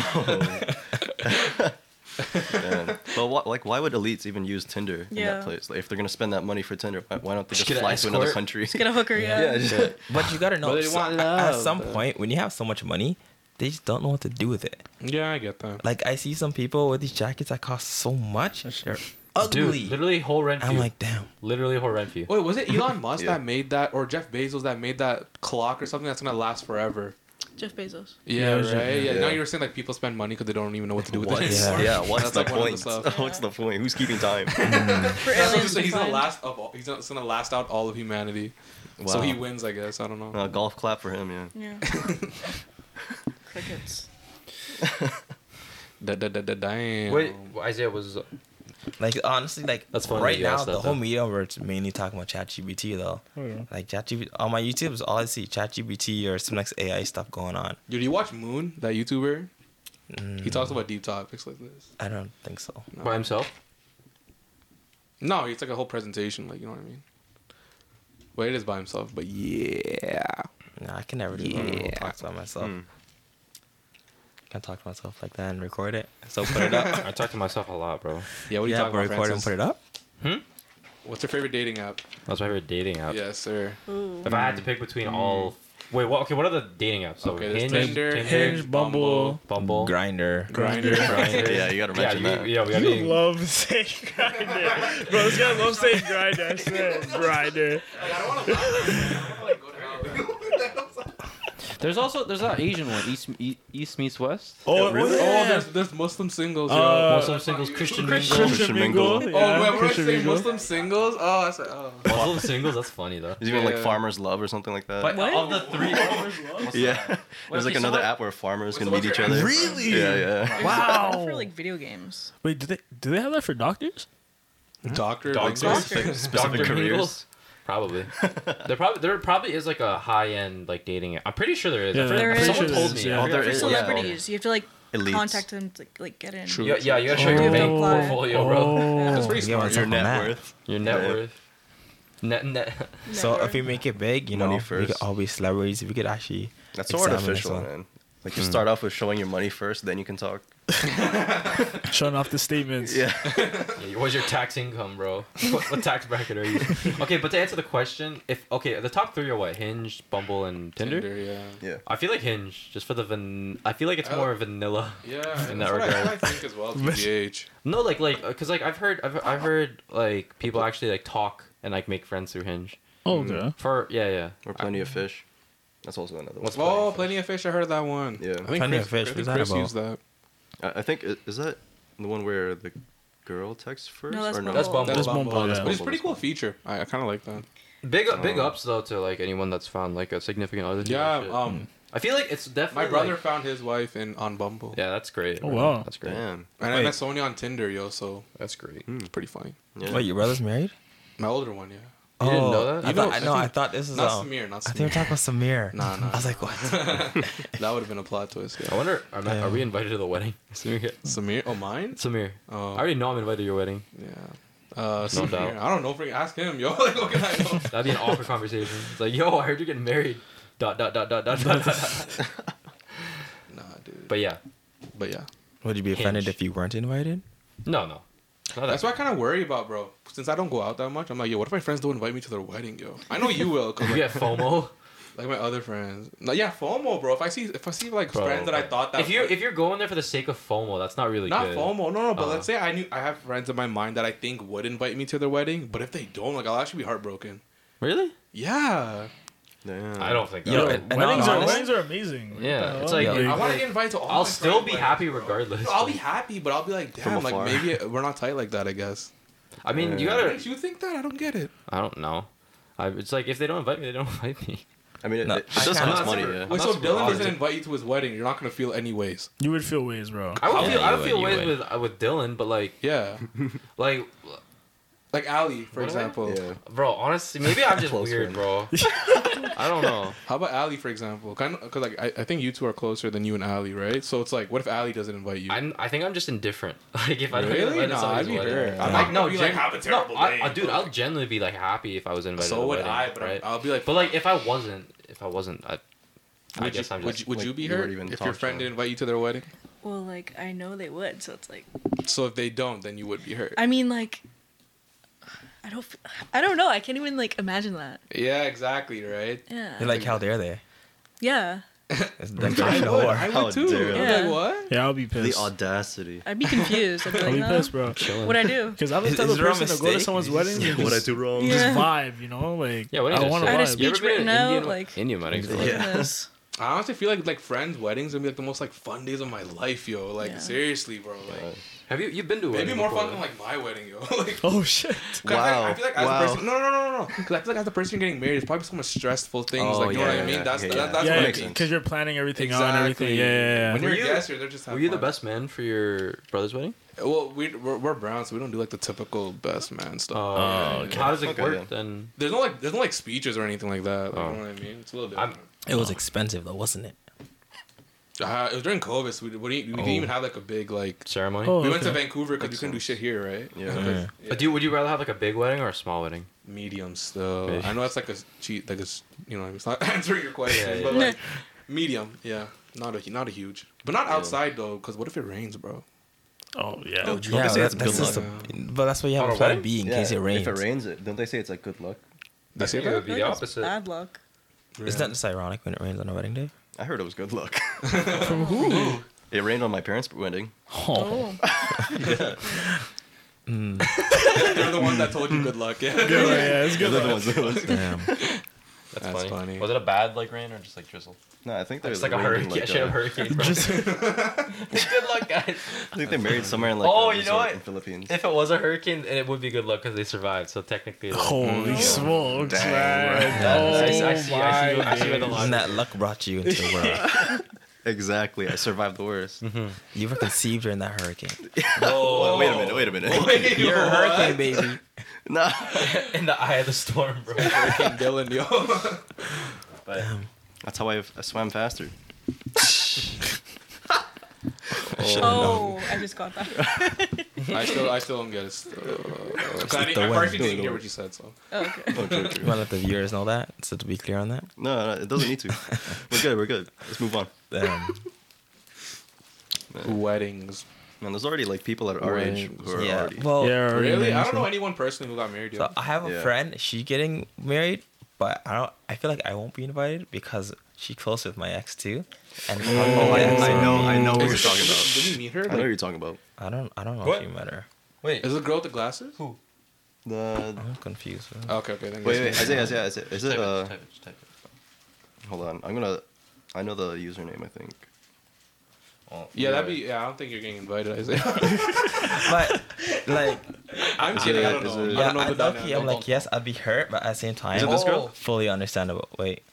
S4: Man. But what, like, why would elites even use Tinder in
S6: Yeah.
S4: that place? Like, if they're gonna spend that money for Tinder, why, why don't they
S3: Just
S4: just,
S3: get an
S4: fly to another
S3: escort.
S4: country?
S6: Get a hooker, yeah.
S4: yeah, just,
S5: but you gotta know,
S2: But they
S5: so-
S2: want
S5: at
S2: love,
S5: some
S2: but-
S5: point when you have so much money, they just don't know what to do with it.
S2: Yeah, I get that.
S5: Like I see some people with these jackets that cost so much, they're ugly.
S3: Dude, literally whole rent.
S5: I'm like, damn.
S3: literally whole rent fee.
S2: Wait, was it Elon Musk
S4: Yeah.
S2: that made that, or Jeff Bezos that made that clock or something that's gonna last forever?
S6: Jeff Bezos.
S1: it
S2: Yeah,
S1: was Jeff
S2: right. Yeah. Now
S4: Yeah.
S2: you were saying like people spend money because they don't even know what to do with
S4: what?
S2: it.
S5: Yeah.
S4: Yeah,
S2: anymore.
S4: what's
S2: That's,
S4: the
S2: like, one of
S4: point?
S2: stuff.
S4: what's the point? Who's keeping time?
S6: For
S2: That's what I'm
S6: aliens
S2: saying,
S6: to
S2: He's gonna
S6: find.
S2: last of all. He's gonna- he's gonna last out all of humanity. So
S4: Wow.
S2: he wins, I guess. I don't know.
S4: Uh, golf clap for him, yeah.
S6: Yeah. Crickets.
S2: Da, da, da, da, damn.
S3: Wait, Isaiah was
S5: Like honestly, like
S3: That's funny
S5: right
S3: that you
S5: now
S3: asked
S5: the
S3: that,
S5: whole
S3: though.
S5: media we're mainly talking about ChatGPT though. Like ChatGPT on my YouTube is all I see ChatGPT or some next AI stuff going on.
S2: Dude, you watch Moon, that YouTuber? He talks about deep topics like this.
S5: I don't think so.
S3: by himself.
S2: No, it's like a whole presentation, like you know what I mean. Well, it is by himself, but yeah.
S5: No, I can never do that. I won't
S2: Yeah.
S5: talk about myself.
S4: Hmm.
S5: Can talk to myself like that and record it. So put it up.
S3: I talk to myself a lot, bro.
S2: Yeah, what are you
S5: yeah,
S2: talking
S5: but
S2: about,
S5: record it
S2: Francis?
S5: and put it up.
S2: What's your favorite dating app?
S3: That's my favorite dating app.
S2: Yes, sir.
S6: Ooh.
S3: If I had to pick between
S10: Mm.
S3: all, wait, what? Okay, what are the dating apps? So
S2: Okay, there's
S3: Hinge,
S2: Tinder,
S1: Hinge, Bumble.
S3: Bumble,
S5: Grinder.
S2: Grinder.
S3: Grindr.
S4: Yeah, you gotta
S3: Yeah,
S4: mention
S3: you-
S4: that.
S3: yeah, we gotta
S1: You
S3: be-
S1: love saying grinder, bro. This guy loves saying grinder. I swear, grinder.
S10: There's also there's that Asian one, East E- East meets West.
S1: Oh,
S2: Oh,
S1: yeah.
S2: there's, there's Muslim singles, yo.
S1: Uh,
S3: Muslim singles, Christian mingle.
S1: Christian
S4: Christian
S1: Mingle.
S4: Mingle.
S2: oh,
S1: Yeah,
S2: wait, what did I
S1: Christian
S2: say?
S1: Mingle.
S2: Muslim singles? Oh, that's oh.
S3: Muslim singles. That's funny though.
S4: There's even like
S2: Yeah.
S4: Farmers Love or something like that.
S10: But
S6: What?
S10: of the three,
S4: Yeah. There's
S10: okay,
S4: like
S10: so
S4: another
S10: what-
S4: app where farmers can
S2: so
S4: meet
S2: what's
S4: each
S2: your
S4: other.
S1: Really?
S4: Yeah, yeah.
S6: Wow. For like video games.
S1: Wait, do they do they have that for doctors?
S2: Doctor,
S3: Doctor.
S2: like,
S6: Doctor.
S4: Specific
S3: Dr.
S4: careers.
S3: Mingles? Probably. there probably there probably is like a high end like dating. app. I'm pretty sure there is.
S1: Yeah,
S3: I forgot-
S6: there is.
S3: Someone told me.
S1: Yeah.
S3: I
S4: Oh, there
S3: forgot-
S6: For
S4: is,
S6: celebrities, you have to like
S4: Elites.
S6: contact them to like get in.
S2: True.
S3: Yeah, yeah, you gotta show
S1: Oh.
S3: your bank
S1: You have to apply.
S3: portfolio, bro.
S1: Oh.
S2: That's pretty
S5: Yeah,
S2: smart.
S5: it's-
S4: Oh, Your net
S5: Matt.
S4: worth.
S3: Your net
S4: Yeah.
S3: worth. Net net.
S5: So if we make it big, you
S4: Money
S5: know, we could
S4: first.
S5: all be celebrities. We could actually
S4: That's so
S5: examine
S4: artificial,
S5: this one.
S4: man. Like you start off with showing your money first, then you can talk.
S1: Shutting off the statements.
S4: Yeah.
S3: Yeah, What's your tax income, bro? What, what tax bracket are you? Okay, but to answer the question, if okay, the top three are what? Hinge, Bumble, and Tinder.
S2: yeah.
S4: Yeah.
S3: I feel like Hinge, just for the van. I feel like it's
S2: Oh.
S3: more vanilla.
S2: Yeah,
S3: In
S2: that's
S3: that
S2: what I,
S3: regard.
S2: what I think as well. TBH.
S3: No, like like because like I've heard I've I've heard like people actually like talk and like make friends through Hinge.
S1: Oh, yeah.
S3: For yeah yeah.
S4: Or plenty of fish. That's also another one.
S3: What's-
S2: Oh, plenty of fish. I heard that one.
S4: Yeah.
S2: I think
S5: Plenty
S2: Chris,
S5: of Fish,
S2: I think
S5: what's that
S2: Chris
S5: about?
S2: used that.
S4: I I think i- is that the one where the girl texts first
S6: that's
S4: or no?
S3: That's Bumble.
S1: That's
S2: Bumble,
S1: Bumble,
S2: that's
S1: yeah.
S2: But it's a pretty cool feature. I, I kind of like that.
S3: Big big
S4: Oh.
S3: ups though to like anyone that's found like a significant other. through
S2: Yeah.
S3: that shit.
S2: Um,
S3: I feel like it's definitely
S2: my brother
S3: like-
S2: found his wife in on Bumble.
S3: yeah, that's great.
S1: Oh,
S3: bro.
S1: wow.
S3: that's great.
S4: Damn.
S2: And I
S1: Wait.
S2: met Sonya on Tinder, yo. So
S3: That's great.
S2: it's pretty funny.
S4: Yeah.
S5: Wait, your brother's married?
S2: My older one, yeah.
S3: You didn't know that?
S5: Oh, I
S2: You
S5: thought,
S2: know-
S5: I know. I thought this was
S2: Not
S5: um,
S2: Samir, not
S5: I think we we're
S2: Samir.
S5: talking about Samir.
S2: Nah, nah,
S5: I was like, what?
S2: That would have been a plot twist.
S3: I
S2: Yeah.
S3: wonder are, ma-
S5: Yeah.
S3: are we invited to the wedding? Samir,
S2: Samir, oh mine?
S3: Samir.
S2: Oh,
S3: I already know I'm invited to your wedding.
S2: yeah. Uh, Samir,
S3: doubt.
S2: I don't know. Freaking ask him, yo. like, what can I know?
S3: That'd be an awkward conversation. It's like, yo, I heard you're getting married. Dot dot dot dot dot dot. dot, dot.
S2: nah, dude. But,
S3: But yeah,
S2: yeah,
S5: Would you be offended
S3: Hinge.
S5: if you weren't invited?
S3: no no. Not
S2: that's
S3: that-
S2: what I kind of worry about, bro. Since I don't go out that much, I'm like, yo, what if my friends don't invite me to their wedding, yo? I know you will, cause
S3: You
S2: like,
S3: get FOMO.
S2: like my other friends. No, yeah, FOMO, bro. If I see, if I see like
S3: Bro,
S2: friends that I thought that
S3: if you
S2: would-
S3: if you're going there for the sake of FOMO, that's not really
S2: not
S3: good.
S2: FOMO, no, no. But
S3: Uh-huh.
S2: let's say I knew I have friends in my mind that I think would invite me to their wedding, but if they don't, like, I'll actually be heartbroken.
S3: Really?
S2: Yeah,
S4: Damn.
S3: I don't think.
S5: Yo,
S3: that-
S5: and- and
S1: Weddings are,
S5: honest-
S1: weddings are amazing. I
S3: Yeah,
S1: love
S3: it's like-
S1: weddings.
S2: I want to get invited to all.
S3: I'll
S2: my
S3: still
S2: friends'
S3: be
S2: weddings.
S3: happy regardless.
S2: No, I'll be happy, but I'll be like,
S4: From
S2: damn, like
S4: afar.
S2: maybe we're not tight like that. I guess.
S3: I mean, you
S4: Yeah.
S2: Why
S3: gotta.
S2: did you think that? I don't get it.
S3: I don't know. I, it's like if they don't invite me, they don't invite me.
S4: I mean, it,
S5: No,
S4: it, it does
S3: I'm
S4: cost
S3: not
S4: money.
S3: super-
S4: Yeah.
S2: Wait,
S3: not
S2: Oh, so
S3: super
S2: Dylan
S3: bothered.
S2: doesn't invite you to his wedding. You're not gonna feel any ways.
S1: You would feel ways, bro.
S3: I would feel.
S5: Yeah,
S3: I
S5: you
S3: would
S5: would,
S3: feel
S5: you
S3: ways
S5: would.
S3: with uh, with Dylan, but like,
S2: Yeah,
S3: like,
S2: like Ali, for
S3: What?
S2: example.
S4: Yeah.
S3: bro. Honestly, maybe I'm just
S4: Close
S3: weird,
S4: friend.
S3: bro. I don't know.
S2: How about Ali, for example? Kind of, cause like I, I think you two are closer than you and Ali, right? So it's like, what if Ali doesn't invite you?
S3: I'm. I think I'm just indifferent. Like if I don't get
S2: Really?
S3: invited to
S2: Nah,
S3: somebody's
S2: I'd be
S3: wedding-
S2: hurt. I'm
S5: Like,
S2: not
S3: no,
S2: gonna be like,
S3: gen-
S2: have a terrible
S3: no, I,
S2: day,
S3: I, dude,
S2: but,
S3: I'll
S2: like-
S3: generally be like happy if I was invited. to
S2: So
S3: the
S2: would
S3: wedding,
S2: I, but
S3: right?
S2: I'll be like,
S3: But like, if I wasn't, if I wasn't, I, I
S2: would
S3: guess
S2: you,
S3: I'm
S2: would
S3: just.
S2: you, would
S4: like,
S2: you be
S4: you weren't
S2: hurt
S4: even
S2: if your
S4: talked
S2: friend
S4: to.
S2: didn't invite you to their wedding?
S6: Well, like I know they would, so it's like
S2: So if they don't, then you would be hurt.
S6: I mean, like I don't, f- I don't know. I can't even like imagine that.
S2: Yeah, exactly, right.
S6: Yeah,
S5: They're like, how dare they?
S6: yeah.
S5: It's like,
S2: I
S5: they're
S2: would,
S5: whore.
S2: I
S4: How
S2: would too.
S4: dare
S2: I'd be
S6: they.
S2: Like what?
S1: Yeah, I'll be pissed.
S4: The audacity.
S6: I'd be confused. I'd be
S1: I'll be
S6: like, huh?
S1: pissed, bro.
S6: what I do?
S1: Because I'm the
S5: Is-
S1: type
S5: is
S1: of
S5: there a
S1: person to go to
S5: mistake?
S1: someone's
S5: Is-
S1: wedding and
S4: what I
S1: just,
S4: do wrong?
S6: Yeah.
S1: just vibe, you know? Like,
S3: Yeah, what
S1: I want to
S6: I
S1: vibe.
S6: just
S3: You ever
S6: speech
S3: been in
S6: written out,
S3: Indian,
S6: like-
S3: Indian weddings?
S6: Look
S3: like-
S6: at this.
S2: I honestly feel like like friends' weddings gonna be like the most like fun days of my life, yo. Like
S6: Yeah.
S2: seriously, bro. Like
S3: Have you you've been to a
S2: maybe
S3: wedding
S2: more
S3: before,
S2: fun than
S3: though?
S2: like my wedding, yo. like
S1: Oh, shit.
S2: 'Cause I feel like, I feel like as
S4: Wow.
S2: a person, no, no, no, no, no. Because I feel like as a person getting married, it's probably so much stressful things.
S4: Oh,
S2: like, you know
S4: yeah,
S2: what I
S4: yeah,
S2: mean?
S4: yeah,
S2: that's
S4: yeah,
S2: that,
S4: yeah.
S2: that's
S4: Yeah,
S2: what
S1: Yeah,
S4: makes
S2: makes
S4: sense.
S1: because you're planning everything out and
S2: Exactly.
S1: everything. Yeah, yeah,
S2: When
S1: yeah.
S2: you're
S3: Were
S2: a
S3: you-
S2: guest, you're there just.
S3: Were
S2: having
S3: you the
S2: fun.
S3: best man for your brother's wedding?
S2: Well, we we're, we're brown, so we don't do like the typical best man stuff.
S3: Oh,
S1: okay.
S3: how does it
S4: Okay,
S3: work
S4: yeah.
S3: then?
S2: There's no like there's no like speeches or anything like that. Like,
S3: Oh.
S2: You know what I mean? It's a little
S3: I'm-
S2: different.
S5: It was expensive though, wasn't it?
S2: Uh, it was during COVID, so we, we, didn't, we didn't
S3: Oh.
S2: even have like a big like.
S3: Ceremony.
S1: Oh,
S2: We went to
S1: okay.
S2: Vancouver because we
S4: Makes
S2: couldn't do shit
S4: sense.
S2: here, right?
S4: Yeah.
S5: Yeah.
S3: But do you, would you rather have like a big wedding or a small wedding?
S2: mediums though.
S3: Mediums.
S2: I know that's like a cheat, like a s- you know, it's not answering your question,
S3: Yeah, yeah.
S2: but like medium, yeah, not a not a huge, but not
S4: Yeah.
S2: outside though, because what if it rains, bro?
S1: Oh, yeah.
S4: you always say it's good
S5: that's
S2: luck.
S5: just a- but that's what you have
S3: On
S5: a
S3: a
S5: plan
S3: wedding?
S5: B in case it rains.
S4: If it rains, it, don't they say it's like good luck?
S2: They say
S3: think it
S2: that.
S3: would be
S6: I
S3: the
S6: feel like that's
S3: opposite.
S6: Bad luck.
S5: Isn't that just ironic when it rains on a wedding day?
S4: I heard it was good luck.
S1: From who?
S4: it rained on my parents' wedding.
S1: Oh.
S6: Oh,
S2: They're the one that told you good luck. Yeah.
S1: Yeah, yeah, it's good.
S4: They're the ones that was-
S5: Damn.
S3: That's,
S2: That's
S3: funny.
S2: funny.
S3: Was it a bad like rain or just like drizzle?
S4: No, I think they
S3: It's like a hurricane. yeah,
S4: uh,
S5: uh,
S3: shit, a hurricane. bro.
S1: Just-
S3: good luck, guys.
S4: I think they married somewhere in like
S3: Oh,
S4: a
S3: you know
S4: resort
S3: what?
S4: in Philippines.
S3: If it was a hurricane, and it would be good luck because they survived. So technically, like,
S5: Oh,
S1: Holy smokes, man.
S3: I,
S1: Oh,
S3: see- I see. I see. I see where the
S5: Isn't
S3: line.
S5: that luck brought you into the world?
S4: Exactly. I survived the worst.
S5: You were conceived during that hurricane.
S4: Oh, wait a minute. Wait a minute.
S5: You're a hurricane baby.
S4: no.
S3: in the eye of the storm, bro.
S2: Hurricane Dylan, yo.
S4: But that's how I, I swam faster.
S6: oh, I just got that.
S2: I still, I still don't get it. Still. I,
S4: uh, the
S2: I
S4: one
S2: actually didn't
S4: doing the
S2: hear
S4: work.
S2: what you said, so
S6: Oh, okay.
S4: Oh, true, true.
S5: You want to let the viewers know that, so to be clear on that.
S4: No, no, it doesn't need to. We're good. We're good. Let's move on.
S5: Um,
S2: weddings.
S4: Man, there's already like people at our age who are
S5: yeah.
S4: already.
S5: Well,
S1: yeah, already
S2: Really, I
S1: married,
S2: don't
S1: so-
S2: know anyone personally who got married.
S5: So
S2: Yet.
S5: I have a
S4: Yeah.
S5: friend. She getting married, but I don't. I feel like I won't be invited because she close with my ex too. And
S4: Oh, I, I know. I know what you're
S2: Is-
S4: talking about.
S2: Did you meet her?
S4: I know what
S2: Like,
S4: you're talking about.
S5: I don't. I don't know
S3: What?
S5: if you met her.
S3: Wait,
S2: is it the girl with the glasses?
S4: The
S5: I'm confused.
S2: Okay, okay. Then
S4: wait,
S2: guess
S4: wait,
S2: me.
S4: Isaiah, Isaiah, Isaiah, is
S3: type
S4: it? Uh,
S3: type it, just type it.
S4: hold on. I'm gonna. I know the username. I think.
S3: Oh,
S2: Yeah, that'd be. Yeah, I don't think you're getting invited, Isaiah.
S5: but like,
S2: I'm kidding. I don't
S4: is
S2: know.
S4: it-
S2: I
S5: yeah,
S2: don't know the
S5: I, okay, I'm
S2: dynamic.
S5: like, yes, I'd be hurt, but at the same time,
S4: it this girl?
S5: fully understandable. Wait,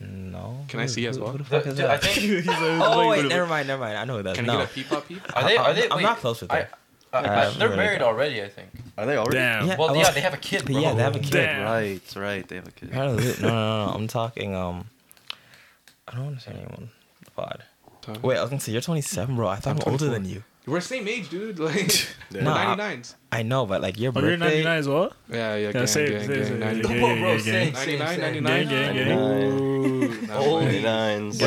S5: no.
S2: Can I
S5: Who-
S2: see as
S5: who-
S2: well?
S5: Who the fuck
S3: The-
S5: is
S3: dude, I
S5: that?
S3: think
S5: Oh wait, never mind, never mind. I know who that's
S2: Can I
S5: no.
S2: get a peep up peep?
S3: are they? Are they?
S5: I'm
S3: wait,
S5: not close with
S3: I-
S5: her.
S3: I- I-
S5: Uh,
S3: they're
S5: really
S3: married
S5: not.
S3: already, I think.
S4: Are they already?
S1: Damn. Oh,
S5: Yeah,
S3: Well,
S5: I
S3: yeah,
S5: was-
S3: they have a kid,
S5: but
S3: bro.
S5: yeah, they have a kid.
S1: Damn.
S4: Right, right. They have a kid.
S5: I don't know. No, no, no. I'm talking. Um, I don't want to say anyone. Pod.
S2: Tommy?
S5: Wait, I was gonna say you're 27, bro. I thought I'm, older than you.
S2: We're same age, dude. Like, we're
S5: Nah, I-
S2: 99s.
S5: I know, but like your
S1: Oh,
S5: birthday.
S1: you're 99 as well?
S2: Yeah, yeah,
S1: Yeah,
S2: gang,
S1: same,
S2: gang,
S1: same,
S2: gang,
S1: same, same.
S2: 99.
S3: Come on, bro.
S1: Yeah, yeah,
S3: Same,
S1: yeah.
S3: same,
S2: 99,
S3: same.
S2: 99.
S1: Gang, gang, gang.
S2: Ooh, that's
S3: Oh.
S2: funny.
S4: 99s.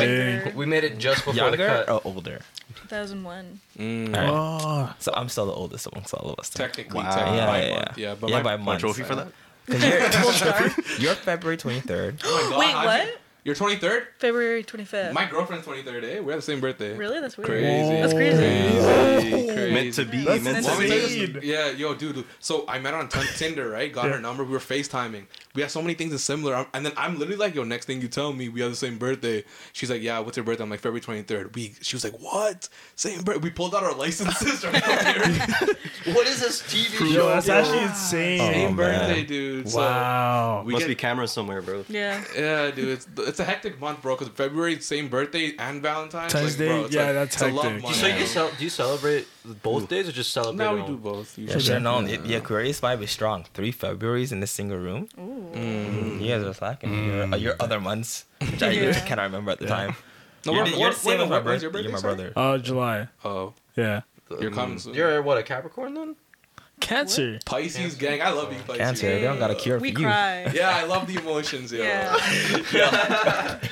S1: Dang.
S3: We made it just before the
S5: Younger
S3: cut.
S5: or older?
S6: 2001.
S2: Mm.
S5: Alright.
S1: Oh,
S5: So I'm still the oldest amongst all of us. then.
S2: Technically,
S4: Wow.
S2: technically,
S5: Yeah,
S2: by
S5: yeah,
S2: month.
S5: yeah.
S2: yeah, but
S5: yeah,
S2: my,
S5: by
S4: Want
S5: months.
S4: a trophy for that?
S5: 'Cause You're, you're February 23rd.
S2: Oh my
S6: Wait,
S2: God,
S6: what?
S2: Isaac, You're 23rd.
S6: February 25th.
S2: My girlfriend's 23rd. Eh? We have the same birthday.
S6: really? That's weird.
S2: Crazy.
S6: That's crazy.
S2: Crazy.
S4: Meant to be.
S6: That's
S4: meant
S2: Let
S4: to
S2: me
S4: be.
S2: tell you
S1: Indeed.
S2: this- Yeah, yo, dude. So I met her on t- Tinder, right? Got her number. We were FaceTiming. We had so many things in similar. I'm- and then I'm literally like, yo, next thing you tell me, we have the same birthday. She's like, yeah, what's your birthday? I'm like, February 23rd. We, she was like, what? Same birthday. We pulled out our licenses from here.
S5: Oh.
S3: What is this TV
S1: yo,
S3: show?
S1: that's
S3: bro?
S1: actually insane.
S2: same
S5: man.
S2: birthday, dude.
S1: Wow.
S2: So we
S4: Must
S2: get,
S4: be cameras somewhere, bro.
S6: Yeah.
S2: yeah, dude. It's, it's a hectic month, bro. Because February, same birthday and Valentine's.
S1: Valentine's Day?
S2: it's
S1: Yeah, that's
S2: it's a love
S1: hectic.
S2: month,
S3: So you
S2: bro.
S3: cel- do you celebrate both days or just celebrate?
S2: now we
S3: on-
S2: do both.
S5: You should
S2: Usually.
S5: have known. it- Your Aquarius vibe is strong. Three Februarys in a single room.
S2: Mm.
S6: Ooh.
S5: You guys are slacking. Your, uh, your other months, which I
S6: Yeah.
S5: cannot remember at the time.
S2: No,
S5: you're
S2: we're-
S5: the-
S2: we're-
S5: you're the same
S2: we're-
S5: as my
S2: when's your
S5: birthday. You're my
S2: birthday,
S5: brother.
S1: Oh, July.
S2: Oh,
S1: Yeah.
S2: you're coming soon.
S3: You're what a Capricorn then?
S1: Cancer.
S2: Pisces gang. I love you, Pisces.
S5: Cancer. They don't got a cure for
S6: We
S5: you.
S6: cry.
S2: Yeah, I love the emotions, yo.
S6: Yeah.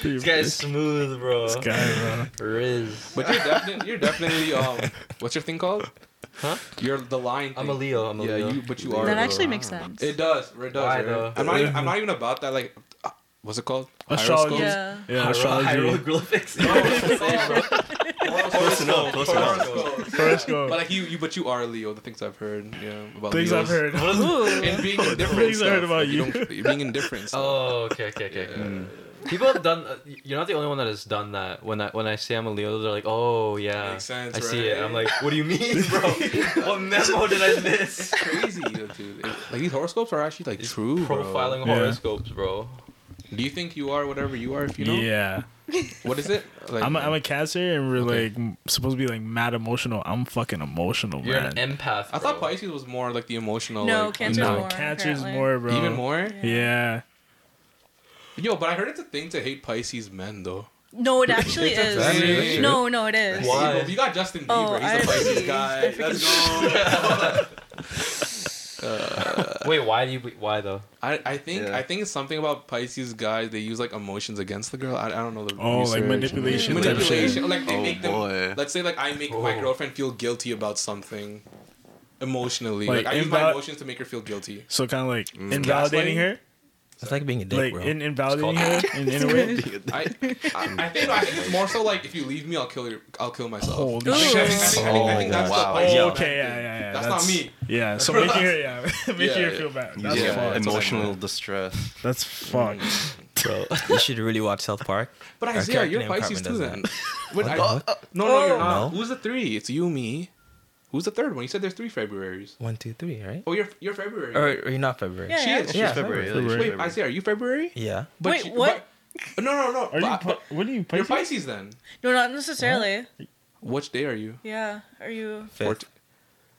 S3: This guy's smooth, bro.
S1: Guy,
S3: Riz.
S2: But you're definitely, you're definitely, um, what's your thing called? Huh? You're the lion. Thing.
S3: I'm a Leo. I'm a
S2: Yeah,
S3: Leo.
S2: you, but you are.
S6: That
S2: a
S6: actually
S2: Leo.
S6: makes sense.
S2: It does. It does.
S3: Why,
S2: right?
S3: though?
S2: I'm not. Even, I'm not even about that. Like, uh, what's it called?
S1: Astrology.
S2: Horoscopes?
S6: yeah.
S1: yeah, astrology.
S3: Hieroglyphics.
S2: Oh.
S4: Close enough. Close enough.
S2: Horoscopes. But
S1: Horoscope.
S2: like you, you, but you are a Leo. The things I've heard, yeah, about
S1: Things I've
S2: Leos.
S1: heard.
S6: Ooh.
S2: And being indifferent.
S1: Things I heard
S2: stuff.
S1: about
S2: Like,
S1: you.
S2: don't- being indifferent. stuff.
S3: Oh, okay, okay, okay.
S2: Mm.
S3: People have done. Uh, you're not the only one that has done that. When I when I say I'm a Leo, they're like, "Oh yeah,
S2: Makes sense,
S3: I see
S2: right?
S3: it." I'm like, "What do you mean, bro? what memo did I miss?"
S2: It's crazy, yo, dude. It- like these horoscopes are actually like true. bro.
S3: Profiling
S1: Yeah.
S3: horoscopes, bro.
S2: Do you think you are whatever you are? If you know,
S1: Yeah.
S2: what is it? Like,
S1: I'm a, I'm a Cancer and we're
S2: Okay.
S1: like m- supposed to be like mad emotional. I'm fucking emotional,
S3: You're
S1: man.
S3: an empath.
S2: I thought
S3: bro.
S2: Pisces was more like the emotional.
S6: No,
S2: like,
S6: Cancer's
S1: no,
S6: more,
S1: Cancer's
S6: apparently.
S1: more, bro.
S2: Even more?
S1: Yeah.
S2: Yo, but I heard it's a thing to hate Pisces men, though.
S6: No, it actually
S2: It's
S6: is.
S2: actually-
S1: Really?
S6: No, no, it is.
S3: Why?
S2: Hey, bro, You got Justin Bieber.
S6: Oh,
S2: He's a
S6: I
S2: Pisces
S6: see. I
S2: guy.
S6: freaking-
S2: Let's go.
S3: Wait, why do you? Why though?
S2: I, I think
S4: Yeah.
S2: I think it's something about Pisces guys. They use like emotions against the girl. I, I don't know the
S1: Oh, like
S2: research.
S1: manipulation type shit.
S2: Manipulation. Like they
S4: Oh,
S2: make them.
S4: boy.
S2: Let's say like I make my
S3: Oh.
S2: girlfriend feel guilty about something emotionally. Like,
S1: Like,
S2: I use
S1: inval-
S2: my emotions to make her feel guilty.
S1: So kind of like invalidating
S2: Mm. Gaslighting?
S1: her,
S5: It's like being a dick,
S1: like
S5: bro.
S1: in, invalidating her in, in a way.
S2: I, I, I think I think it's more so like if you leave me, I'll kill your, I'll kill myself.
S1: Holy
S2: I think, I think, I think, I think
S4: Oh,
S2: that's
S4: wow.
S2: the Pisces
S1: Oh,
S2: man
S1: okay, yeah, yeah,
S2: thing.
S1: yeah.
S2: That's not me.
S1: Yeah, so making her, yeah, making
S2: Yeah,
S1: her
S2: yeah. Mm.
S1: feel bad.
S4: Yeah,
S1: That's fucked.
S4: emotional distress.
S1: That's fucked.
S5: bro. you should really watch South Park.
S2: But
S5: Our
S2: Isaiah,
S5: character
S2: you're
S5: name
S2: Pisces too
S5: Cartman does
S2: then. Wait, I,
S5: the
S2: no,
S5: fuck?
S2: no,
S1: Oh.
S2: you're not.
S5: No?
S2: Who's the three? It's you, me. Who's the third one? You said there's three Februarys.
S5: One, two, three, right?
S2: Oh, you're you're February.
S5: Or, or you're not February.
S6: Yeah.
S2: She is.
S5: Yeah,
S4: It's
S1: February.
S4: February. yeah, it's
S2: Wait,
S4: February.
S2: Isaiah, are you February?
S5: Yeah.
S6: Wait,
S2: you-
S6: what?
S2: but- no, no, no.
S1: Are you?
S2: but-
S1: Pi-
S2: but
S1: What are you?
S2: you're
S1: Pisces?
S2: Pisces then.
S6: No, not necessarily.
S2: Which day are you?
S6: Yeah. Are you?
S5: Fifth.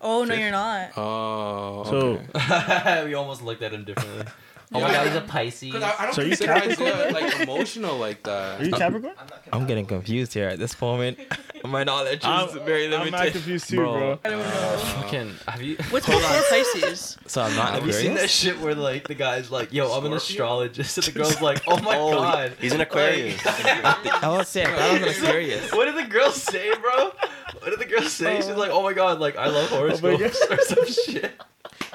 S6: Oh no,
S2: Fifth.
S6: you're not.
S2: Oh.
S1: So-
S2: okay.
S3: we almost looked at him differently. Oh my god, he's a Pisces.
S2: 'Cause I, I don't
S1: So are you
S2: consider Isaiah uh, like emotional like
S1: Are
S2: that.
S1: Uh, you Capricorn?
S5: I'm getting confused here at this moment. My knowledge
S1: I'm,
S5: is very
S1: I'm
S5: limited.
S1: not confused too,
S3: Bro.
S1: bro.
S6: I don't
S2: Uh,
S6: know.
S3: Fucking have you?
S6: What's before Pisces?
S5: so I'm not
S3: Have you seen that
S5: Aquarius.
S3: shit where like the guy's like, "Yo, I'm an astrologist," and the girl's like, "Oh my
S4: Oh,
S3: god."
S4: he's an Aquarius.
S5: I was saying that was an Aquarius.
S3: What did the girl say, bro? What did the girl say? She's like, "Oh my god, like I love horoscopes or some shit."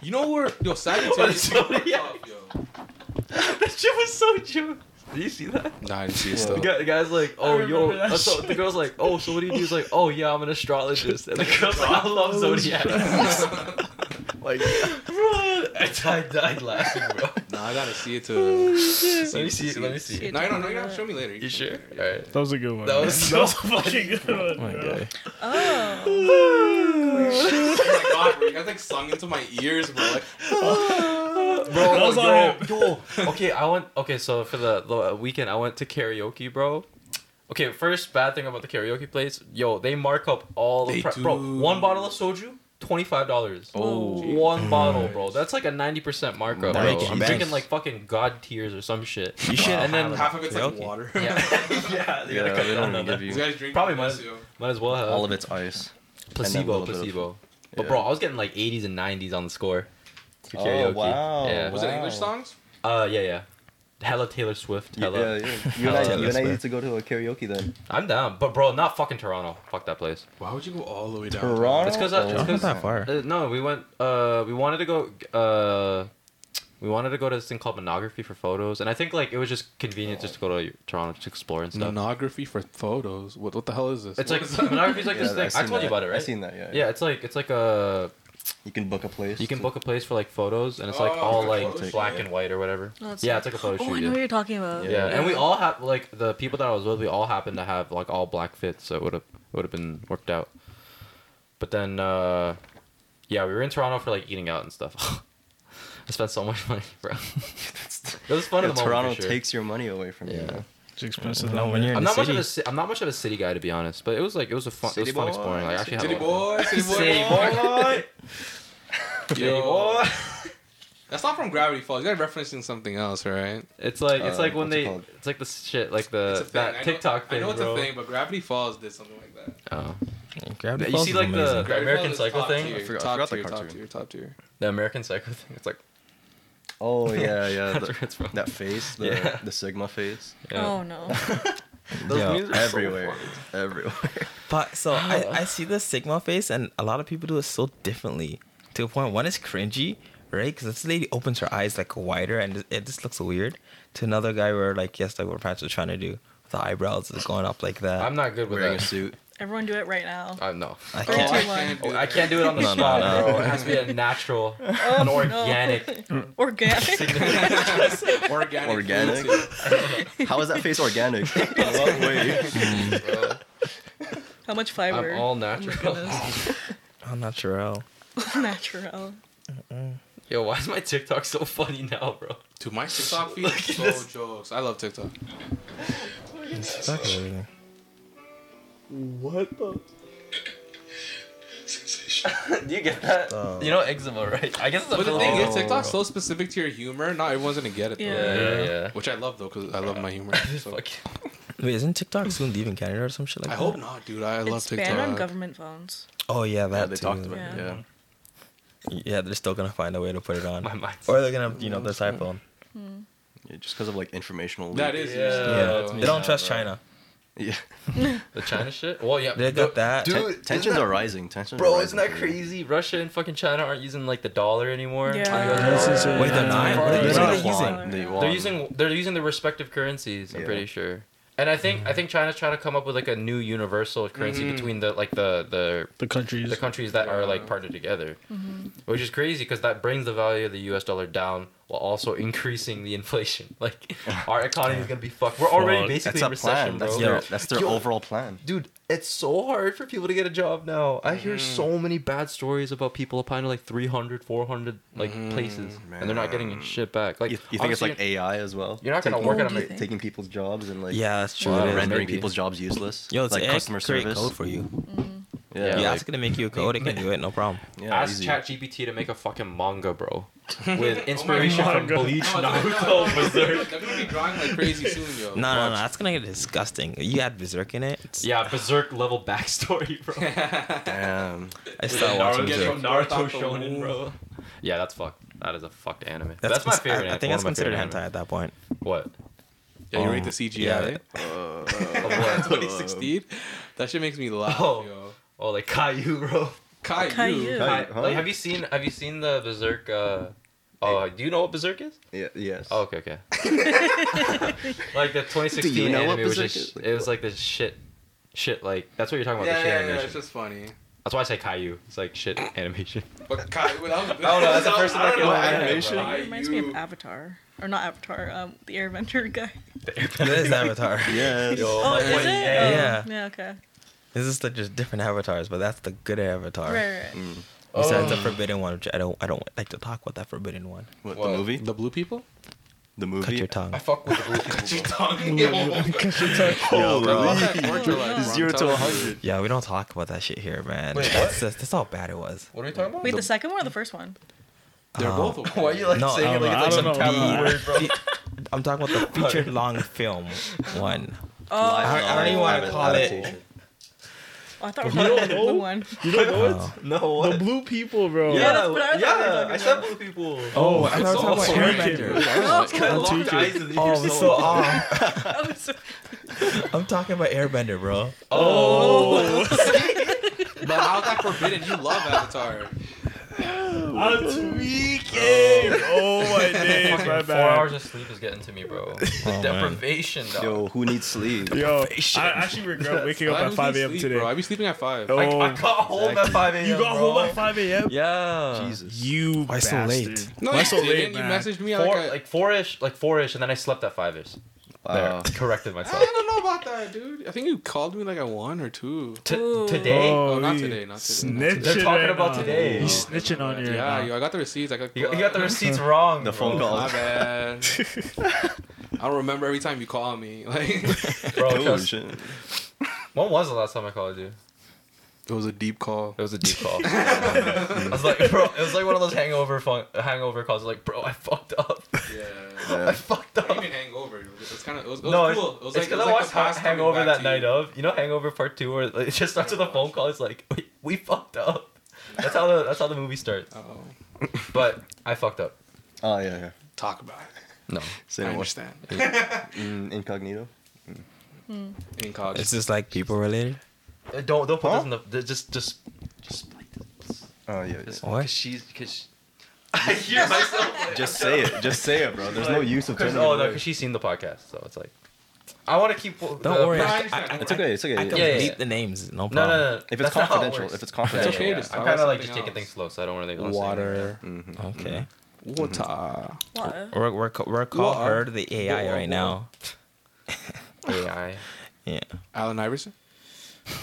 S2: You know where yo Sagittarius is
S3: What
S2: fucked
S3: is
S2: up,
S3: zodiac?
S2: yo.
S3: That shit was so true. Did you see that?
S2: Nah, I didn't see it
S4: Whoa.
S2: still.
S3: The, guy, the guy's like, "Oh, yo,"
S1: remember that
S3: uh, so the girl's like, "Oh, so what do you do?" He's like, "Oh yeah, I'm an astrologist," and the girl's like, "I love zodiac." like, bro, I died, died laughing, bro.
S2: Nah, I gotta see it to.
S3: Let me see. it, Let me see. it.
S2: No, no, no, you gotta show me later.
S3: You sure? All right.
S1: That was a good one.
S3: That
S1: man.
S3: was
S1: that was
S3: so-
S1: a fucking good
S5: Oh my
S1: one. bro.
S5: god.
S6: Oh.
S2: Oh my god, bro, you guys like sung into my ears, bro. Like,
S3: bro.
S1: That was
S3: yo,
S1: on
S3: yo. Okay, I went. Okay, so for the, the weekend, I went to karaoke, bro. Okay, first bad thing about the karaoke place, yo, they mark up all
S2: They
S3: the pri- bro.
S2: do.
S3: One bottle of soju, twenty five dollars.
S2: Oh.
S3: One bottle, bro. That's like a ninety percent markup, bro.
S5: Nice.
S3: I'm drinking like fucking god tears or some shit.
S5: You should
S3: And then
S2: half of it's like
S5: Karaoke.
S2: water.
S3: yeah, yeah, they
S4: yeah,
S3: gotta cut
S4: they
S3: down on
S4: don't even
S3: that.
S4: give
S2: These
S4: you
S2: guys drink
S3: Probably
S2: like
S3: must-
S2: this, yo.
S3: Might as well have
S4: all of its ice.
S3: placebo,
S4: little bit of-
S3: placebo. But
S4: Yeah.
S3: bro, I was getting like eighties and nineties on the score. for
S4: Oh,
S3: karaoke.
S4: wow.
S3: Yeah.
S2: Was it English
S4: Wow.
S2: songs?
S3: Uh, yeah, yeah. Hella Taylor Swift.
S4: Yeah,
S3: Hella.
S4: yeah. You and
S5: Hello.
S4: I, you and I
S5: Hello.
S4: need to go to a karaoke then.
S3: I'm down, but bro, not fucking Toronto. Fuck that place.
S2: Why would you go all the way down?
S4: Toronto.
S3: It's 'cause I- it's
S5: It's not
S3: 'cause-
S5: that far.
S3: Uh, no, we went. Uh, we wanted to go. Uh, we wanted to go to this thing called monography for photos, and I think like it was just convenient just to go to Toronto to explore and stuff.
S2: Monography for photos. What what the hell is this?
S3: It's
S2: What
S3: like
S2: is that?
S3: monography's like this
S4: Yeah,
S3: thing.
S4: I've
S3: I
S4: seen
S3: told you
S4: that.
S3: about it, right?
S4: I've seen that. Yeah.
S3: yeah, it's like it's like a
S4: You can book a place.
S3: you can
S4: to-
S3: book a place for like photos, and it's like
S2: Oh,
S3: all
S2: like
S3: like
S2: photo
S3: black
S2: shoot.
S3: and white or whatever.
S6: Oh, that's
S3: yeah,
S6: sick.
S3: it's like a photo
S6: Oh, I
S3: shoot.
S6: know
S3: yeah.
S6: what you're talking about.
S3: Yeah, and we all have like the people that I was with. We all happened to have like all black fits, so it would have would have been worked out. But then, uh, yeah, we were in Toronto for like eating out and stuff. I spent so much money, bro. it was fun
S4: Yeah,
S3: in the moment.
S4: Toronto
S3: for sure.
S4: takes your money away from you.
S3: Yeah.
S4: man.
S1: It's expensive.
S5: No,
S1: though, man.
S5: when you're in
S3: I'm
S5: the
S3: not much of a
S5: city,
S3: ci- I'm not much of a city guy to be honest, but it was like it was a fun it was
S4: City
S3: fun
S4: boy,
S3: exploring. Like I actually
S2: City
S3: had a lot
S2: boy, city boy.
S3: City boy.
S2: Yo.
S3: of fun. City boy.
S2: That's not from Gravity Falls. You guys referencing something else, right?
S3: It's like it's
S4: Uh,
S3: like when
S4: what's it
S3: they
S4: called?
S3: it's like the shit like
S2: It's
S3: the
S2: a thing. I
S3: Uh, that
S2: know-
S3: TikTok thing,
S2: I know it's
S3: bro.
S2: a thing, but Gravity Falls did something like that.
S3: Oh.
S5: Gravity
S3: You
S5: Falls
S3: see
S5: is
S3: like the,
S5: amazing.
S3: the
S2: Gravity
S3: American
S2: Falls is
S3: Psycho
S2: top
S3: thing.
S2: tier,
S4: I forgot- I
S2: top
S4: forgot the
S2: tier, top
S4: cartoon.
S2: tier, top tier.
S3: The American Psycho thing. It's like
S4: Oh yeah, yeah.
S3: That's
S4: the-
S3: where it's from.
S4: that face, the,
S3: Yeah.
S4: the Sigma face,
S6: Oh no.
S5: Yo,
S4: everywhere, everywhere.
S5: But so I, I see the Sigma face, and a lot of people do it so differently. To a point, one is cringy, right? Because this lady opens her eyes like wider, and it just looks weird. To another guy, where like yes, like what Patrick's trying to do, the eyebrows is going up like that.
S3: I'm not good with
S4: Wearing a
S3: that.
S4: suit.
S6: Everyone do it right now.
S3: Uh, no,
S5: I
S6: Three,
S5: can't.
S6: two, one.
S2: do
S3: Oh, I
S2: that.
S3: can't do it on the
S5: No, no,
S3: spot,
S5: no.
S3: bro. It has to be a natural,
S6: Oh,
S3: an organic.
S6: Organic.
S2: Organic.
S4: Organic?
S2: food,
S4: How is that face organic? In what way?
S6: How much fiber?
S3: I'm all
S6: Oh
S3: natural.
S6: my
S5: I'm not sure how.
S6: goodness. Natural.
S3: Yo, why is my TikTok so funny now, bro?
S2: too. Dude, my TikTok feed is so jokes. I love TikTok.
S3: Do you get that?
S5: Oh.
S3: You know eczema, right? I guess it's a
S2: But the
S3: Filipino-
S2: thing is, TikTok's so specific to your humor. Not everyone's gonna get it though.
S6: Yeah.
S3: Oh. Yeah, yeah.
S2: Which I love though, cause I love my humor. So.
S3: Fuck.
S5: Wait, isn't TikTok soon leaving Canada or some shit like
S2: I
S5: that?
S2: hope not, dude. I love
S6: It's
S2: TikTok.
S6: banned on government phones.
S5: Oh yeah, that
S4: Yeah, they
S5: too.
S4: talked about
S6: Yeah.
S4: it. Yeah.
S5: Yeah, they're still gonna find a way to put it on,
S3: My mind's.
S5: or they're gonna, you know, this iPhone.
S4: yeah. Just because of like informational.
S2: That
S4: leak.
S2: is.
S3: Oh, Yeah.
S5: Yeah,
S2: Yeah.
S3: that's
S5: they
S3: me
S5: don't
S3: now,
S5: trust
S3: bro.
S5: China.
S4: Yeah.
S3: The China shit. Well, yeah.
S5: They got that.
S3: Dude,
S4: Ten- tensions are rising. Tensions. are
S3: Bro,
S4: rising
S3: isn't that
S4: for me.
S3: crazy? Russia and fucking China aren't using like the dollar anymore.
S6: Yeah.
S3: US dollar.
S5: Wait, they're not. What are
S4: They
S5: they- what
S4: don't
S5: are
S4: want-
S5: they using?
S4: they
S3: They're
S4: want-
S3: using they're using their respective currencies. I'm
S4: Yeah.
S3: pretty sure. And I think I think China's trying to come up with like a new universal currency
S2: Mhm.
S3: between the like the the
S1: The countries.
S3: the countries that are like
S2: Yeah.
S3: partnered together, which is crazy because that brings the value of the U.S. dollar down while also increasing the inflation. Like our economy is gonna be fucked. We're already
S1: Fuck.
S3: basically
S4: That's a
S3: in recession,
S4: plan. That's
S3: bro.
S4: their, that's their
S3: Yo,
S4: overall plan.
S3: Dude, it's so hard for people to get a job now. I hear
S4: Mm-hmm.
S3: so many bad stories about people applying to like 300, 400 like places, and they're not getting shit back. Like
S4: Mm-hmm, You, you think it's
S3: obviously-
S4: like AI as well?
S3: You're not gonna
S4: Taking-
S3: work
S6: Oh, at a- do you
S4: like,
S6: think?
S4: taking people's jobs and like
S5: Yeah, that's true.
S3: Wow.
S5: it is.
S4: rendering
S3: maybe.
S4: people's jobs useless.
S5: Yo, it's
S4: like
S5: AI
S4: customer
S5: create
S4: service.
S5: code for you.
S4: Yeah,
S5: you
S4: like-
S5: ask it to make you a code, it can do it, no problem.
S4: yeah,
S3: Ask
S4: easy. Oh
S3: ChatGPT to make a fucking manga, bro, with inspiration from
S1: manga.
S3: Bleach,
S2: No, it's- no,
S3: Naruto,
S2: no,
S3: Berserk.
S2: They're gonna be drawing like crazy soon, yo.
S5: No, no, no, that's gonna get disgusting. You had Berserk in it. It's-
S3: Yeah, Berserk level backstory, bro.
S4: Damn.
S5: I started watching
S2: get
S5: Berserk.
S2: from Naruto Shonen,
S3: bro. Yeah, that's fucked. That is a fucked anime. That's,
S5: That's,
S3: my
S5: cons- I-
S3: favorite.
S5: I, think
S3: one
S5: that's
S3: of my
S5: considered
S3: favorite
S5: hentai
S3: anime.
S5: at that point.
S3: What?
S2: Yeah, you rate the CGI.
S5: yeah.
S3: Of what?
S2: 2016. That shit makes me laugh,
S3: Oh.
S2: yo.
S3: Oh, like Caillou, bro.
S2: Caillou.
S6: Caillou.
S3: Kai-
S4: huh?
S3: Like, have you seen? Have you seen the Berserk? Uh, oh, do you know what Berserk is?
S4: Yeah, yes.
S3: Oh, okay, okay. like the 2016
S4: Do you know what
S3: anime was
S4: Berserk
S3: just
S4: is? Like,
S3: it was like this shit, shit like that's what you're talking about. the
S2: Yeah,
S3: shit
S2: yeah, yeah,
S3: animation.
S2: it's just funny.
S3: That's why I say Caillou. It's like shit animation.
S2: But Caillou, that was,
S3: know, Oh, that's the first thing that
S2: I don't know,
S3: came to my
S2: I don't
S3: head,
S2: know,
S3: bro.
S6: It reminds me of
S2: Caillou.
S6: Avatar. Or not Avatar, um, the Airbender guy.
S5: That is Avatar.
S4: Yes.
S6: Oh, is it?
S5: yeah. Yeah.
S6: Oh, yeah, okay.
S5: This is the, just different avatars, but that's the good avatar.
S6: Right, right, right.
S5: Besides the
S3: Oh.
S5: forbidden one, which I don't, I don't like to talk about that forbidden one.
S4: What,
S2: What,
S4: the movie?
S2: The Blue People?
S4: The
S5: Cut
S4: movie?
S5: your tongue.
S3: fuck with the blue people.
S4: Yo, bro.
S6: Portrait like
S4: It's Zero to a hundred.
S5: Yeah, we don't talk about that shit here, man.
S3: Wait,
S5: that's, that's that's how bad it was.
S3: What are we talking about?
S6: Wait, the, second one or the first one?
S2: They're
S5: Uh,
S2: both okay. Why you
S5: no, I don't know.
S1: it's like some taboo
S5: I don't know. The- I'm talking about the feature long film one.
S6: Oh,
S5: I, I don't even want to
S4: Live
S5: call it.
S4: adaptation.
S6: oh, I thought we were talking about the blue one.
S1: You don't know
S5: Oh.
S1: it?
S3: No,
S1: The
S3: what?
S1: blue people, bro.
S6: Yeah, that's what I thought we were
S3: yeah,
S6: talking
S3: I said
S6: about.
S3: blue people.
S5: Oh, I thought we were talking about
S1: American.
S5: Airbender.
S6: Oh,
S3: Cut long eyes and
S5: Oh,
S3: you're so-
S5: I'm
S3: um,
S5: so off.
S6: I'm so-
S5: I'm talking about Airbender, bro.
S3: Oh,
S2: But how's that forbidden? You love Avatar.
S1: I'm tweaking. Oh my days,
S3: fucking
S1: my
S3: four
S1: bad.
S3: hours of sleep is getting to me, bro.
S5: man.
S3: The deprivation, dog.
S4: Yo, who needs sleep?
S1: Yo, I actually regret waking up
S2: Why
S1: at
S2: do
S1: 5
S2: you
S1: a.m.
S2: sleep,
S1: today.
S2: Bro, I be sleeping at five.
S1: Oh,
S3: I, I got home at 5 a.m.
S1: you got
S3: bro.
S1: home at 5 a.m.
S5: Yeah.
S4: Jesus.
S1: You
S5: Why so
S1: bastard.
S5: late?
S2: No,
S1: Why
S2: you
S1: so
S2: didn't.
S1: late,
S2: you
S1: man?
S2: messaged me at
S3: Four,
S2: like, a-
S3: like four-ish, like four-ish, and then I slept at five-ish.
S4: Wow.
S3: There, corrected myself.
S2: I don't know about that, dude. I think you called me like at one or two.
S3: T-
S6: Ooh.
S3: today,
S2: Oh, not
S1: we
S2: today, not today, not
S1: Snitching
S3: They're talking
S1: right
S3: about
S1: now.
S3: today.
S1: He's snitching on you.
S2: Yeah,
S1: right
S2: yo, I got the receipts. I got.
S3: you, got- you got the receipts wrong. bro.
S4: The phone call.
S2: My bad. I don't remember every time you call me. Like
S3: Bro,
S4: Oh,
S3: trust-
S4: shit.
S3: when was the last time I called you?
S2: it was a deep call.
S3: It was a deep call. I was like, bro, it was like one of those hangover fun- hangover calls. Like, bro, I fucked up.
S2: Yeah.
S3: I fucked
S2: I didn't
S3: up.
S2: even hang over. It was, kind of. It was, it was
S3: No,
S2: cool. It was
S3: it's
S2: like, it was
S3: because I
S2: like the
S3: watched
S2: past coming
S3: Hangover
S2: back
S3: that
S2: to
S3: night
S2: you.
S3: of. You know, Hangover Part Two, where it just starts with a phone call. It's like we, we fucked up. That's how the that's how the movie starts.
S2: Oh,
S3: But I fucked up.
S4: Oh, yeah, yeah.
S2: talk about it.
S3: No.
S4: Say
S2: I
S4: no more.
S2: understand.
S4: Mm, incognito?
S2: In college.
S5: Is this like people related?
S3: Uh, Don't don't put
S4: Huh?
S3: this in the th- just just just play this.
S4: Oh, yeah, yeah.
S3: Just,
S5: What?
S3: 'cause she's because she, I hear myself.
S4: Just say it. Just say it, bro. There's no
S3: Like,
S4: use of
S3: 'cause-
S4: turning
S3: Oh
S4: it
S3: no,
S4: away.
S3: because she's seen the podcast, so it's like I want to keep. Don't
S5: Don't worry.
S2: No,
S5: I,
S2: I
S5: I, I,
S2: understand.
S4: It's okay. It's okay.
S5: I
S4: It's
S5: can
S3: Yeah, yeah,
S5: bleep
S3: yeah.
S5: the names. No
S3: No,
S5: problem.
S3: no, no.
S4: If it's
S3: that's not how it
S4: confidential,
S3: works.
S4: if it's
S3: Yeah,
S4: confidential,
S2: okay
S3: yeah,
S2: to talk
S3: I'm
S2: about
S3: kind of like just
S2: something
S3: taking
S2: else.
S3: things slow, so I don't really want to
S2: Water.
S5: Okay.
S2: Mm-hmm. Water.
S3: Mm-hmm.
S6: What?
S5: We're we're ca- we're called
S2: Whoa.
S5: her the AI
S2: Whoa, whoa.
S5: right now.
S3: AI.
S5: Yeah.
S2: Alan Iverson.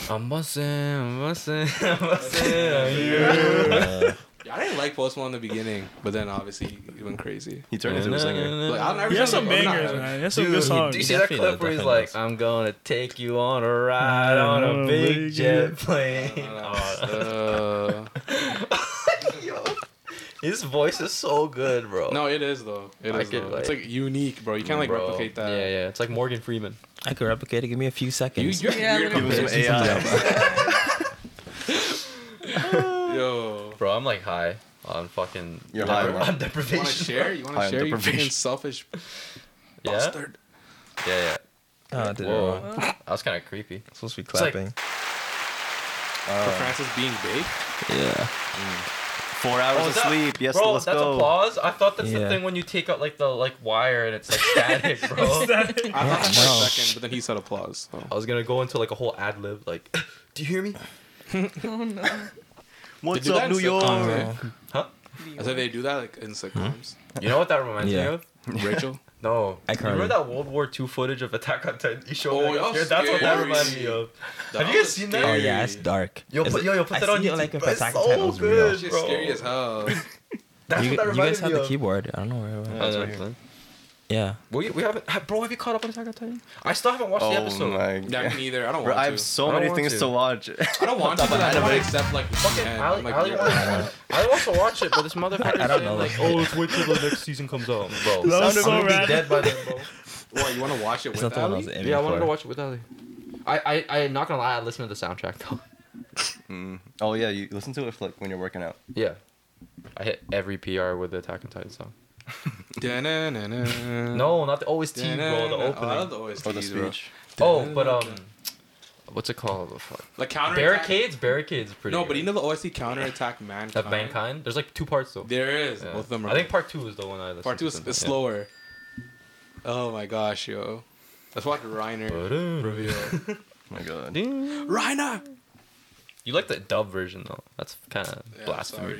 S3: I'm busting, I'm busting, I'm busting on you.
S2: Yeah, I didn't like Post Malone in the beginning, but then obviously he went crazy.
S4: He turned into a singer.
S2: Like, Alan Iverson.
S1: He has some
S2: or not,
S1: bangers,
S2: uh,
S1: man. He has some good songs.
S3: Do you see that
S5: Definitely
S3: clip where he's
S5: does,
S3: like,
S5: definitely
S3: "I'm gonna take you on a ride on
S1: On
S3: a
S1: a
S3: big
S1: big
S3: jet
S1: jet
S3: plane."
S2: Uh,
S3: Yo, his voice is so good, bro.
S2: no, it is though. It
S3: I
S2: is.
S3: could,
S2: Though. it's
S3: like-
S2: like unique, bro. You can't like
S3: Bro.
S2: replicate that.
S3: Yeah, yeah. It's like Morgan Freeman.
S5: I could replicate it. Give me a few
S2: You,
S5: seconds.
S2: you're
S6: Yeah,
S2: weird
S6: literally.
S4: Give him some
S2: compared
S4: AI.
S2: to- Yo,
S3: Bro, I'm like high on fucking.
S4: You're high,
S3: on
S4: bro.
S2: you want to
S3: deprivation.
S2: share? You want
S4: I
S2: to
S4: am
S2: share? You
S4: deprivation.
S2: fucking selfish
S3: Yeah, yeah,
S2: bastard.
S3: yeah.
S5: Oh, dude,
S3: Whoa.
S5: I'm
S6: Well,
S3: That was kind of creepy.
S5: supposed to be
S3: like-
S5: clapping.
S2: For
S4: Uh,
S2: Francis being baked.
S5: yeah.
S4: Four hours
S3: Oh,
S4: of
S3: is that-
S4: sleep. Yes,
S3: bro,
S4: let's
S3: that's
S4: go.
S3: applause. I thought that's the
S5: Yeah.
S3: thing when you take out like the like wire and it's like static, bro.
S2: I thought that for
S5: no.
S2: a second, but then he said applause. So.
S3: I was gonna go into like a whole ad lib, like, do you hear me?
S6: oh no.
S4: What's
S2: They do that
S4: up,
S2: in
S4: New York?
S2: sitcoms,
S5: York?
S2: right?
S3: Huh?
S2: I said they do that like in sitcoms.
S3: You know what that reminds me
S5: Yeah.
S3: of?
S2: Rachel.
S3: No.
S5: I
S3: You
S5: can't
S3: remember
S5: remember.
S3: that World War II footage of Attack on Titan? You showed
S2: Oh,
S3: me.
S2: that
S3: That
S2: was
S3: That's what that
S2: scary.
S3: reminded me of.
S2: That
S3: Have you guys
S2: was
S3: seen
S5: Oh
S3: that?
S5: yeah, it's dark.
S3: Yo,
S5: Is
S3: put,
S5: it-
S3: yo, yo, put
S5: I
S3: that on
S5: seen it
S3: YouTube.
S5: like if
S3: but it's
S5: Attack
S3: so
S5: on Titan was real.
S3: good,
S2: She's
S3: bro.
S2: scary as hell.
S3: That's
S5: You,
S3: what that
S5: you
S3: reminded
S5: guys have
S3: me
S5: the
S3: of.
S5: keyboard. I don't know where.
S3: Oh,
S4: That's
S3: no.
S4: right here.
S5: Yeah.
S3: We, we haven't, ha- bro. Have you caught up on Attack on Titan? I still haven't watched the
S4: Oh
S3: episode.
S4: my god.
S2: Yeah, me neither. I don't
S4: Bro,
S2: want
S4: I
S2: to.
S4: have so
S3: I don't
S4: many
S3: want
S4: things
S3: to.
S4: to, watch.
S2: I don't want to, but I don't want to accept like
S3: Fucking
S2: fucking.
S3: Ali,
S2: like,
S3: Ali,
S2: yeah.
S3: wants to watch it. Ali wants to watch it, but this motherfucker
S5: I don't
S3: saying,
S5: know,
S3: Like,
S5: like-
S3: oh, it's wait till the next season comes out, bro.
S1: That was
S3: I'm
S1: so
S3: gonna be
S1: rad.
S3: dead by then, bro.
S2: What you want to watch it
S5: It's
S2: with?
S5: not the one I was
S2: Ali?
S5: aiming
S3: yeah, I wanted
S5: for.
S3: to watch it with Ali. I, I, I'm not gonna lie. I listened to the soundtrack though.
S4: Mm. Oh yeah, you listen to it for, like when you're working out.
S3: Yeah, I hit every PR with the Attack on Titan song.
S2: Da-na-na-na.
S3: No, not the OST, bro. The
S2: Da-na-na-na. Oh, I love
S3: opening.
S2: the OSTs,
S4: Or the
S2: bro.
S4: speech.
S3: Oh, but um, what's it called? Oh, fuck.
S2: Like counter
S3: Barricades, barricades, is pretty.
S2: No, but
S3: good.
S2: you know the OST counterattack man.
S3: Of mankind, there's like two parts though.
S2: There is
S3: Yeah.
S2: both of them. Are
S3: I think
S2: good.
S3: part two is the one I listened.
S2: part two is,
S3: to
S2: is
S3: sometimes,
S2: slower. Oh my gosh, yo. Let's watch Reiner.
S3: yeah.
S4: Oh my god.
S2: Reiner.
S3: You like the dub version though. That's kind of
S2: Yeah,
S3: blasphemy,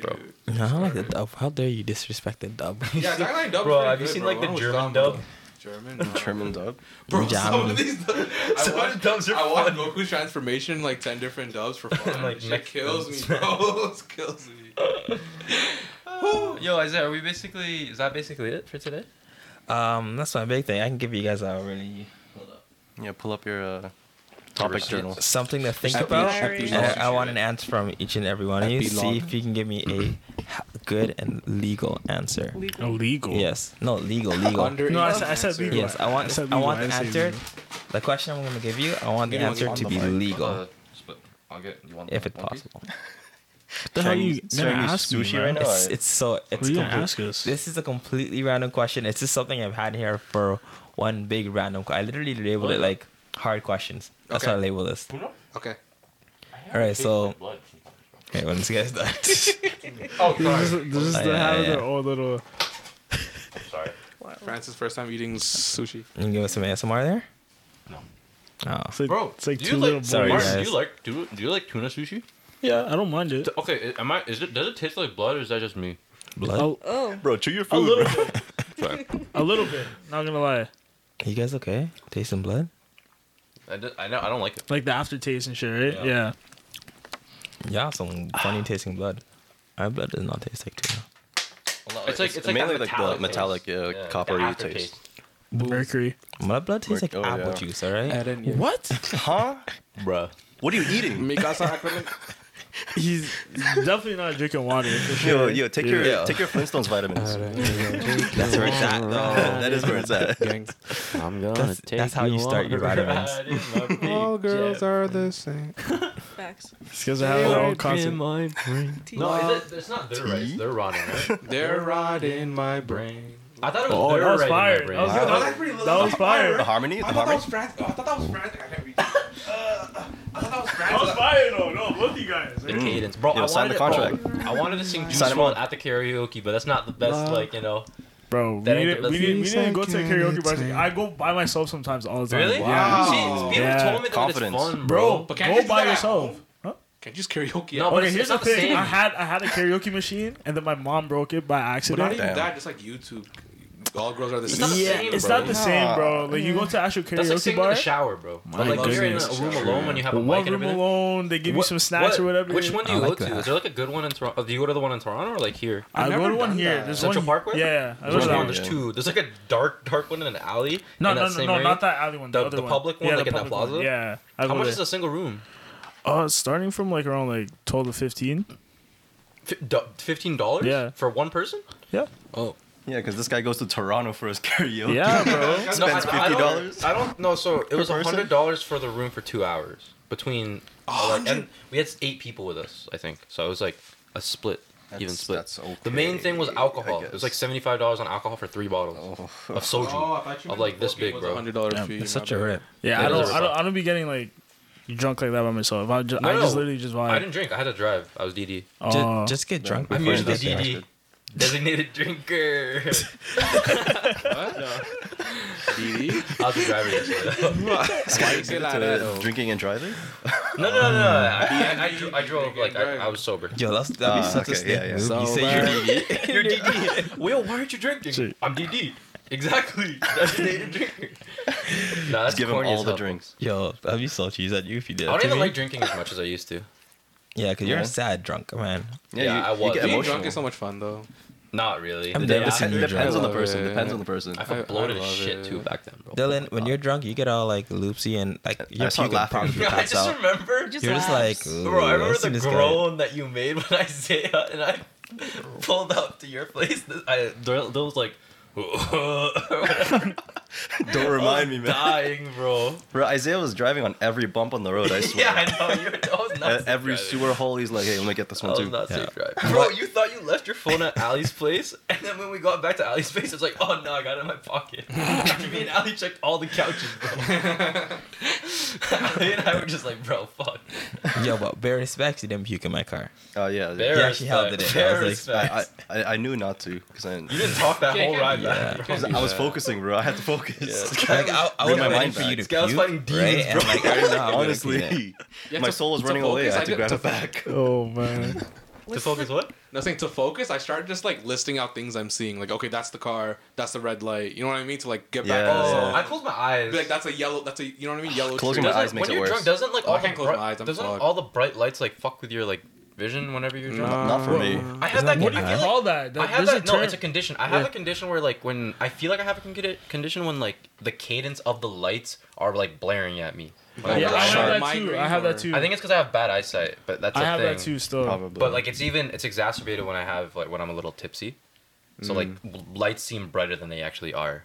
S2: sorry,
S3: bro.
S2: dude.
S5: No, I don't like the dub. How dare you disrespect the dub?
S2: Yeah, Attack on Titan dub.
S3: Bro, have you seen like the German dub?
S2: German. no.
S4: German dub.
S2: Bro, some
S5: German.
S2: of these. I
S3: Some
S2: watched,
S3: dubs are
S2: I watched
S3: funny.
S2: Goku's transformation like ten different dubs for fun.
S3: And,
S2: like
S3: like,
S2: Shit
S3: Mexican
S2: kills me,
S3: dubs.
S2: bro. It kills me.
S10: Yo, is that, are we basically? Is that basically it for today?
S5: Um, that's my big thing. I can give you guys a really
S4: Yeah, pull up your uh, topic journal.
S5: something to think
S4: Epi-
S5: about.
S4: epi-
S5: And I, I want an answer from each and every one of you. See if you can give me a ha- good and legal answer.
S6: Legal.
S1: Illegal.
S5: Yes. No, legal, legal.
S2: Under
S1: No, I
S2: Elon's
S1: said, I said
S2: answer.
S1: legal.
S5: Yes, I want.
S1: said
S5: I want
S1: legal,
S5: the
S1: I didn't say
S5: answer. The question I'm going to give you, I want the
S2: Maybe I'll
S5: answer
S2: get
S5: to
S2: on
S5: be
S2: the mic.
S5: legal,
S3: Uh, I'll get you want
S5: if it's possible.
S1: What the hell
S4: Should I
S1: you
S4: use-
S1: gonna
S4: should I use
S1: ask me,
S4: sushi
S1: man?
S4: right now?
S5: It's,
S4: Alright.
S5: it's so. It's
S1: What are you gonna
S5: complete-
S1: ask us?
S5: This is a completely random question. It's just something I've had here for one big random. que- I literally labeled it like hard questions. That's
S2: Okay.
S5: how I label this.
S2: Okay.
S5: All right, so. Okay, when this guy's done.
S3: Oh,
S1: This
S3: sorry.
S1: is, this is
S5: Oh,
S1: the,
S5: yeah,
S1: how
S5: yeah,
S1: they're
S5: yeah.
S1: all little.
S3: sorry.
S2: Francis, first time eating sushi.
S5: you can give us some ASMR there? No. Oh.
S1: It's like,
S3: Bro,
S1: it's like
S3: do
S1: two
S3: you
S1: little
S3: like?
S1: boys.
S5: Sorry,
S3: Martin,
S5: guys.
S3: do you like? Do, do you like tuna sushi?
S1: Yeah, I don't mind it.
S3: D- Okay, i- am I? Is it? Does it taste like blood, or is that just me?
S5: Blood?
S1: A,
S6: Oh,
S4: Bro, chew your
S1: a
S4: food.
S1: little
S4: bro.
S1: bit.
S3: Sorry.
S1: A little bit. Not gonna lie.
S5: you guys okay? Taste some blood?
S3: I, d- I know. I don't like it.
S1: Like the aftertaste and shit, right?
S3: Yeah.
S1: Yeah.
S5: Yeah, some
S4: Ah.
S5: funny tasting blood. My blood does not taste like tuna.
S3: It's like it's like
S4: mainly
S3: that
S4: like the metallic,
S3: taste.
S4: uh,
S3: Yeah, the
S4: coppery
S3: aftertaste.
S1: The mercury.
S5: My blood tastes like
S4: Like- oh,
S5: apple
S4: yeah.
S5: juice, alright?
S1: What?
S4: huh?
S3: Bruh.
S4: What are you eating?
S1: He's definitely not drinking water. For
S4: Yo,
S1: sure.
S4: yo, take your take your Flintstones vitamins.
S5: That's where it's at, though.
S4: that is where it's at.
S3: I'm gonna
S5: That's-
S3: take.
S5: that's how you start your vitamins.
S3: All
S1: Oh,
S3: girls are.
S6: facts.
S1: These guys are having their own concert.
S3: No, is it, it's not their rice. They're rotting, right?
S2: They're rotting my brain.
S3: I thought it was
S1: Oh,
S3: their
S1: that was
S3: rice in my
S1: fire. That
S3: brain.
S1: was,
S4: Wow.
S1: that, was, that was fire.
S4: The harmony, the
S2: I thought that
S4: harmony.
S2: was Francis. Oh, I thought that was Francis. I can't read. Uh, I thought that was
S1: That was
S2: Francis.
S1: fire, though. No, both you guys.
S3: The
S1: right?
S3: cadence, bro.
S4: Yo,
S3: I
S4: sign the
S3: wanted it- bro, I wanted to sing Juice
S4: Sign him
S3: WRLD
S4: up.
S3: at the karaoke, but that's not the best. Like you know,
S1: Bro, we
S3: That ain't
S1: didn't,
S3: the
S1: we,
S3: best
S1: didn't, we didn't go to the karaoke bars. I go by myself sometimes all the time.
S3: really?
S1: Yeah.
S3: See,
S4: Oh.
S3: people
S1: Yeah.
S3: told me that
S4: Confidence.
S3: it's
S1: Bro,
S3: fun, bro.
S2: But can't you
S1: go
S2: do
S1: by
S2: that at
S1: yourself.
S2: home?
S1: Huh?
S2: Can't you just karaoke?
S3: No,
S2: No,
S3: but
S1: Okay,
S3: it's,
S1: here's
S3: it's
S1: the
S3: not the
S1: thing.
S3: same.
S1: I had I had a karaoke machine, and then my mom broke it by
S2: but not
S1: accident.
S2: even
S4: Damn.
S2: that. Just like YouTube, all girls are the
S3: not the
S2: same. Oh,
S1: yeah,
S3: same,
S1: it's
S3: bro.
S1: not the same, bro. Like you go to actual
S3: That's like
S1: karaoke
S3: singing in
S1: bar,
S3: the shower, bro.
S1: My
S3: But like when you're in a
S1: goodness.
S3: room alone when you have a
S1: one
S3: mic and
S1: room
S3: everything.
S1: alone. They give you
S3: What-
S1: some snacks
S3: what-
S1: or whatever.
S3: Which one do you
S5: I like
S3: go to?
S5: that.
S3: Is there like a good one in Toronto? Do you go to the one in Toronto or like here?
S1: I
S2: I've
S1: go to
S2: never
S1: one
S2: done
S1: here.
S2: that.
S1: There's
S3: Central
S1: one,
S3: Parkway?
S1: Yeah, I go
S3: There's
S1: to that
S3: one.
S1: one.
S3: There's two. There's like a dark, dark one in an alley.
S1: No,
S3: in
S1: no,
S3: that
S1: no,
S3: same
S1: no,
S3: area.
S1: not that alley one.
S3: The-
S1: other
S3: the
S1: one.
S3: public one,
S1: yeah,
S3: like
S1: the
S3: in that
S1: public one.
S3: plaza?
S1: Yeah, I
S3: How
S1: go
S3: much
S1: there.
S3: is a single room?
S1: Uh, starting from like around like twelve to fifteen.
S3: F- du- Fifteen dollars?
S1: Yeah.
S3: For one person?
S1: Yeah,
S3: Oh.
S4: Yeah, because this guy goes to Toronto for his karaoke.
S1: yeah, bro.
S3: No, I-
S4: spends
S3: I,
S4: fifty
S3: don't-
S4: dollars.
S3: I don't know. So it was
S4: person?
S3: hundred dollars for the room for two hours between. like, and we had eight people with us, I think. So it was like a split, even split.
S4: That's okay.
S3: the main thing was
S4: I
S3: alcohol. It was
S4: guess.
S3: like seventy five dollars on alcohol for three bottles
S4: Oh.
S3: of soju. Of, like, this big, bro.
S2: Hundred dollar
S1: Damn,
S2: fee.
S5: It's
S2: my
S5: such a
S2: bad.
S5: rip.
S1: Yeah,
S3: It
S1: I
S3: is
S1: don't,
S3: a
S1: I don't, I don't be getting like drunk like that by myself. I just, I
S3: No,
S1: just
S3: no.
S1: literally just vibe.
S3: I didn't drink. I had to drive. I was DD.
S1: Uh,
S5: Ju- just get
S4: Oh.
S5: drunk.
S3: I'm
S5: before you
S3: usually
S5: go there.
S3: DD. Designated drinker.
S2: DD?
S3: I was a driver. yesterday.
S2: Why you say like that?
S4: To
S2: though?
S4: drinking and driving?
S3: No, no, no, no. I, I, I, dro- I drove like I, I was sober.
S5: Yo, that's, that'd be
S4: Ah,
S5: such a
S4: okay,
S5: snake
S4: yeah, yeah.
S5: move.
S2: So
S5: you say
S2: bad.
S5: you're DD.
S3: You're DD. Will, why aren't you drinking?
S1: Shit.
S3: I'm DD. Exactly. Designated drinker. Nah, that's
S4: Just give him
S3: corny as
S4: all the
S3: hell.
S4: drinks.
S5: Yo, that'd be so cheese at you if you did
S3: I
S5: that
S3: don't
S5: to
S3: even
S5: me.
S3: like drinking as much as I used to.
S5: yeah, because you're
S4: Yeah.
S5: a sad drunk, man.
S3: Yeah, I was.
S4: you, You get
S3: Being
S2: Being
S4: emotional.
S2: drunk is so much fun though.
S3: Not really.
S5: I'm
S3: The
S5: dead
S3: day
S5: to see
S3: after-
S5: you
S4: It depends on the
S2: Yeah,
S4: person.
S2: yeah,
S4: Depends
S2: yeah.
S4: on the person.
S3: I
S2: I- I
S3: felt bloated as
S2: love
S3: shit
S2: it.
S3: too back then, bro.
S5: Dylan, when you're drunk, you get all like loopsy and like you're
S4: start
S5: puking
S4: laughing.
S5: probably
S3: Yo, I
S5: pass
S3: just
S5: out.
S3: remember,
S6: Just
S5: You're just like,
S6: laughs.
S5: "Ooh,
S3: bro. I remember
S5: let's see
S3: the
S5: this guy."
S3: groan that you made when Isaiah and I pulled up to your place. I Dylan Dylan was like, whatever.
S4: Don't
S3: Oh,
S4: remind me, man.
S3: dying, bro.
S4: Bro, Isaiah was driving on every bump on the road. I swear.
S3: yeah, I know. You were, I was not
S4: At
S3: safe
S4: every
S3: driving.
S4: sewer hole, he's like, "Hey, let me get this
S3: I
S4: one
S3: was
S4: too."
S3: not safe
S5: Yeah.
S3: driving, bro. You thought you left your phone at Ali's place, and then when we got back to Ali's place, it's like, oh no, I got it in my pocket. After me and Ali checked all the couches, bro. Ali and I were just like, bro, fuck.
S5: Yo, but bare respect, you didn't puke in my car.
S4: Oh yeah.
S3: Bare
S5: Yeah, she held
S3: respect,
S5: it in.
S3: bare
S5: I was like,
S3: respect.
S4: I, I I knew not to because I,
S3: You didn't talk that
S10: Yeah,
S3: whole
S10: yeah,
S3: ride
S5: yeah.
S3: back. bro.
S4: I was, I was focusing, bro. I had to focus.
S3: Yeah.
S5: Like I, I was
S4: Bring my
S5: waiting
S4: mind
S5: for you
S4: back.
S5: to
S3: This guy was
S5: puke,
S3: fighting demons,
S5: right? And
S3: bro.
S5: like, I don't know how I'm gonna puke yet.
S4: Honestly,
S2: Yeah,
S4: my
S2: to-
S4: soul was
S2: to
S4: running away.
S2: focus,
S4: I had to
S2: get-
S4: grab it back.
S1: Oh man.
S3: To
S6: What's
S3: focus
S6: the-
S3: what?
S2: Nothing to focus. I started just like listing out things I'm seeing. Like, okay, that's the car. That's the red light. You know what I mean? To like get back.
S4: Yeah.
S2: on the
S3: Oh,
S2: zone.
S3: I closed my eyes.
S2: Be like that's a yellow. That's a you know what I mean? Yellow.
S4: Closing
S2: tree.
S4: my
S3: Doesn't-
S4: eyes makes
S3: when
S4: it
S3: you're
S4: worse.
S3: drunk, doesn't like
S2: Oh, I
S3: all the
S2: can't close
S3: bri-
S2: my eyes, I'm
S3: doesn't
S2: fucked.
S3: all the bright lights like fuck with your like vision whenever you're drunk?
S2: No.
S4: Not for
S3: I have
S4: me.
S5: Isn't
S3: that. What
S5: that what
S3: do you
S5: it
S3: feel
S5: is?
S3: like?
S1: All that.
S3: I
S1: that
S3: have
S1: there's
S3: that. No,
S1: term.
S3: it's a condition. I have
S1: Yeah.
S3: a condition where like when I feel like I have a condi- condition when like the cadence of the lights are like blaring at me. When I'm
S1: Yeah, I
S2: Sharp
S3: drunk.
S1: have that too.
S2: migraine
S1: I have that
S2: or-
S1: too.
S3: I think it's because I have bad eyesight, but that's
S1: I
S3: a
S1: have
S3: thing.
S1: that too still.
S4: Probably.
S3: But like it's even it's exacerbated when I have like when I'm a little tipsy. So like
S1: Mm.
S3: w- lights seem brighter than they actually are.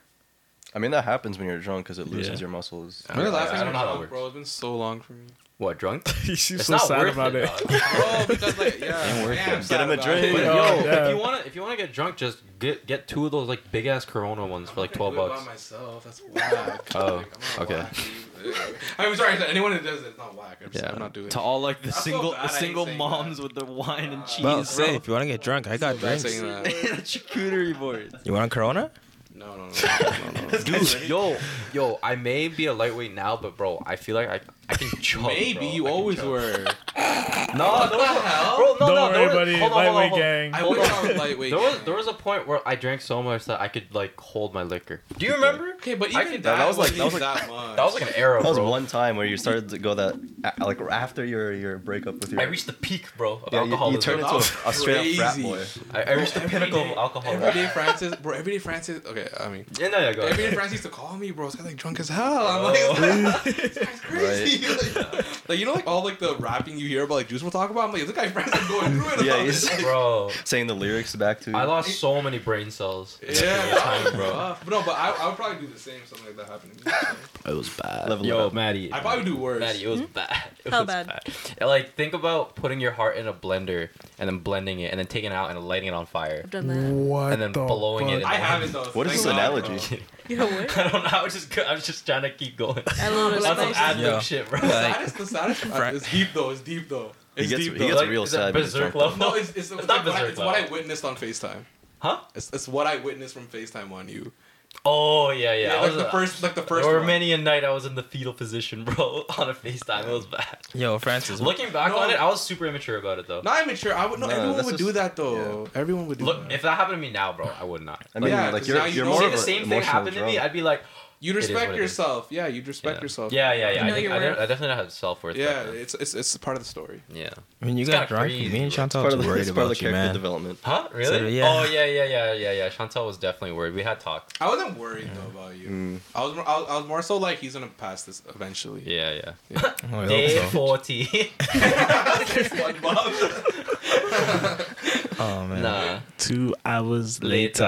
S4: I mean, that happens when you're drunk because it loosens
S1: Yeah.
S4: your muscles.
S3: I
S2: Remember the
S3: don't
S2: last
S3: know- I
S2: time you
S3: don't know how that
S2: drunk, bro?
S3: works.
S2: It's been so long for me.
S3: What drunk?
S1: He seems
S3: It's
S1: so
S3: not
S1: sad
S3: worth
S1: about it.
S3: dog.
S2: Bro, because like yeah, yeah, I'm
S4: Get
S2: sad
S4: him a
S2: about
S4: drink.
S2: it.
S3: But
S1: Yeah.
S3: yo,
S1: Yeah.
S3: if you wanna if you wanna get drunk, just get get two of those like big ass Corona ones for
S2: I'm
S3: like
S2: not
S3: twelve
S2: gonna do it
S3: bucks.
S2: By myself, that's whack.
S3: Oh,
S2: Like, I'm not
S3: okay.
S2: whack, dude. I'm sorry to anyone who does it. It's not whack. I'm, just, I'm not doing it.
S10: to all like the
S2: feel
S10: single
S2: bad I
S10: the
S2: ain't
S10: single
S2: saying
S10: moms with their wine and cheese.
S5: Well,
S10: bro.
S5: say if you wanna get drunk, I got
S2: Feel bad
S5: drinks.
S2: saying
S5: You
S2: that.
S10: the charcuterie board.
S5: want Corona?
S2: No, no, no, no, no, no.
S3: Dude, yo, yo, I may be a lightweight now, but bro, I feel like I I can chug.
S2: Maybe
S3: bro.
S2: you
S3: I can
S2: always
S3: chug.
S2: were.
S3: No, no,
S2: the hell?
S3: bro, no,
S1: Don't
S3: no, there
S1: worry,
S3: was-
S1: buddy.
S3: hold on, hold on,
S1: Lightweight
S3: hold on.
S1: gang.
S2: I
S3: Hold
S2: wish
S3: on.
S2: I was lightweight.
S3: There was there was a point where I drank so much that I could like hold my liquor. Do you remember?
S2: Okay, but
S3: I
S2: even
S3: could-
S2: that,
S4: that was like-
S2: wasn't
S4: that
S2: that much.
S3: That was like an arrow,
S4: That was
S3: bro.
S4: one time where you started to go that a- like after your your breakup with your.
S3: I reached the peak, bro, of
S4: yeah, you,
S3: alcoholism.
S4: you turned into
S2: That
S4: a,
S2: was
S4: a straight up frat
S2: crazy.
S4: boy.
S3: I, I reached the
S2: Every
S3: pinnacle
S2: day-
S3: of alcoholism.
S2: Every day Francis, bro. Every day Francis. Okay, I mean,
S3: Yeah, no, yeah, go
S2: every day
S3: ahead.
S2: Francis used to call me, bro. It's like drunk as hell. I'm like,
S3: Oh.
S2: It's crazy. Like, like, you know, like all like the rapping you hear about, like Juice will talk about. I'm like, this guy Francis is going through it. About
S4: Yeah,
S2: yeah,
S4: he's-
S2: this. Like,
S3: bro,
S4: Saying the lyrics back to.
S3: I lost so many brain cells.
S2: yeah,
S3: Every
S2: that was
S3: time, bro.
S2: rough. uh, But no, but I, I would probably do the same. Something like that happening.
S3: It was bad.
S4: Level it
S3: Yo,
S4: up.
S3: Maddie.
S2: I Hmm? probably do worse.
S3: Maddie, it was bad. It
S6: How
S3: was
S6: bad?
S3: And, Like, think about putting your heart in a blender and then blending it and then taking it out and lighting it on fire.
S6: I've done that.
S1: What
S3: And then
S1: the
S3: blowing it
S1: fuck?
S3: in
S2: I haven't though.
S4: What is
S2: Thank
S4: this
S2: God, bro.
S4: analogy?
S6: You know what?
S3: I don't know. I was just, I was just trying to keep going.
S6: I love
S3: That's some
S6: it.
S3: ad lib
S5: Yeah.
S3: shit, bro.
S2: The
S5: Like-
S2: saddest, the saddest. uh, It's deep though. It's deep though.
S4: He
S2: It's
S4: gets, he
S2: deep though.
S4: gets
S3: Like,
S4: real
S3: is that
S4: sad. when he's
S3: berserk
S4: drunk,
S3: level?
S2: no, it's, it's, it's,
S3: not
S2: like what I,
S3: berserk
S2: it's what I
S3: level.
S2: witnessed on Facetime.
S3: Huh?
S2: It's, it's what I witnessed from Facetime on you.
S3: Oh yeah, yeah.
S2: Yeah,
S3: I
S2: like
S3: was,
S2: the first, like the first.
S3: there were
S2: one.
S3: many a night I was in the fetal position, bro, on a FaceTime. It was bad.
S5: Yo, Francis.
S3: Looking back
S2: No.
S3: on it, I was super immature about it though.
S2: Not even sure. I would. No,
S4: No,
S2: everyone would
S4: that's
S2: do
S4: just-
S2: that though. Everyone would do
S3: Look,
S2: that.
S3: if that happened to me now, bro, I would not.
S4: I mean,
S2: Yeah,
S4: like
S2: 'cause
S4: you're
S2: now you
S4: you're
S2: know-
S4: more
S3: Say
S4: of
S3: the
S4: an
S3: same thing
S4: emotional
S3: happened to me,
S4: drunk.
S3: I'd be like,
S2: You'd
S3: is
S2: respect
S3: what it is.
S2: yourself. Yeah, you'd respect yourself.
S3: yeah, yeah, yeah.
S6: You
S3: I,
S6: know
S3: think,
S6: your
S3: I, didn't-
S6: worth.
S3: I definitely don't have self worth.
S2: Yeah,
S3: Yeah,
S2: it's it's it's part of the story.
S3: yeah.
S5: when you
S3: It's kinda
S5: got drunk,
S3: crazy,
S5: me and
S3: bro.
S5: Chantal
S4: Part
S5: were
S4: of the,
S5: worried
S4: it's part of
S5: about
S4: the
S5: you,
S4: character
S5: man.
S4: development.
S3: Huh? Really?
S5: yeah.
S3: Oh yeah, yeah, yeah, yeah, yeah. Chantal was definitely worried. We had talked.
S2: I wasn't worried though about you.
S4: Mm.
S2: I was more, I was I was more so like he's gonna pass this eventually.
S3: Yeah, yeah.
S5: Oh, I
S3: Day
S5: hope so.
S3: forty.
S2: SpongeBob.
S5: Oh man.
S3: nah.
S1: Two hours
S3: Later.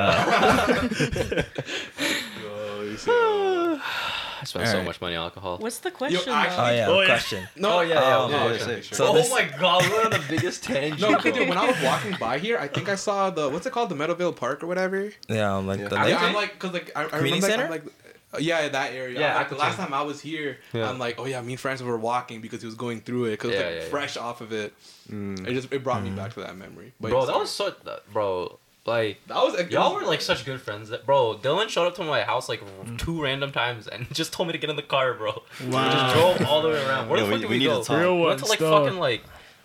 S2: Yo, you see, yo.
S3: I spent so
S5: Alright.
S3: much money on alcohol.
S6: What's the question? though?
S5: Oh
S2: actually-
S5: yeah.
S1: Oh, yeah.
S5: Question.
S2: no,
S3: Oh, yeah, yeah,
S2: um,
S3: yeah,
S2: okay,
S4: yeah,
S2: okay,
S4: sick.
S2: sure.
S5: So
S3: oh
S5: this-
S3: my god, we're on the biggest tangent.
S2: No,
S3: bro.
S2: dude, when I was walking by here, I think I saw the what's it called, the Meadowvale Park or whatever.
S5: Yeah, I'm like
S4: Yeah.
S5: the
S2: I,
S5: lake.
S2: I'm like, cause like I, I
S5: Community
S2: remember, like, I'm
S5: center?
S2: like, uh, yeah, that area.
S3: Yeah,
S2: Yeah, like, the
S3: Aquatine.
S2: last time I was here,
S3: Yeah.
S2: I'm like, oh yeah, me and Francis were walking because he was going through it, cause
S3: Yeah,
S2: like
S3: yeah, yeah.
S2: fresh off of it. It just it brought me back to that memory. But
S3: bro,
S2: yeah,
S3: that was so. Bro, like.
S2: that was like,
S3: Y'all were like such good friends that bro, Dylan showed up to my house like
S4: Mm.
S3: r- two random times and just told me to get in the car, bro. We just
S1: Wow.
S3: drove all the way around. Where
S4: Yeah,
S3: the fuck
S4: we-
S3: did
S4: we
S3: we,
S4: need
S3: go?
S4: to talk.
S1: Real
S3: We
S1: one
S3: went to like
S1: stuff.
S3: fucking like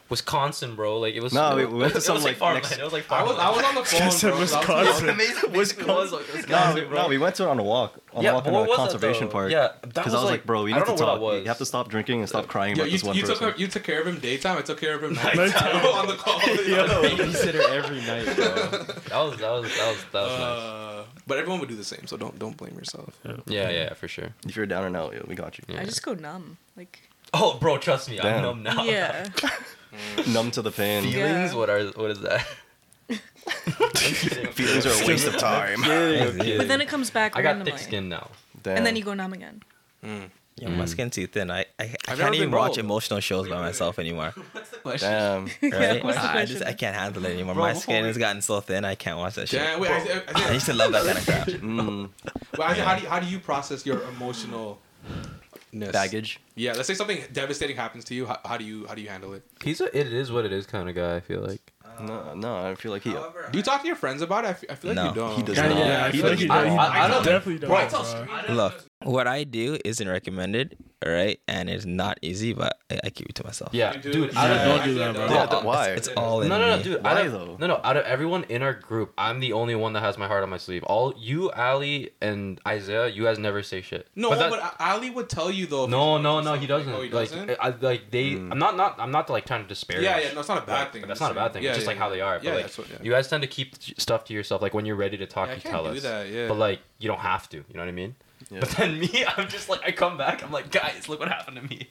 S3: Wisconsin, bro. Like it was.
S4: No, we-
S3: it,
S4: we went to
S3: it
S4: some,
S3: was
S4: like,
S3: farmland.
S4: next-
S3: It was like
S2: I was,
S3: farmland.
S2: I was on the phone.
S1: Said
S2: Bro, so I was-
S1: Wisconsin.
S3: Wisconsin.
S4: No, we- no, we went to it on a walk. On
S3: Yeah,
S4: a walk
S3: but
S4: in a
S3: what was it,
S4: conservation
S3: though?
S4: park.
S3: Yeah, that
S4: because I
S3: was
S4: was
S3: like-
S4: like, bro, we
S3: I
S4: need
S3: don't
S4: to
S3: know what
S4: talk.
S3: that was.
S4: You have to stop drinking and stop crying
S2: Yo,
S4: about
S2: you,
S4: this one
S2: you took
S4: person.
S2: her, you took care of him daytime. I took care of him
S1: Nighttime.
S2: nighttime. on the call.
S10: Babysitter every night, bro.
S3: That was that was that was that was nice.
S2: Uh, but everyone would do the same, so don't don't blame yourself.
S3: Yeah, yeah, for sure.
S4: If you're down and out, yo, we got you.
S3: Yeah.
S6: I just go numb. Like,
S3: Oh, bro, trust me, I'm
S4: Damn.
S3: numb now.
S6: yeah.
S4: Numb to the pain.
S6: Yeah.
S3: Feelings? What are? What is that?
S4: Feelings are a waste of time.
S6: But then it comes back
S3: I got
S6: randomly.
S3: thick skin now.
S4: Damn.
S6: And then you go numb again.
S5: Yeah, my skin's too thin. I, I, I
S2: I've never
S5: can't even
S2: been
S5: watch
S2: bald.
S5: emotional shows by myself anymore.
S4: Damn.
S5: Right?
S6: what's the
S5: I, just
S6: question?
S5: I can't handle it anymore.
S10: Bro,
S5: my
S10: before
S5: skin
S10: we-
S5: has gotten so thin. I can't watch that shit.
S2: Damn, wait, I, I, I,
S5: I used to love that kind of crap.
S4: Mm,
S2: Well, I- how, do you, how do you process your emotional
S4: baggage.
S2: Yeah, let's say something devastating happens to you. How, how do you how do you handle it?
S3: He's a it is what it is kind of guy. I feel like.
S4: No, no, I feel like he. uh,
S2: Do you talk to your friends about it? I feel, I feel like
S5: No,
S2: you don't.
S4: he does
S1: Yeah,
S4: not.
S1: yeah, I
S2: he
S1: feel like
S2: does
S1: he
S2: not.
S1: does. He
S3: I- I don't-
S1: definitely does.
S2: Bro, I tell
S1: bro.
S5: Look, what I do isn't recommended, all right? And it's not easy, but I, I keep it to myself.
S3: Yeah,
S2: You do.
S3: dude.
S2: Yeah,
S3: I don't,
S1: don't do that, bro.
S3: Bro,
S4: Yeah, th- why?
S5: It's all
S3: no,
S5: in
S3: no, no,
S5: me.
S3: dude.
S4: Why,
S3: I don't,
S4: though?
S3: No, no. Out of everyone in our group, I'm the only one that has my heart on my sleeve. All you, Ali, and Isaiah, you guys never say shit.
S2: No, but,
S3: that-
S2: Ali would tell you though. if
S3: no,
S2: he's
S3: no,
S2: going through
S3: no. He
S2: something.
S3: doesn't.
S2: Oh, he
S3: like,
S2: doesn't?
S3: I, like they. I'm not, not. I'm not like trying to disparage.
S2: yeah, yeah. No, it's not a bad
S3: like,
S2: thing.
S3: but
S2: I'm
S3: That's
S2: just
S3: not a bad
S2: saying.
S3: thing.
S2: Yeah,
S3: it's just
S2: yeah,
S3: like how they are.
S2: Yeah,
S3: but, like,
S2: that's what- yeah.
S3: you guys tend to keep stuff to yourself. Like when you're ready to talk,
S2: Yeah, I
S3: you
S2: can't
S3: tell
S2: do
S3: us.
S2: that, yeah.
S3: But like you don't have to. You know what I mean? But then me, I'm just like I come back. I'm like, guys, look what happened to me.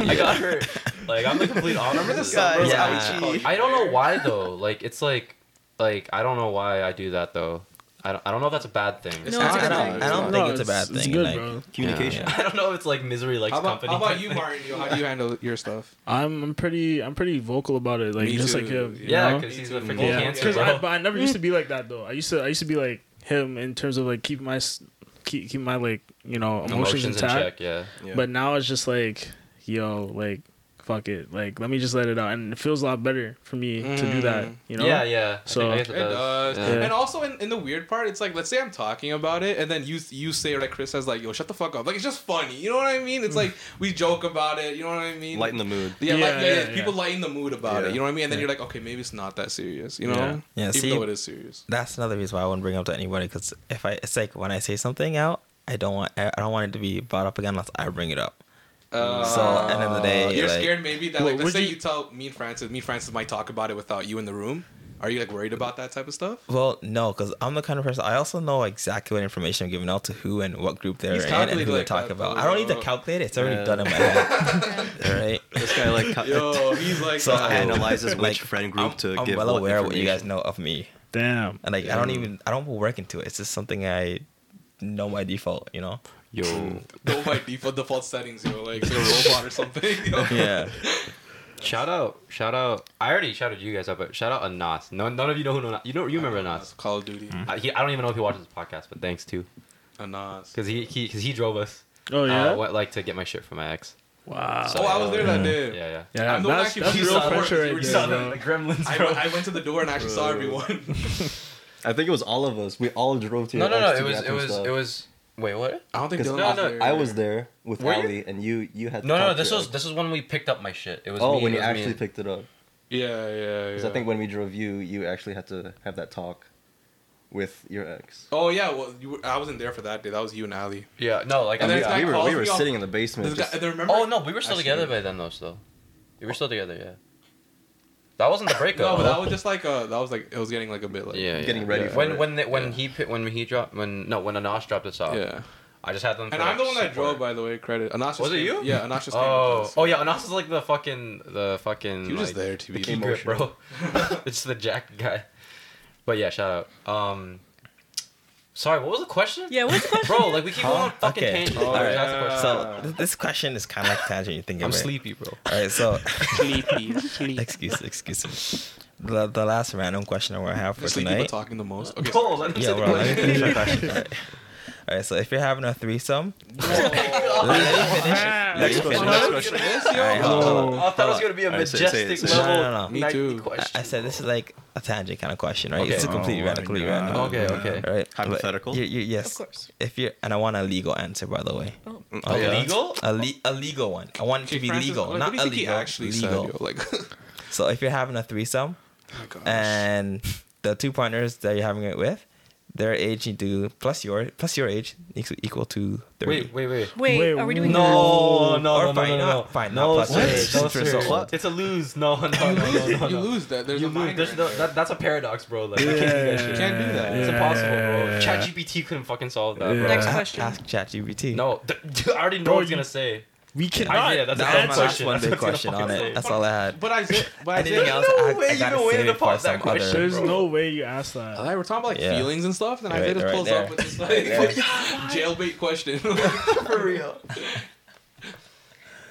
S3: I got hurt. Like I'm the complete opposite.
S2: Remember the
S4: Guys,
S2: summer?
S5: yeah.
S2: Ali called you
S3: I don't
S2: there?
S3: know why though. Like it's like, like I don't know why I do that though. I don't, I don't know if that's a bad thing.
S2: It's
S6: No,
S2: not
S6: I
S2: a
S6: don't-
S2: bad
S4: I
S2: thing.
S4: don't
S5: think it's a bad
S1: It's
S5: thing,
S1: good,
S5: like-
S1: bro.
S4: Communication.
S3: I don't know if it's like misery likes
S2: How about,
S3: company.
S2: how about you, Martin? Yo, How do you handle your stuff?
S1: I'm, I'm pretty I'm pretty vocal about it. Like
S2: Me
S1: just
S2: too.
S1: like him. you
S3: Yeah,
S1: know?
S3: because he's a freaking
S2: Yeah.
S3: cancer,
S1: 'Cause
S3: bro.
S1: I, but I never used to be like that though. I used to I used to be like him in terms of like keep my s- keep keep my like you know emotions,
S3: Emotions in
S1: intact.
S3: check, yeah.
S4: Yeah.
S1: But now it's just like yo like fuck it like let me just let it out and it feels a lot better for me to do that. You know.
S3: Mm. Yeah, yeah. I
S1: So-
S3: think- I guess
S2: It does.
S3: Yeah.
S1: Yeah.
S2: And also in, in the weird part, it's like let's say I'm talking about it, and then you you say like Chris says like yo shut the fuck up. Like it's just funny. You know what I mean? It's like we joke about it. You know what I mean?
S4: Lighten the mood.
S1: Yeah,
S2: Yeah, like, yeah,
S1: yeah,
S2: yeah,
S1: yeah.
S2: people lighten the mood about
S4: Yeah.
S2: it. You know what I mean? And then you're like, okay, maybe it's not that serious. You know?
S1: Yeah.
S5: Yeah,
S2: Even
S5: see-
S2: though it is serious.
S5: That's another reason why I wouldn't bring it up to anybody because if I, it's like when I say something out, I don't want, I I don't want it to be brought up again unless I bring it up.
S2: Uh,
S5: so end of the day,
S2: you're
S5: like,
S2: scared maybe that
S1: Well,
S2: like let's
S1: would
S2: say
S1: you-
S2: you... tell me and Francis, me and Francis might talk about it without you in the room. Are you like worried about that type of stuff?
S5: Well, no, because I'm the kind of person. I also know exactly what information I'm giving out to who and what group they're
S2: He's
S5: in and
S2: calculated
S5: who they're
S2: like that,
S5: talking about.
S2: though.
S5: I don't need to calculate it. It's already
S4: Yeah.
S5: done in my head. All right.
S4: This guy like ca-
S2: Yo, he's like,
S5: So
S2: uh,
S5: I-
S4: analyzes which
S5: Like,
S4: friend group
S5: I'm,
S4: to
S5: I'm
S4: give
S5: well
S4: what
S5: aware of what you guys
S4: information.
S5: know of me,
S1: Damn.
S5: and like I don't even I don't put work into it. It's just something I know my default. You know.
S3: Yo,
S2: go by default default settings, yo, like a robot or something. You know?
S5: Yeah.
S3: shout out, shout out. I already shouted you guys out, but shout out Anas. No, none of you know who Anas. You know, you remember
S2: That's
S3: Anas.
S2: Call of Duty.
S3: I, he, I don't even know if he watches this podcast, but thanks too,
S2: Anas.
S3: because he he because he drove us.
S1: Oh yeah.
S3: uh, went, like to get my shit from my ex.
S1: wow.
S2: Oh, I was there that day.
S3: Yeah, yeah.
S1: yeah,
S2: I'm the one
S1: that's,
S2: actually-
S1: that's
S2: you
S1: real
S2: saw-
S1: pressure right
S2: you
S1: there,
S2: saw
S1: bro.
S3: gremlins,
S2: I, went, I went to the door and actually saw everyone.
S4: I think it was all of us. We all drove to.
S3: No,
S4: your
S3: no,
S4: ex
S3: no. It
S4: to get
S3: was,
S4: that
S3: it
S4: and
S3: was,
S4: stuff.
S3: it was. Wait, what?
S2: I don't think
S4: 'Cause-
S2: Dylan
S3: No,
S2: was
S3: no,
S2: there.
S4: I was there with
S3: Were you?
S4: Ali, and you you had. to
S3: No, no,
S4: talk
S3: no.
S4: to
S3: This
S4: your
S3: was
S4: ex.
S3: this was when we picked up my shit. It was.
S4: Oh,
S3: me, it
S4: when you
S3: was me
S4: actually
S3: and-
S4: picked it up.
S2: Yeah, yeah, yeah.
S4: Because I think when we drove you, you actually had to have that talk with your ex.
S2: Oh yeah, well, you were, I wasn't there for that day. That was you and Ali.
S3: Yeah, no, like.
S2: And
S3: I
S2: then
S3: mean,
S2: it's
S4: we
S2: guy
S4: were,
S2: calls
S4: we were
S2: me off-
S4: sitting in the basement.
S2: This guy,
S4: just-
S2: and then remember?
S3: oh no, we were still
S2: Actually,
S3: together by then, though. Still, we were still together. Yeah. That wasn't the
S2: No,
S3: breakup.
S2: but that was just like uh, that was like it was getting like a bit like
S3: yeah, yeah,
S4: getting ready
S3: yeah.
S4: for
S3: when
S4: it.
S3: when they, when
S2: Yeah.
S3: he pi- when he dropped when no when Anash dropped us off.
S2: yeah.
S3: I just had them. for,
S2: And I'm the
S3: like,
S2: one that
S3: support.
S2: drove, by the way. Credit. Anash
S3: Was it
S2: came-
S3: you?
S2: Yeah, Anash just came with
S3: Oh,
S2: us.
S3: oh yeah, Anash was like the fucking the fucking.
S2: He was just
S3: like,
S2: there to be.
S3: key grip, bro. it's the jack guy. But yeah, shout out. Um, sorry, what was the question?
S6: Yeah, what's the question?
S3: Bro, like we keep going on fucking
S5: Okay.
S3: tangents.
S5: All
S3: Like,
S5: right.
S3: that's the question.
S5: So th- this question is kind of like tangent. You think
S3: I'm
S5: of it.
S3: sleepy, bro.
S5: All right. So
S2: Sleepy, sleepy.
S5: excuse excuse me. The, the last random question I have for
S2: Sleepy, but
S5: tonight.
S2: talking the most. Okay.
S3: Bro, let me
S5: Yeah,
S3: say the
S5: bro. Let me
S3: question.
S5: finish my question. All right. All right. So if you're having a threesome,
S2: Oh
S1: Next
S5: question.
S2: This, yo.
S5: All right, hold on, hold on.
S3: I thought it was
S5: Hold on.
S3: gonna be a
S4: Alright, say it, say it,
S3: majestic
S4: say it.
S5: No, no,
S3: level.
S5: no.
S2: Me
S3: Nike
S2: too.
S3: question.
S5: I, I said this is like a tangent kind of question, right?
S3: Okay.
S5: It's a completely
S1: Oh my
S5: random, completely
S1: God.
S5: random.
S3: Okay, okay.
S5: All right. but
S4: Hypothetical?
S5: you- you- yes.
S6: Of course.
S5: If you're, and I want a legal answer, by the way.
S6: Oh.
S5: Okay.
S3: Legal?
S5: A, le- a legal one. I want it to be
S2: Francis,
S5: legal,
S2: like,
S5: not
S2: what do you think
S5: illegal.
S2: he actually
S5: legal.
S2: said? Yo? Like,
S5: So if you're having a threesome
S2: Oh, gosh.
S5: and the two partners that you're having it with, their age need to plus your plus your age equals equal to thirty.
S3: Wait, wait, wait.
S6: Wait,
S1: Wait,
S6: are we doing
S3: No, no, no,
S5: Or
S3: no,
S5: fine,
S3: no, no.
S5: not- fine,
S3: no,
S5: not plus
S3: sir,
S5: your age.
S3: No,
S5: It's
S3: sir.
S5: result.
S3: It's a lose. No, no, no,
S2: You
S3: no,
S2: lose,
S3: no,
S2: it.
S3: no.
S2: you lose that. There's a
S3: You lose.
S2: minor.
S3: There's
S2: in
S3: no,
S2: there.
S3: that, that's a paradox, bro. Like, you can't do that shit.
S2: Can't do that.
S3: It's impossible, bro. ChatGPT couldn't fucking solve that,
S1: Yeah.
S3: bro.
S6: Next
S5: A-
S6: question.
S5: Ask ChatGPT.
S3: No, th- dude, I already know
S1: Bro,
S3: what he's
S1: you-
S3: gonna say.
S1: We cannot.
S3: I- yeah, that's a
S5: that was my last
S3: question.
S5: one
S3: That's
S5: big
S3: what I
S5: question on
S3: fucking
S5: it. That's all I had.
S2: But I said, but I
S5: Anything
S2: said,
S5: else?
S3: no
S5: I,
S3: way
S5: I
S3: you
S5: gotta
S3: waited
S5: save
S3: to
S5: it for
S3: pop that
S5: some
S3: question.
S5: other.
S1: There's
S3: bro.
S1: no way you asked that.
S2: All right, we're talking about like
S5: Yeah.
S2: feelings and stuff, and then
S5: Right,
S2: I just
S5: right
S2: pulls
S5: there.
S2: up with this like jailbait question. For real.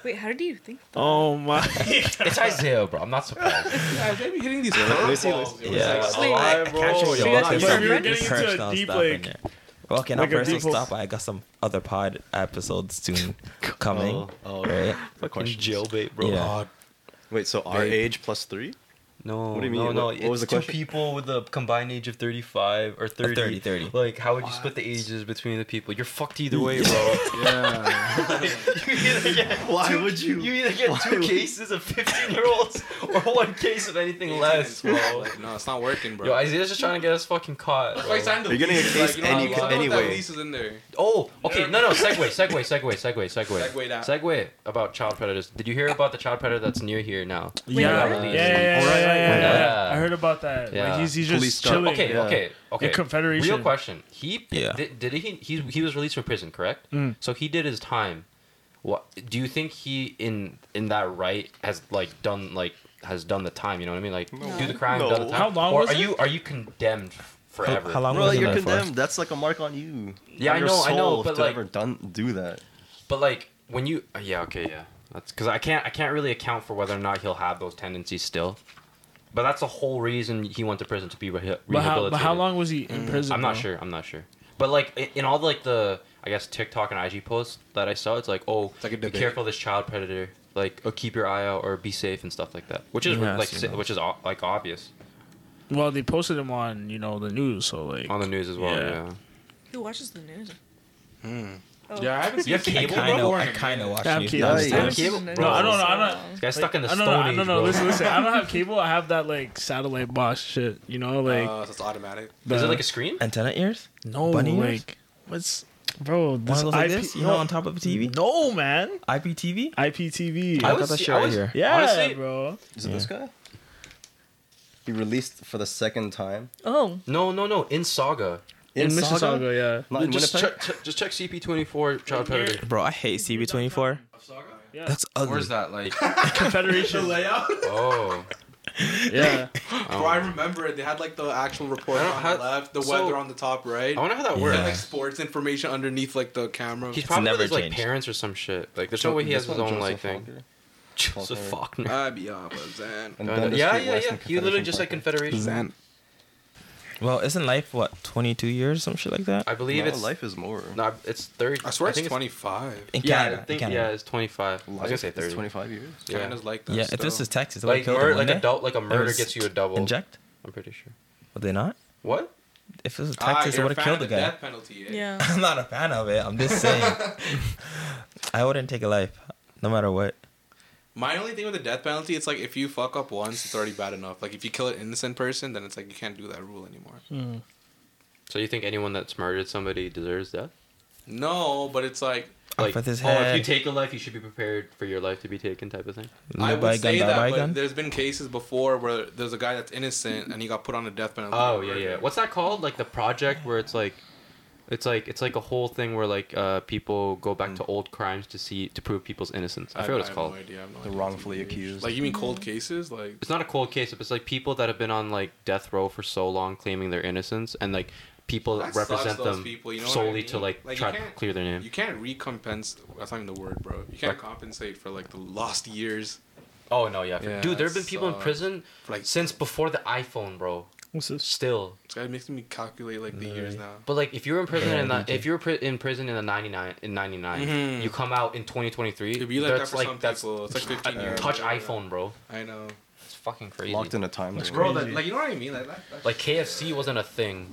S6: Wait, how did you think?
S1: Oh my!
S3: It's Isaiah, bro. I'm not surprised.
S2: Yeah, they be hitting these
S4: Lucy,
S2: curveballs. It was
S5: Yeah.
S2: like-
S3: Oh,
S6: Wait,
S5: I, I can't show
S6: So
S5: you
S6: you
S5: all
S6: guys
S5: that stuff.
S6: can be friends?
S1: We're getting into a
S5: Personal
S1: deep,
S5: stuff in
S1: like-
S5: there. Well, okay, not
S1: like a
S5: personal
S1: deep-
S5: stuff. but I got some other pod episodes soon coming.
S4: Oh, oh,
S5: Right?
S3: Fucking jailbait, bro.
S5: Yeah.
S4: Wait, so our
S3: Babe.
S4: age plus three?
S3: No,
S4: What do you mean?
S3: no, no.
S4: What- what was
S3: it's
S4: the
S3: two
S4: question?
S3: people with a combined age of 35 or 30.
S5: 30, 30.
S3: Like, how would you split the ages between the people? You're fucked either way, bro. you either get
S4: Why
S3: two,
S4: would you?
S3: You either get
S4: Why
S3: two
S4: would-
S3: cases of 15 year olds or one case of anything less, bro.
S2: Like, no, it's not working, bro.
S3: Yo, Isaiah's just trying to get us fucking caught.
S2: That's
S3: bro.
S2: why he signed the
S4: You're gonna
S2: lease,
S4: get
S2: like, you know,
S4: any-
S2: I love
S4: any
S2: that
S4: way.
S2: lease is in there.
S3: Oh, okay. No, no. Segway, segway, segway, segway, segway.
S2: Segue that.
S3: Segway about child predators. Did you hear about the child predator that's near here now?
S1: yeah, yeah, yeah, yeah,
S3: what?
S4: Alright,
S1: yeah, yeah,
S3: yeah.
S1: yeah. I heard about that.
S3: Yeah.
S1: Like he's he's just
S4: Police stuff.
S1: chilling.
S3: Okay,
S4: yeah.
S3: okay, okay.
S1: In Confederation.
S3: Real question. He
S5: Yeah.
S3: did, did he he he was released from prison, correct?
S1: Mm.
S3: So he did his time. What do you think he in in that right has like done like has done the time? You know what I mean? Like do the crime, done the
S4: No.
S3: time.
S1: How long
S3: or
S1: was
S3: are
S1: it?
S3: you are you condemned forever?
S5: How long
S4: Bro,
S5: was
S4: you're
S5: it for?
S4: condemned. That's like a mark on you.
S3: Yeah,
S4: on
S3: I
S4: your
S3: know, I know,
S4: soul
S3: but,
S4: to
S3: like-
S4: ever done do that.
S3: But like when you uh, yeah okay yeah that's because I can't I can't really account for whether or not he'll have those tendencies still. But that's the whole reason he went to prison to be reha- rehabilitated. Mm.
S1: But how, but how long was he in prison?
S3: I'm not
S1: though?
S3: sure. I'm not sure. But like i- in all the, like the I guess TikTok and IG posts that I saw, it's like oh,
S2: like a
S3: be
S2: debate.
S3: careful of this child predator. Like or keep your eye out or be safe and stuff like that. Which is
S5: Yeah, I
S3: like
S5: see
S3: si-
S5: that.
S3: which is o- like obvious
S1: Well, they posted him on you know the news, so like
S3: on the news as well.
S1: Yeah.
S3: Yeah.
S6: Who watches the news? Oh.
S2: Yeah, I haven't seen
S3: You have
S2: cable, bro.
S3: cable,
S5: I know.
S2: Or
S5: I
S2: an
S5: kind of
S2: antenna.
S5: watched
S1: Yeah, I'm
S5: you.
S1: kidding.
S5: guys.
S4: Yeah,
S6: I haven't
S3: cable-
S6: seen the
S3: bro,
S6: news
S1: I don't
S6: in
S1: know,
S6: so
S1: I don't-
S6: long.
S3: This guy's stuck in the
S1: I don't
S3: stone
S1: know. I
S3: age,
S1: don't know.
S3: bro.
S1: Listen, listen. I don't have cable. I have that like satellite box shit. You know, like
S2: Uh, so it's automatic.
S1: the,
S3: Is it like a screen?
S5: Antenna ears?
S1: no
S5: bunny ears?
S1: like what's bro?
S5: One
S1: This
S5: of
S1: IP,
S5: those like this? You know,
S1: no,
S5: on top of a TV?
S1: No man,
S5: IPTV?
S1: IPTV.
S5: I
S3: was-
S5: got the
S3: I
S5: shirt
S3: was-
S5: here.
S1: yeah,
S3: honestly-
S1: bro.
S4: Is it this guy? He released for the second time
S6: Oh,
S3: No, no, no. In Saga.
S1: In, Mississauga, yeah.
S4: Not in
S3: just
S4: Winnipeg?
S3: check, check- just check CP24 child predator.
S5: Bro, I hate CB24.
S1: Yeah.
S5: That's ugly.
S10: Where's that? Like,
S1: Confederation.
S2: layout.
S3: Oh.
S1: yeah.
S2: Bro, I remember it. They had like the actual report
S3: I don't-
S2: on
S3: how-
S2: the left, the
S3: so-
S2: weather on the top right,
S3: I wonder how that
S5: Yeah.
S3: works.
S2: and like sports information underneath like the camera.
S3: He's probably with
S5: never
S3: his, like
S5: changed.
S3: parents or some shit. Like there's no way he has his own like thing. Joseph
S4: Faulkner.
S3: Faulkner.
S2: I be up, Zan.
S4: And
S3: Yeah,
S4: Dundas
S3: yeah,
S4: Street
S3: yeah.
S4: West in
S3: He literally just like
S4: Confederation
S2: Zan.
S3: Confederation.
S5: Well, isn't life, what, 22 years? Some shit like that?
S3: I believe
S4: Park. No,
S3: it's
S4: life is more.
S3: No, it's thirty.
S2: I swear it's
S3: think
S2: 25.
S5: In
S3: Yeah,
S5: Canada.
S3: I think
S5: in
S3: yeah,
S5: Canada.
S3: it's twenty five. I was
S4: Life
S3: gonna say
S4: is
S3: thirty.
S4: 25 years.
S3: Yeah.
S2: Canada's like that.
S5: Yeah, if this
S2: still.
S5: is Texas,
S3: Like murder,
S5: murder,
S3: like adult, like a murder
S5: was
S3: gets you a double.
S5: Inject?
S3: I'm pretty sure.
S5: Would they not?
S3: What?
S5: If it was
S2: Ah,
S5: Texas,
S2: you're
S5: they
S2: a
S5: would have
S2: fan
S5: killed the
S2: of
S5: guy.
S2: Death penalty. eh?
S6: yeah.
S5: I'm not a fan of it. I'm just saying. I wouldn't take a life, no matter what.
S2: My only thing with the death penalty, it's like if you fuck up once, it's already bad enough. Like if you kill an innocent person, then it's like you can't do that rule anymore.
S5: Hmm.
S3: So you think anyone that's murdered somebody deserves death?
S2: No, but it's like
S5: Off
S3: Like,
S5: with his
S3: oh, if
S5: head.
S3: you take a life, you should be prepared for your life to be taken, type of thing.
S2: I
S5: Live
S2: would
S5: by
S2: say
S5: die by
S2: that, but
S5: gun.
S2: there's been cases before where there's a guy that's innocent and he got put on a death penalty.
S3: Oh
S2: for
S3: yeah,
S2: murder.
S3: yeah. What's that called? Like the project where it's like, it's like it's like a whole thing where like uh, people go back to old crimes to see to prove people's innocence. I, forget what it's
S2: have
S3: called.
S2: No idea. I have no
S4: The
S2: idea.
S4: wrongfully accused.
S2: Like you mean cold cases? Like
S3: It's not a cold case. It's like people that have been on like death row for so long, claiming their innocence, and like people that,
S2: That sucks,
S3: represent
S2: those
S3: them
S2: people, you know what I
S3: solely to
S2: mean?
S3: like,
S2: Like, you
S3: try to
S2: can't-
S3: clear their name.
S2: you can't recompense. That's not even the word, bro. You can't
S3: Like-
S2: compensate for like the lost years.
S3: Oh no, yeah, for-
S2: Yeah,
S3: dude. There have
S2: that
S3: been people in
S2: sucks.
S3: prison
S2: For, like
S3: since before the iPhone, bro.
S1: What's this?
S3: Still,
S2: this guy makes me calculate like the years now.
S3: but like if you were in prison
S5: Yeah,
S3: in the
S5: me
S3: if you were pri- in prison in the ninety nine in ninety
S2: Mhm.
S3: you come out in twenty twenty three.
S2: It'd be like that
S3: That's
S2: for
S3: like
S2: some
S3: that's
S2: people. It's like 15 years.
S3: touch
S2: I don't know.
S3: iPhone, bro.
S2: I know.
S3: It's fucking crazy.
S4: Locked in a time. That's
S2: Bro,
S1: Crazy.
S2: like, like you know what I mean? Like that. that
S3: Like KFC wasn't a thing.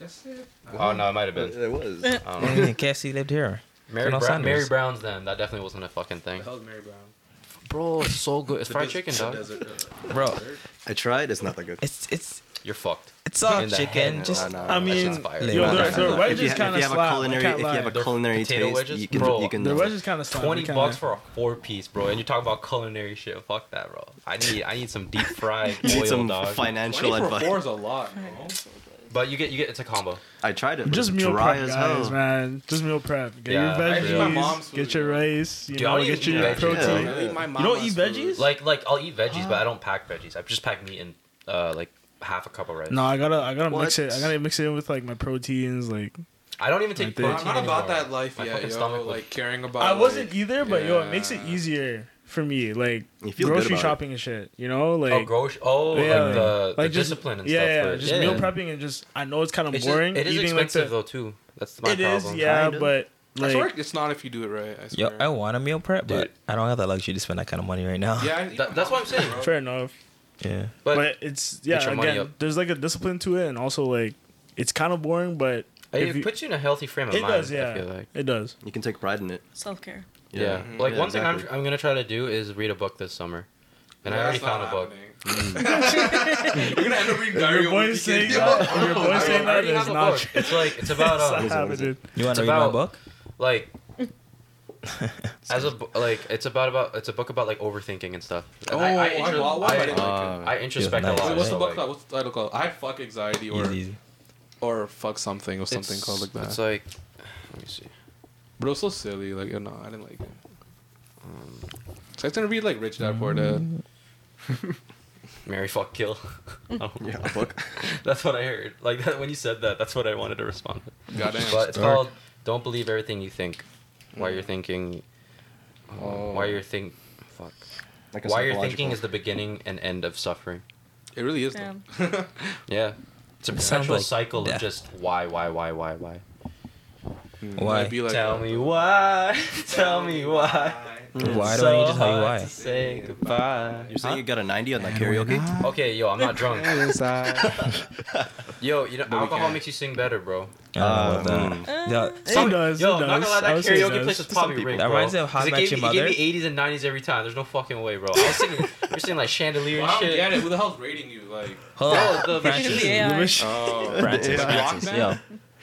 S2: Yes, it.
S3: Oh no, it might have been.
S4: It was.
S3: I don't know.
S5: Yeah, KFC lived here.
S3: Mary,
S5: Colonel
S3: Brown, Mary
S5: Sanders.
S3: Brown's then. That definitely wasn't a fucking thing.
S2: The hell's Mary Brown?
S3: Bro, it's so good. It's fried chicken, dog.
S2: uh,
S5: bro.
S4: I tried. It's not that good.
S5: it's it's
S3: You're fucked.
S5: it's all
S3: In the
S5: chicken.
S3: head,
S5: Just
S4: no, no,
S1: I
S4: no,
S3: shit's
S1: mean,
S3: fire.
S1: yo,
S4: No,
S1: their,
S4: no,
S1: their
S4: no. If
S1: wedges
S4: you ha-
S1: kind
S4: if
S1: of
S4: you have a
S1: slap.
S4: culinary-
S1: I can't
S4: if you
S1: lie.
S4: have a
S3: They're
S4: culinary
S3: potato
S4: taste,
S3: wedges?
S4: you can
S3: Bro,
S4: you can
S1: their
S4: know.
S1: wedges kind of slap.
S3: Twenty
S1: kinda-
S3: bucks for a four piece, bro, and you're talking about culinary shit. Fuck that, bro. I need I need some deep fried
S4: You
S3: oil,
S4: need some
S3: dog.
S4: financial
S2: Twenty for four
S4: advice.
S2: is a lot, bro.
S3: But you get you get it's a combo.
S4: I tried it. but
S1: Just
S4: it's
S1: meal
S4: dry
S1: prep,
S4: as
S1: guys,
S4: hell.
S1: man. Just meal prep. Get
S3: Yeah, I
S1: your
S2: eat my mom's
S1: veggies.
S2: food,
S1: Get your
S2: bro.
S1: rice. You
S3: Dude, I
S1: know,
S3: don't
S1: get
S3: eat
S1: your
S3: veggies.
S1: protein.
S4: Yeah.
S2: I eat my
S1: You don't eat
S2: mama's
S1: veggies?
S3: Like like I'll eat veggies, but I don't pack veggies. I just pack meat and uh like half a cup of rice.
S1: No, I gotta, I gotta mix
S4: What?
S1: it. I gotta mix it in with like my proteins. Like
S3: I don't even
S1: I
S3: take.
S1: think-
S2: Bro,
S1: Well,
S3: protein
S2: I'm not about
S3: anymore.
S2: that life
S3: My
S2: yet,
S3: fucking
S2: yo.
S3: stomach would-
S2: like caring about.
S1: I wasn't
S2: like,
S1: either, but yo, it makes it
S2: yeah.
S1: easier for me. Like
S4: You feel good
S1: grocery
S4: about it.
S1: shopping and shit. You know, like
S3: Oh, grocery. Oh,
S1: yeah,
S3: like the, the
S1: just-
S3: discipline and
S1: yeah,
S3: stuff.
S1: Yeah,
S3: for it.
S1: just meal prepping and just. I know it's kind of
S3: It's
S1: boring.
S3: Just, it is
S1: eating like
S3: expensive
S1: the,
S3: though too. That's my
S1: It is,
S3: problem.
S1: yeah,
S4: kinda.
S1: but
S2: I swear
S1: like
S2: it's not if you do it right. I
S5: yo,
S2: swear.
S5: I want a meal prep, but
S3: Dude.
S5: I don't have the luxury to spend that kind of money right now.
S2: yeah, I eat
S3: That-
S2: my
S3: that's what I'm
S2: mom's
S3: saying,
S2: food,
S1: fair enough,
S5: yeah.
S3: But,
S1: but, it's yeah.
S3: your
S1: Again,
S3: money up.
S1: there's like a discipline to it, and also like it's kind of boring, but
S3: it
S1: if you-
S3: puts you in a healthy frame of
S1: it
S3: mind.
S1: does.
S3: I
S1: Yeah,
S3: feel like.
S1: it does.
S4: You can take pride in it.
S6: Self care.
S3: Yeah.
S2: Mm-hmm.
S3: Like
S4: Yeah,
S3: one thing
S4: exactly.
S3: I'm I'm gonna try to do is read a book this summer, and I
S2: Yeah,
S3: already
S2: that's not
S3: found a book. Mm.
S2: happening. You're gonna end up reading Diary
S1: Your
S2: of a
S1: boy
S2: Wimpy Kid,
S1: saying
S2: yo.
S1: that. Your
S3: I
S1: boy
S3: already-
S1: saying
S3: I
S1: that
S3: already have
S1: is
S3: a
S1: not
S3: book.
S1: true.
S3: It's like it's about um,
S1: It's not happening.
S5: You
S3: It's
S5: want to read my
S3: about-
S5: book?
S3: like as a bu- like it's about about it's a book about like overthinking and stuff.
S2: Oh,
S3: And I, I,
S2: I-
S3: intro-
S2: well, I
S3: I-
S2: didn't
S4: like it.
S3: I introspect
S5: Yeah,
S3: a
S5: nice.
S3: lot.
S2: Wait, what's
S3: so,
S2: the book
S3: like,
S2: called? What's the title called? I had fuck anxiety or
S5: Easy, easy.
S2: or fuck something or something
S3: it's-
S2: called like
S3: It's
S2: that.
S3: like let me see.
S2: But it was so silly. Like you know, I didn't like it. Um, So I was gonna read like Rich Dad Poor
S3: Mm.
S2: Dad.
S3: Mary fuck kill. I don't know.
S4: Yeah, a book.
S3: That's what I heard. Like that, when you said that, that's what I wanted to respond. with.
S2: Goddamn.
S3: But it's
S5: Dark.
S3: called "Don't Believe Everything You Think." Why you're thinking,
S2: Oh.
S3: why you're think, fuck.
S4: Like a
S3: Why you're
S4: psychological-
S3: thinking is the beginning and end of suffering.
S2: It really is.
S6: Damn.
S2: though.
S3: Yeah, it's a
S5: It sounds
S3: perpetual
S5: like
S3: cycle
S5: death.
S3: of just why, why, why, why, why.
S5: Why?
S2: Might be like
S3: Tell
S2: that.
S3: me why. Tell me why.
S5: Why
S3: So
S5: don't you just tell me
S3: hard
S5: why?
S3: to say goodbye.
S4: You're saying you got a 90 on that karaoke?
S3: Okay, yo, I'm not drunk. yo, you know,
S2: we
S3: alcohol
S2: can.
S3: makes you sing better, bro.
S5: I don't know
S3: Uh,
S5: about
S4: Mm.
S5: that.
S6: Uh,
S5: Yeah,
S1: It does.
S3: Yo,
S1: it
S3: not gonna
S1: does.
S3: lie,
S1: I
S3: that
S1: would say it
S3: karaoke
S1: does.
S3: place was probably rigged,
S5: That
S3: bro.
S5: reminds me of How
S3: 'Cause
S5: I
S3: it
S5: Met
S3: gave
S5: Your
S3: me- It
S5: Mother.
S3: gave me 80s and 90s every time. There's no fucking way, bro. I was singing, you're singing like chandelier and
S2: Well, I don't
S3: shit.
S2: get it. Who the hell's rating you? Like,
S5: Hold on.
S3: Bro, the-
S5: Francis.
S6: the AI.
S3: Uh,
S2: oh,
S5: Francis.
S2: Like
S5: Francis.
S2: Rockman?
S5: Yo.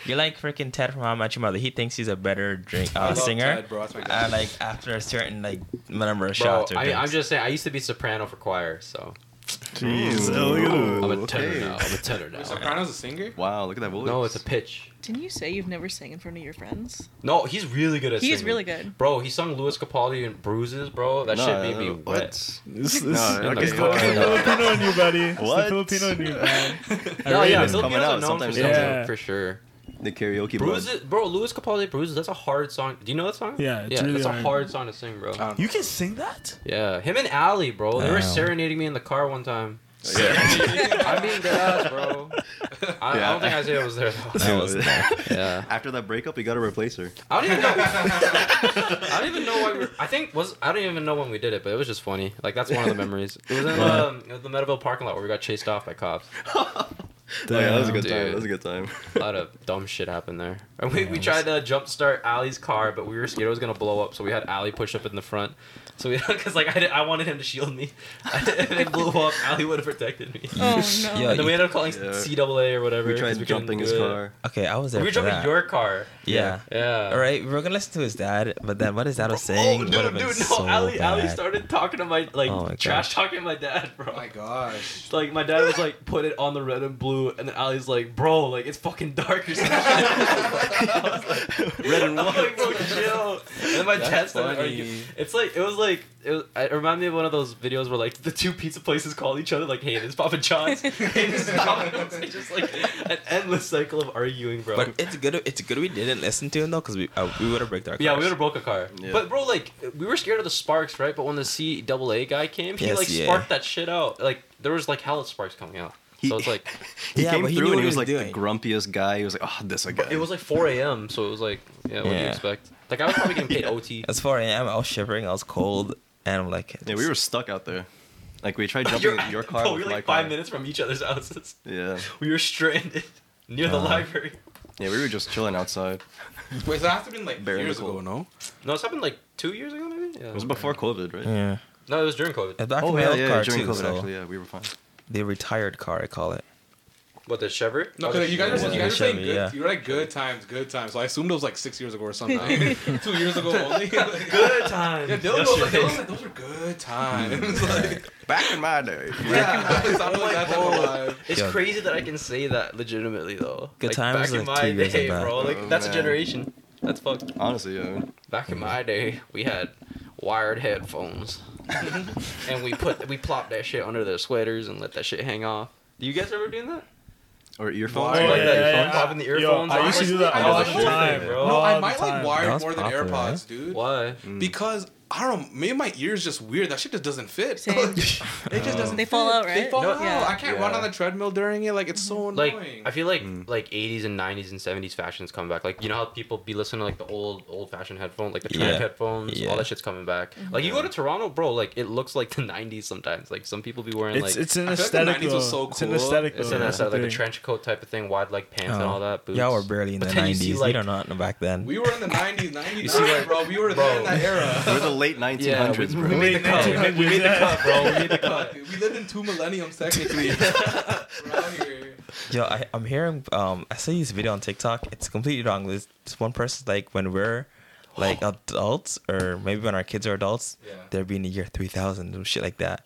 S5: You're like freaking Ted from How I Met Your Mother. He thinks he's a better drink
S2: I
S5: uh,
S2: love
S5: singer.
S2: Ted, bro. That's my guy.
S5: And like after a certain like number of
S3: Bro,
S5: shots or
S3: I mean, I'm
S5: drinks.
S3: just saying, I used to be soprano for choir, so
S1: Jeez, oh, look at him.
S3: I'm a
S4: Ooh,
S3: tenor
S4: okay.
S3: now. I'm a tenor now.
S2: Wait, Soprano's a singer?
S4: Wow, look at that voice.
S3: No, it's a pitch.
S6: Didn't you say you've never sang in front of your friends?
S3: No, he's really good at
S6: He's
S3: singing.
S6: really good.
S3: Bro, he sung Louis Capaldi and Bruises, bro. That
S4: No,
S3: shit made me
S4: no,
S3: wet.
S1: This, this,
S4: No,
S1: it's
S4: okay,
S1: the
S4: okay.
S1: Filipino in you, buddy. It's the
S4: What?
S1: Filipino in you, man.
S3: No,
S4: rated
S3: yeah,
S4: it. Coming
S3: Filipinos
S4: out
S3: are known for
S4: sometimes.
S3: something,
S1: Yeah.
S3: for sure.
S4: The karaoke
S3: Bruises, bro, Louis Capaldi Bruises, that's a hard song. Do you know that song?
S1: Yeah, it's
S3: yeah,
S1: really
S3: that's a
S1: hard.
S3: hard song to sing, bro.
S2: I don't
S1: You can sing that?
S3: Yeah, him and Ali, bro. They
S5: Wow.
S3: were serenading me in the car one time.
S4: bud. Yeah.
S2: Oh
S3: I mean, dead ass, bro. I, I
S4: Yeah.
S3: don't think Isaiah was there though.
S5: That was-
S3: Yeah,
S4: After that breakup, you gotta replace her.
S3: I don't even know. I don't even know why. We were, I think was I don't even know when we did it, but it was just funny. Like that's one of the memories. It was in um, it was the Meadowville parking lot where we got chased off by cops.
S4: Oh, yeah, that was a good
S3: Damn,
S4: time.
S3: dude.
S4: That was a good time.
S3: A lot of dumb shit happened there. And we, we tried to jumpstart Ali's car, but we were scared it was gonna blow up, so we had Ali push up in the front. So we, because like I, did, I wanted him to shield me, if it blew up, Ali would have protected me.
S6: Oh
S5: Yo,
S6: no.
S3: And then we ended up calling
S4: Yeah.
S3: CAA or whatever.
S4: We
S3: 'cause
S4: tried
S3: couldn't
S4: jumping
S3: do
S4: his
S3: it.
S4: car.
S5: okay, I was there.
S3: We were
S5: for
S3: jumping
S5: that.
S3: your car.
S5: Yeah.
S3: Yeah.
S5: All right, we were gonna listen to his dad, but then what his dad was saying
S3: Oh,
S5: would
S3: dude,
S5: have
S3: dude,
S5: been
S3: no.
S5: so
S3: Ali,
S5: bad.
S3: Ali started talking to my like
S5: Oh my
S3: trash talking to my dad, bro.
S2: Oh my gosh.
S3: like my dad was like, put it on the red and blue, and then Ali's like, bro, like it's fucking dark or something. I was like, red and white, like, bro, chill. And then my dad
S2: That's
S3: started
S2: funny.
S3: arguing. It's like it was like it, was, it reminded me of one of those videos where like the two pizza places call each other like, hey, this is Papa John's, hey, this is Papa John's. It's just like an endless cycle of arguing, bro.
S5: But it's good. It's good we didn't listen to him though, because we uh, we would have bricked our.
S3: Yeah, we
S5: cars.
S3: would have broke a car.
S4: Yeah.
S3: But bro, like we were scared of the sparks, right? But when the CAA guy came, he
S5: Yes,
S3: like
S5: yeah.
S3: sparked that shit out. Like there was like hella sparks coming out. So it's like
S4: He
S5: Yeah,
S4: came
S5: but he knew
S4: through
S5: what
S4: and
S5: he
S4: he was
S5: was
S4: like
S5: doing.
S4: the grumpiest guy. He was like, oh, this again.
S3: it was like 4 a.m. So it was like yeah, what do you
S5: Yeah.
S3: expect? Like I was probably getting paid OT.
S5: It's 4 a.m. I was shivering. I was cold, and I'm like,
S4: yeah, we were stuck out there. Like we tried jumping
S3: You're-
S4: your car
S3: bro, we
S4: with
S3: were
S4: my
S3: like
S4: car.
S3: five minutes from each other's houses.
S4: Yeah,
S3: We were stranded near the
S4: Uh-huh.
S5: Uh.
S3: library.
S4: yeah, we were just chilling outside.
S2: Wait, so that have to have been like
S4: Bare
S2: years
S4: nickel.
S2: ago, no?
S3: No, this happened like two years ago maybe. Yeah.
S4: It was before COVID, right?
S5: Yeah.
S3: No, it was during COVID.
S5: It's back
S4: oh
S5: from my
S4: yeah,
S5: old
S4: yeah,
S5: car
S4: during
S5: too.
S4: COVID
S5: so
S4: actually, yeah, we were fine.
S5: the retired car, I call it.
S3: What the Chevrolet?
S2: No,
S3: Oh,
S2: because you guys,
S5: Yeah,
S2: are, you
S5: yeah,
S2: guys are saying
S5: Chevy,
S2: good.
S5: yeah.
S2: You were like good times, good times. So I assumed it was like six years ago or something. Two years ago only. yeah,
S3: good time.
S2: Dylan was like, Dylan was like, those were good
S6: Mm.
S2: times. like,
S4: Back in my day.
S2: yeah, it sounded like that type of vibe.
S3: It's
S5: Yo.
S3: crazy that I can say that legitimately though.
S5: Good
S3: like,
S5: times
S3: back
S5: is
S3: in
S5: like two
S3: my
S5: years
S3: day,
S5: back.
S3: bro. Like
S4: Oh,
S3: that's
S4: man.
S3: a generation. That's fucked.
S4: Honestly, yeah.
S3: Back in my day, we had wired headphones, and we put we plopped that shit under their sweaters and let that shit hang off. You guys ever doing that?
S4: Or earphones.
S2: Why?
S3: like
S2: yeah,
S3: that
S1: yeah,
S3: phone
S1: yeah.
S3: popping the
S1: Yo,
S3: earphones.
S1: I
S3: on?
S1: used to do that
S2: I
S1: all
S2: was
S1: the
S2: like,
S1: time,
S3: "What?"
S1: bro.
S2: No,
S1: All
S2: I
S1: the
S2: might like
S1: time.
S2: wired
S5: That was
S2: more
S5: popular,
S2: than AirPods, dude.
S3: Why?
S2: Because I don't. Maybe my ears just weird. That shit just doesn't fit.
S6: Same.
S2: it just doesn't.
S6: They fall
S2: fit.
S6: out,
S2: They
S6: right?
S2: fall
S6: No,
S2: out.
S6: yeah.
S2: I can't run
S3: Yeah.
S2: on the treadmill during it. Like it's so
S3: Like
S2: annoying.
S3: I feel like
S5: Hmm.
S3: like 80s and 90s and 70s fashions come back. Like you know how people be listening to like the old old fashioned headphones, like the
S5: Yeah.
S3: track headphones,
S5: Yeah.
S3: all that shit's coming back. Like you go to Toronto, bro, like it looks like the 90s sometimes. Like some people be wearing
S1: It's
S3: like
S1: it's an
S2: I feel like the
S1: aesthetic.
S2: 90s was
S1: though.
S2: so
S1: It's an
S2: cool.
S1: aesthetic.
S3: It's
S1: though.
S3: in that
S1: That's
S3: side,
S1: the
S3: like a
S1: thing.
S3: trench coat type of thing, wide leg pants and
S5: Oh.
S3: all that. Boots.
S5: Y'all were barely in
S3: But
S5: the
S3: then you
S5: nineties.
S3: see,
S5: You,
S3: like-
S5: don't know nothing back then.
S2: we were in the nineties, nineties,
S3: see, like-
S2: bro. We were there in that
S4: We're
S2: era.
S4: the late 1900s,
S3: Yeah, we,
S4: bro.
S3: we made the cut. We made, we made the cut, bro. We made the cut.
S2: we lived in two millenniums technically. We're out here.
S5: Yo, I, I'm hearing. Um, I see this video on TikTok. It's completely wrong. This, this one person's like, when we're like adults, or maybe when our kids are adults,
S2: Yeah.
S5: they're being the year three thousand and shit like that.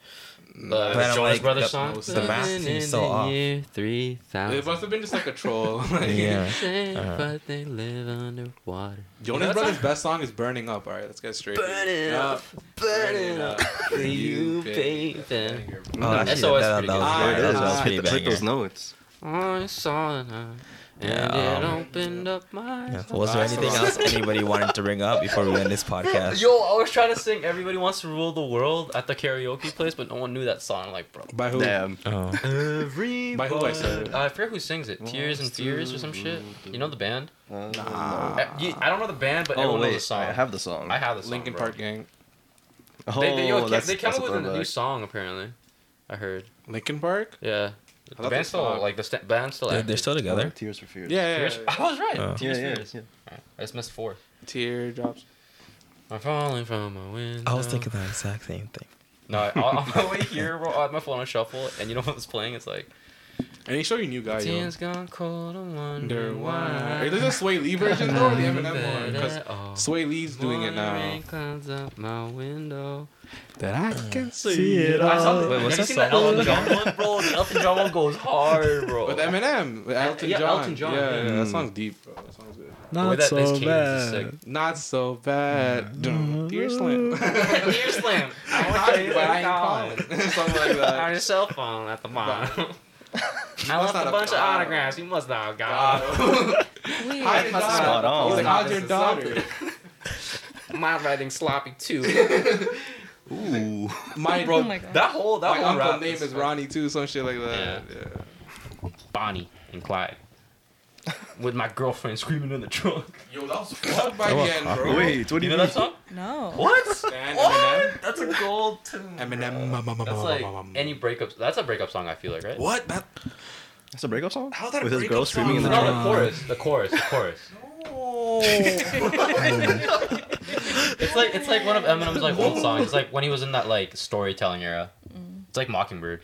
S3: Uh,
S5: But I'm
S3: Jonas
S5: like,
S3: Brothers
S5: the-
S3: song.
S2: the
S5: math
S3: Living
S5: seems
S3: in
S5: so
S3: the
S5: off.
S3: year
S2: It
S3: 3000.
S2: must have been just like a troll. Like,
S5: Yeah.
S3: Safe,
S5: Uh-huh.
S3: but they live underwater.
S2: Jonas Brothers' best song is "Burning Up." All right, let's get straight.
S3: Burn it
S2: Yeah.
S3: up, burn it up for you,
S2: baby.
S3: baby.
S5: Oh,
S3: No,
S5: actually,
S3: SOS
S5: that-
S3: pretty
S5: that
S3: good.
S5: was-
S4: There it
S5: that
S4: is.
S5: was
S4: Just
S5: pretty
S4: hit, the- hit
S5: banger.
S4: those notes.
S3: I saw her, and
S5: Yeah,
S3: it
S5: um,
S3: opened up my
S5: Yeah.
S3: eyes.
S5: Was there anything else anybody wanted to bring up before we end this podcast?
S3: Uh, Yo, I was trying to sing "Everybody Wants to Rule the World" at the karaoke place, but no one knew that song. Like, bro,
S2: By who?
S4: Damn.
S5: Oh.
S3: everybody.
S2: By who I said it?
S3: Uh, I forget who sings it. Tears and Fears or some shit. You know the band?
S4: Uh,
S3: Uh, you- I don't know the band, but
S4: oh
S3: everyone knows the
S4: wait,
S3: song.
S4: I have the song.
S3: I have the song.
S2: Lincoln
S3: bro.
S2: Park Gang.
S4: Oh,
S3: They, they, yo, ca-
S4: that's,
S3: they came
S4: that's
S3: up with a new
S4: throwback.
S3: song apparently. I heard.
S2: Lincoln Park?
S3: Yeah.
S2: thought
S3: The
S2: they
S3: band still
S2: stopped.
S3: like the st- band still.
S5: They're,
S3: active.
S5: they're still
S4: Oh,
S5: together.
S4: Tears for Fears.
S2: Yeah, yeah,
S3: Tears-
S2: yeah.
S3: I was right.
S5: Oh.
S4: Yeah,
S3: Tears,
S4: yeah,
S3: Fears.
S4: yeah.
S3: I just missed four.
S2: Teardrops.
S3: I'm falling from my window.
S5: I was thinking the exact same thing.
S3: No, I, on on my way here, bro, I had my phone on shuffle, and you know what was playing? It's like.
S2: And he showed you new guy, yo.
S3: Tears gone cold. I
S2: Wonder
S3: wonder
S2: why. Is
S3: why.
S2: this the Sway Lee version though, or the Eminem one? Because
S3: Better off.
S2: Sway Lee's doing it now.
S3: Morning clouds up my window.
S2: That I can
S1: See it
S3: I saw
S1: all.
S3: the,
S5: Uh, Wait, what's
S3: have you
S5: that
S3: seen that
S5: song?
S3: Elton John one, bro? The Elton John one goes hard, bro.
S2: With Eminem, with Elton
S3: Uh, yeah,
S2: John.
S3: Elton John,
S2: Yeah, yeah,
S3: yeah.
S1: Mm.
S2: that song's deep, bro. That song's good.
S3: The way
S1: Not
S3: that this
S1: so
S3: cadence is
S1: bad.
S3: sick.
S2: Not so bad.
S1: Mm.
S2: Dun. Tear slam.
S3: Ear slam. I want
S2: Not,
S3: to
S2: but
S3: tell you what
S2: I
S3: I
S2: ain't
S3: call it.
S2: calling. Something like
S3: On
S2: that.
S3: your cell phone at the bottom. I
S2: must
S3: left
S2: not
S3: a
S2: have
S3: bunch of
S2: gone.
S3: autographs. You must not have got
S6: Weird.
S2: Hi, your daughter.
S4: Spot on.
S2: He's like, how's your
S3: This is
S2: daughter?
S3: My writing sloppy too.
S4: Ooh.
S2: My
S6: Oh my god.
S3: That whole that
S2: My
S3: whole
S2: uncle
S3: rap
S2: name is Ronnie too, some shit like that. Yeah.
S3: Bonnie and Clyde. With my girlfriend screaming in the trunk.
S2: Yo, that was fucked by
S5: Oh,
S2: the end, bro.
S4: Wait, what do
S3: You
S4: you
S3: know
S4: mean?
S3: that song?
S6: No.
S3: What?
S2: And
S3: What? That's a gold tune.
S2: Eminem. Eminem.
S3: That's like any breakup. That's a breakup song. I feel like right.
S2: What? That
S4: That's a breakup song?
S2: How's that a
S4: With his
S2: breakup
S4: girl screaming in the
S3: No,
S4: trunk?
S3: the chorus. The chorus. The chorus. it's like it's like one of Eminem's like old songs. It's like when he was in that like storytelling era. It's like Mockingbird.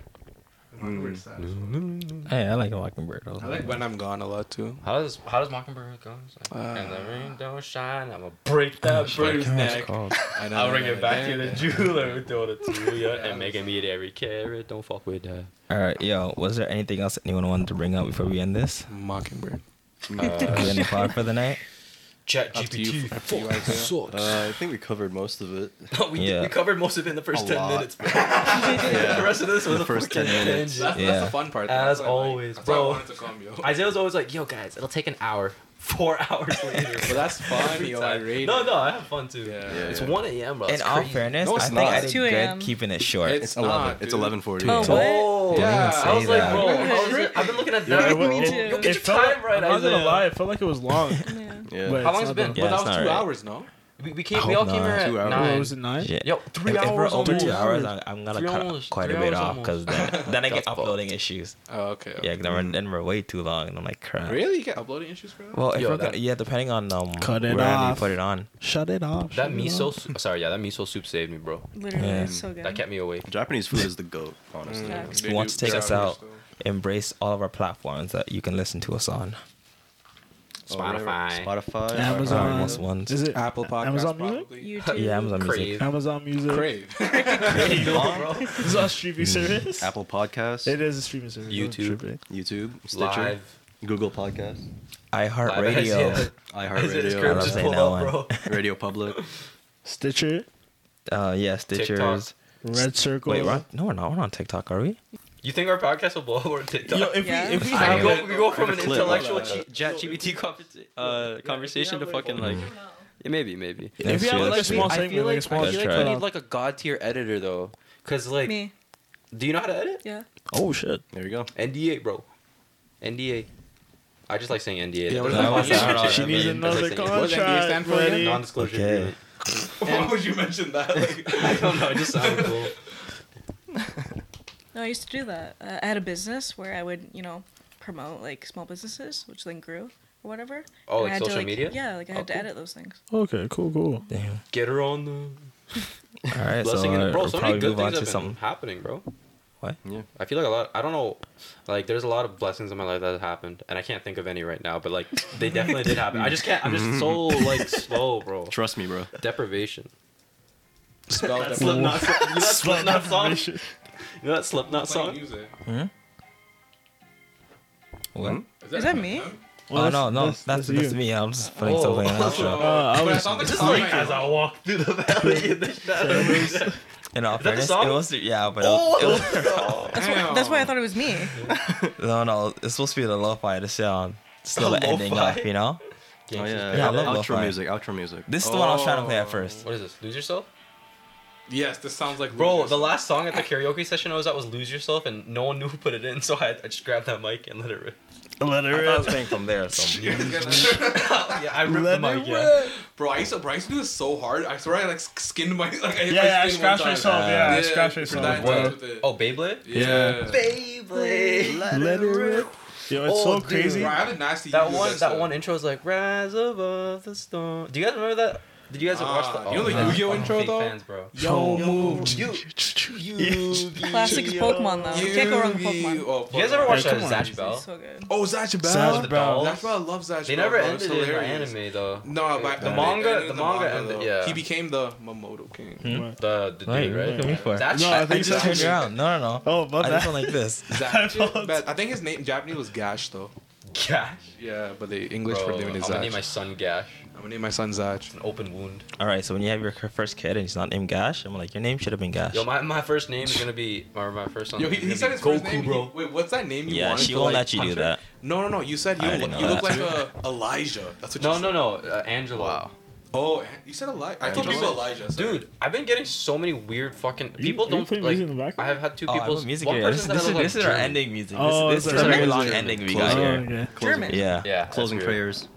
S5: Hey, I like a walking bird.
S2: Mm. I like when I'm gone a lot too.
S3: How does how does Mockingbird go? It's like,
S5: Uh,
S3: and the rain don't shine. I'ma break that bird's neck.
S2: I know.
S3: I'll bring it back to the jeweler with all the two, yeah, and make him eat every carrot. Don't fuck with that.
S5: All right, yo, was there anything else anyone wanted to bring up before we end this?
S2: Mockingbird.
S5: Before we end
S6: Oh,
S5: the pod for the night?
S3: Chat
S2: Up to you.
S3: GPT.
S2: Up to you, Isaiah.
S4: Uh, I think we covered most of it.
S3: we,
S5: Yeah.
S3: we covered most of it in the first
S4: A
S3: ten
S4: lot.
S3: minutes. bro.
S4: Yeah.
S3: The rest of this was
S4: The
S3: a
S4: first
S3: fucking
S4: 10 minutes.
S2: That's,
S3: tangent.
S2: that's
S5: Yeah.
S2: the fun part.
S3: As
S2: That's why I like-
S3: always,
S2: that's why
S3: bro.
S2: I wanted to come, yo.
S3: Isaiah was always like, "Yo, guys, it'll take an hour." Four hours later.
S2: But that's fun,
S3: Every
S2: yo. I
S3: time.
S2: rate
S3: no,
S2: it.
S3: no, I have fun too.
S2: Yeah.
S4: Yeah,
S3: It's
S4: yeah.
S3: 1 a.m, bro.
S5: In
S3: It's
S5: all
S3: crazy.
S5: fairness,
S2: No,
S5: I
S2: it's
S5: think
S4: not.
S5: I
S6: It's 2
S5: did
S6: a.m.
S5: good keeping it short.
S4: It's
S2: It's
S4: 11.
S2: not,
S4: it's
S2: dude.
S4: 1140.
S6: Oh,
S5: Don't-
S6: what?
S3: Oh,
S2: Yeah.
S3: I was
S5: say
S3: like,
S5: that.
S3: bro,
S6: Don't
S3: how is it? I've been looking at that.
S1: it wa-
S3: bro.
S1: it-
S6: Yo,
S3: get your
S1: felt
S3: time right,
S1: I'm not gonna
S3: Isaiah.
S1: lie. It felt like it was long.
S6: Yeah.
S4: Yeah.
S1: but
S3: How
S1: it's
S3: long's
S1: not that-
S3: it been?
S2: But
S5: Yeah,
S2: that
S5: it's
S2: was
S5: not
S2: two
S5: right.
S2: hours, no?
S3: we, we came.
S5: I
S3: We all
S5: hope
S3: came here
S5: not.
S3: at
S2: Two hours.
S1: What
S3: nine.
S1: was it nine?
S5: Shit.
S3: Yo,
S5: If-
S3: three
S5: if, we're
S3: hours
S5: over two
S3: almost.
S5: hours, I, I'm gonna
S3: Three
S5: cut
S3: hours,
S5: quite a
S3: three
S5: bit
S3: hours
S5: off because then, then I get
S3: That's
S5: uploading issues.
S2: Oh, okay. okay.
S5: Yeah, then we're, then we're way too long, and I'm like, crap.
S2: Really? You get uploading issues for that?
S5: Well, if
S3: Yo,
S5: we're
S3: that-
S5: gonna, yeah, depending on um
S1: Cut it
S5: wherever
S1: off.
S5: you put it on.
S1: Shut it off.
S3: That
S1: shut it
S3: miso.
S1: off.
S3: Soup, sorry, yeah, that miso soup saved me, bro.
S6: Literally,
S5: Yeah.
S6: it's so good.
S3: That kept me awake.
S4: Japanese food is the goat, honestly.
S6: Yeah.
S2: They
S5: want
S2: do-
S5: to take
S2: they're
S5: us
S2: out here
S5: out.
S2: still.
S5: Embrace all of our platforms that you can listen to us on.
S4: Oh, whatever.
S3: Spotify.
S4: Spotify.
S1: Amazon.
S5: Uh, most ones.
S1: Is it
S2: Apple Podcast.
S1: Amazon Music?
S2: probably.
S6: YouTube.
S5: Yeah, Amazon Music.
S3: Crave.
S1: Amazon Music.
S2: Crave.
S1: Is that a streaming service?
S4: Apple Podcasts.
S1: It is a streaming service. Don't
S3: YouTube.
S1: trip it.
S4: YouTube. Stitcher.
S3: Live.
S4: Google Podcasts.
S5: iHeartRadio.
S4: iHeartRadio.
S5: I love
S3: just
S5: saying
S3: pulled
S5: that
S3: up,
S5: one.
S3: bro.
S4: Radio Public.
S1: Stitcher.
S5: Uh, yeah,
S3: TikTok.
S5: Stitchers.
S1: Red Circle.
S5: Wait, we're on, no, we're not. We're not on TikTok, are we?
S3: You think our podcast will blow up on TikTok?
S5: Yo, if
S6: Yeah.
S5: we if we
S3: I
S5: have
S3: go, we go from an
S4: Clip.
S3: intellectual
S2: Hold on.
S3: cheat.
S10: Chat GBT conversa- uh, conversation to fucking like. Yeah, maybe, maybe.
S1: If
S5: That's
S1: you have like
S5: true.
S1: a
S10: Like, we-
S1: small
S10: I feel
S1: segment, like a
S10: like,
S1: small
S10: I feel like
S5: Let's
S10: we
S5: try.
S10: need like a god tier editor though.
S3: Cause like,
S6: Me.
S3: do you know how to edit?
S6: Yeah.
S1: Oh shit.
S4: There you go.
S3: NDA, bro. NDA. I just like saying NDA.
S2: Yeah, what is
S3: That's
S2: that?
S3: all I
S2: She
S3: like.
S1: She needs
S3: That's like
S1: another
S3: saying- what is that?
S2: NDA stand
S1: contract.
S2: for
S1: buddy.
S3: Non-disclosure
S5: Okay.
S3: agreement.
S2: Why would you mention that? Like,
S3: I don't know. It just sounded cool.
S6: No, I used to do that. Uh, I had a business where I would, you know, promote like small businesses, which then grew or whatever.
S3: Oh,
S6: And
S3: like
S6: I had
S3: social
S6: to, like,
S3: media?
S6: Yeah, like I
S3: Oh,
S6: had to
S3: cool.
S6: edit those things.
S1: Okay, cool, cool.
S5: Damn.
S3: Get her on the
S5: All right, so
S3: blessing. and-
S5: uh,
S3: bro,
S5: we'll
S3: so many
S5: probably
S3: good
S5: move on
S3: things have
S5: to
S3: been
S5: something.
S3: happening, bro.
S4: Yeah.
S3: I feel like a lot. I don't know. Like, there's a lot of blessings in my life that have happened, and I can't think of any right now. But like, they definitely did happen. I just can't. I'm just so like slow, bro.
S4: Trust me, bro.
S3: Deprivation.
S2: spell that.
S3: Slipknot. You know that Slipknot song? You
S1: Shit.
S3: know that Slipknot
S2: Playing
S3: song?
S2: music.
S5: What?
S6: Is that me?
S5: Oh no, no,
S1: that's-
S5: Hmm? that's
S1: that's
S5: that's,
S1: you.
S5: me. I'm just putting
S3: Oh.
S5: something else
S2: Uh,
S5: up.
S1: I
S2: but I
S1: was-
S2: saw the
S3: Just
S2: comment.
S3: like as I walk through the valley in the shadows.
S5: In all
S3: that the
S5: fairness,
S3: song?
S5: it was yeah, but it
S3: Oh,
S5: was- it was-
S6: That's why, that's why I thought it was me.
S5: no, no, it's supposed to be the lo-fi to sound slow
S3: The
S5: ending
S3: lo-fi?
S5: up, you know.
S4: Oh yeah.
S5: Yeah, I love
S4: outro
S5: lo-fi.
S4: music. Outro music.
S5: This is the one I was trying to play
S2: Oh.
S5: at first.
S3: What is this? Lose yourself?
S2: Yes, this sounds like
S3: Bro,
S2: Losers.
S3: the last song at the karaoke session I was at was "Lose Yourself," and no one knew who put it in, so I, I just grabbed that mic and let it rip.
S1: Let
S5: I
S1: her
S5: thought I was
S1: in.
S5: playing from there. So
S3: yeah, I ripped
S1: Let
S3: the
S1: it
S3: mic. Yeah.
S2: Bro, I used to, bro, I used to do this so hard. I swear I like skinned my like. I hit
S1: Yeah,
S2: my
S1: yeah, I
S2: skin
S1: scratched
S2: one time.
S1: myself, yeah, I scratched
S2: for
S1: myself,
S2: that
S1: bro.
S2: time with it.
S3: Oh, Beyblade.
S1: Yeah.
S3: Beyblade.
S1: Let her rip. Yo, it's
S3: Oh,
S1: so
S3: dude.
S1: crazy.
S2: Bro, I had a nasty.
S3: That
S2: use
S3: one,
S2: of
S3: that
S2: stuff.
S3: one intro is like "Rise above the storm." Do you guys remember that? Did you guys
S2: Ah,
S3: watch the?
S2: you know the
S3: man.
S2: Yu-Gi-Oh
S3: Fucking
S2: intro,
S3: fake
S2: though?
S3: Fans, bro.
S1: Yo, move.
S3: You, you,
S6: Classic Pokemon though. You can't go wrong with
S2: Yu-Gi-Oh!
S6: Pokemon.
S2: Oh,
S3: You guys ever watch
S1: Hey,
S3: that
S1: come on.
S3: Zatch
S6: It's
S3: Bell?
S6: so good.
S2: Oh, Zatch Bell.
S1: Zatch
S3: The
S1: Bell.
S3: dolls?
S2: Zatch Bell. I love Zatch
S3: They
S2: Bell.
S3: never
S2: bro. It's
S3: ended it in the
S2: hilarious.
S3: anime though.
S2: No, but
S4: The
S2: the
S3: manga-
S2: manga,
S3: the manga ended- yeah.
S2: He became the Momoto King.
S3: The the
S5: Wait,
S3: dude,
S5: what are you
S3: right?
S5: looking for?
S3: Zatch.
S1: No, I
S5: I
S1: think
S5: just
S1: so.
S5: turned around. No, no, no.
S1: Oh, my
S5: I just
S1: bad.
S5: went like this.
S2: Zatch.
S1: I thought-
S2: but I think his name in Japanese was Gash though.
S3: Gash.
S2: Yeah, but the English
S3: Bro,
S2: for
S3: I'm
S2: doing is
S3: gonna
S2: Zatch.
S3: name my son Gash.
S2: I'm gonna name my son Zatch.
S3: An open wound.
S5: All right, so when you have your first kid and he's not named Gash, I'm like, your name should have been Gash.
S3: Yo, my, my first name is gonna be or my first son.
S2: Yo, he,
S3: is gonna
S2: he said
S3: be
S2: his first
S3: Goku,
S2: name.
S3: bro.
S2: He- wait, what's that name you
S5: yeah,
S2: wanted
S5: she
S2: for,
S5: won't
S2: like,
S5: let you do
S2: Hunter?
S5: that.
S2: No, no, no. You said you,
S5: I didn't know
S2: you look like
S5: that.
S2: a Elijah. That's what you
S3: No,
S2: said.
S3: no, no. Uh, Angelo.
S2: Wow. Oh, you said Elijah. I told
S3: Angelo?
S2: people Elijah. sorry.
S3: Dude, I've been getting so many weird fucking
S1: you-
S3: people
S1: are you
S3: don't
S1: putting
S3: like.
S1: music in the background?
S3: I have had two
S5: Oh, I
S3: people.
S5: love music here. This, this is, this is our ending music.
S1: Oh,
S5: this, this
S1: it's
S5: is a
S1: our
S5: very
S1: ending
S5: long
S1: music.
S5: ending we
S1: Oh,
S5: got here.
S1: okay.
S6: German.
S5: Yeah.
S3: Yeah.
S4: Closing
S3: that's weird.
S4: prayers.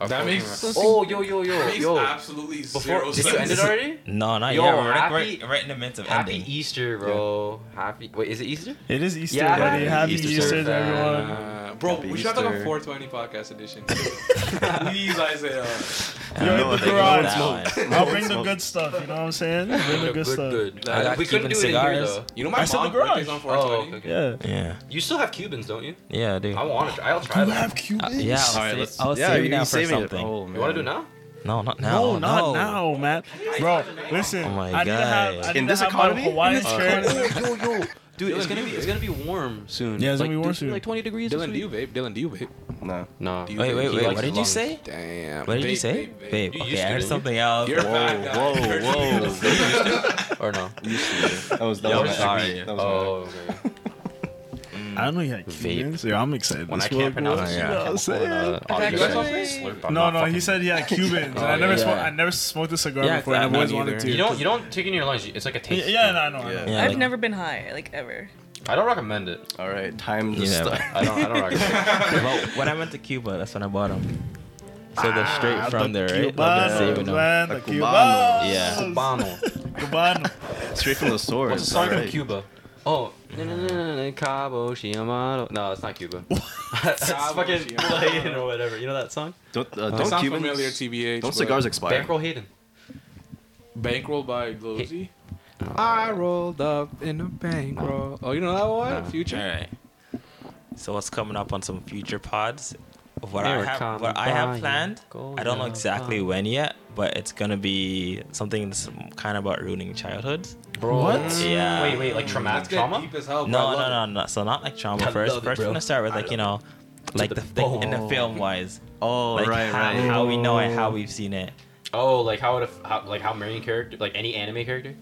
S3: Our
S2: That
S3: closing
S2: makes-
S3: prayers. Oh, yo, yo, yo,
S2: Makes
S3: yo.
S2: absolutely
S3: Before
S2: zero
S3: did you
S2: sense.
S3: end it already?
S5: No, not
S3: Yo,
S5: yet. We're, like-
S3: happy-
S5: we're right in the midst of
S3: Happy E-
S5: ending.
S3: Easter, bro. Happy. Wait, is it Easter?
S1: It is Easter,
S3: Yeah,
S1: buddy.
S3: happy
S1: Happy
S3: Easter,
S1: Easter,
S3: sir.
S1: to everyone.
S2: Uh, bro,
S4: Happy
S2: we should have like a
S4: Easter.
S2: 420 podcast edition. Please, uh. Isaiah.
S1: Yo, in the
S5: No, they know that
S1: garage.
S5: one.
S1: I'll bring the good stuff, you know what I'm saying? Bring the good stuff.
S3: good.
S5: I got
S3: we couldn't do
S5: Cuban
S3: it in here
S5: cigars.
S3: though.
S2: You know my
S1: I said the
S2: mom's birthday's
S1: garage.
S2: on
S3: Oh, okay,
S2: 420.
S3: okay.
S1: Yeah.
S5: Yeah.
S3: You still have Cubans, don't you?
S5: Yeah, dude.
S3: I want to. I'll try them.
S5: Uh,
S1: Cubans?
S5: yeah, I was,
S4: All right,
S5: sa-
S4: let's.
S5: I was
S4: yeah,
S5: saving
S4: you're
S5: that for
S4: saving
S5: something.
S4: It. Oh, man.
S3: You want to do it now?
S5: No, not now.
S1: No, not now, man. Bro, listen.
S5: Oh my
S1: I need to have,
S5: God.
S1: I need
S4: In
S1: to
S4: this
S1: have
S4: economy?
S1: my Hawaiian shirt.
S3: yo, yo, yo. dude, it's
S2: Dylan,
S3: gonna
S2: you
S3: be
S2: do
S3: it's gonna be warm soon.
S1: Yeah, it's gonna
S3: Like,
S1: be warm
S3: dude,
S1: soon.
S3: Like 20 degrees.
S2: Dylan, do you vape? Dylan, do you vape?
S4: No.
S3: No.
S2: Do you
S5: Wait,
S2: vape?
S5: wait,
S3: He
S5: wait.
S3: likes
S5: What did you
S3: lungs.
S5: say?
S2: Damn.
S5: What did you
S2: Vape,
S5: say?
S2: vape, vape.
S5: Babe,
S3: You
S5: okay,
S3: used
S5: I
S3: to,
S5: heard
S3: didn't
S5: something else.
S2: You're a bad guy.
S4: Whoa,
S2: You're
S4: whoa,
S2: just-
S4: whoa.
S3: Or no?
S4: that was that
S5: Yo,
S4: was my
S5: sorry.
S4: technique. That was my
S3: Oh, okay.
S1: I don't know you had
S3: Vape.
S1: Cubans. Yo, I'm excited.
S3: When I
S1: This
S3: can't
S1: will go-
S3: pronounce
S1: you
S3: it,
S1: know what I'm saying?
S6: Actually-
S1: No, no, he said he had Cubans. and I
S3: Oh,
S1: never,
S3: yeah.
S1: smoked, I never smoked a cigar
S5: Yeah,
S1: before. and I've
S2: I-
S1: always
S2: me
S1: wanted
S2: neither.
S1: to.
S3: You don't. You don't take it in your lungs. It's like a taste.
S1: Yeah, yeah, no, I know. I know.
S4: Yeah.
S5: Yeah,
S6: I've
S5: like-
S6: never been high, like ever.
S3: I don't recommend it.
S4: All right, time to
S5: You never.
S4: start.
S3: I don't. I don't recommend. it.
S5: Well, when I went to Cuba, that's when I bought them.
S10: So they're
S3: Ah,
S10: straight from there, right?
S11: Cubano,
S10: Like, you know.
S11: man, the
S4: A
S11: Cubano.
S4: cubano.
S10: Yeah.
S3: Cubano.
S11: Cubano.
S4: Straight from the source.
S3: What's the song from
S4: alright.
S3: Cuba? Oh, na- na- na- na- Cabo Shiamano. No, it's not Cuba. That's
S2: Cabo
S3: fucking
S2: Shiamano.
S3: Hayden or whatever. You know that song?
S4: Don't, uh,
S2: Don't
S4: don't
S2: sound
S4: Cubans.
S2: familiar, TBH.
S4: don't
S2: but-
S4: cigars expire?
S3: Bankroll Hayden.
S2: Bankroll by Glozzy. I rolled up in a bankroll. Oh, you know that one?
S3: No.
S2: Future.
S5: All right. So what's coming up on some future pods? What
S3: They
S5: I
S3: were
S5: have,
S3: coming
S5: what I have
S3: by,
S5: planned,
S3: go
S5: I don't know
S3: down,
S5: exactly
S3: down.
S5: when yet, but it's gonna be something that's kind of about ruining childhoods.
S3: What?
S5: Yeah.
S3: Wait, wait, like traumatic
S2: Let's get
S3: trauma?
S2: deep as hell, bro. I
S5: No,
S2: love
S5: no,
S2: it.
S5: no, no. So not like trauma
S3: I
S5: first.
S3: love it,
S5: First, we're
S3: bro.
S5: gonna start with
S3: I
S5: like you know,
S3: love
S5: like
S3: the
S5: the, like, in the film wise,
S4: Oh,
S5: like
S4: right,
S5: how,
S4: right.
S5: how we know it, how we've seen it.
S3: Oh, like how would a, how, like how many character, like any anime character?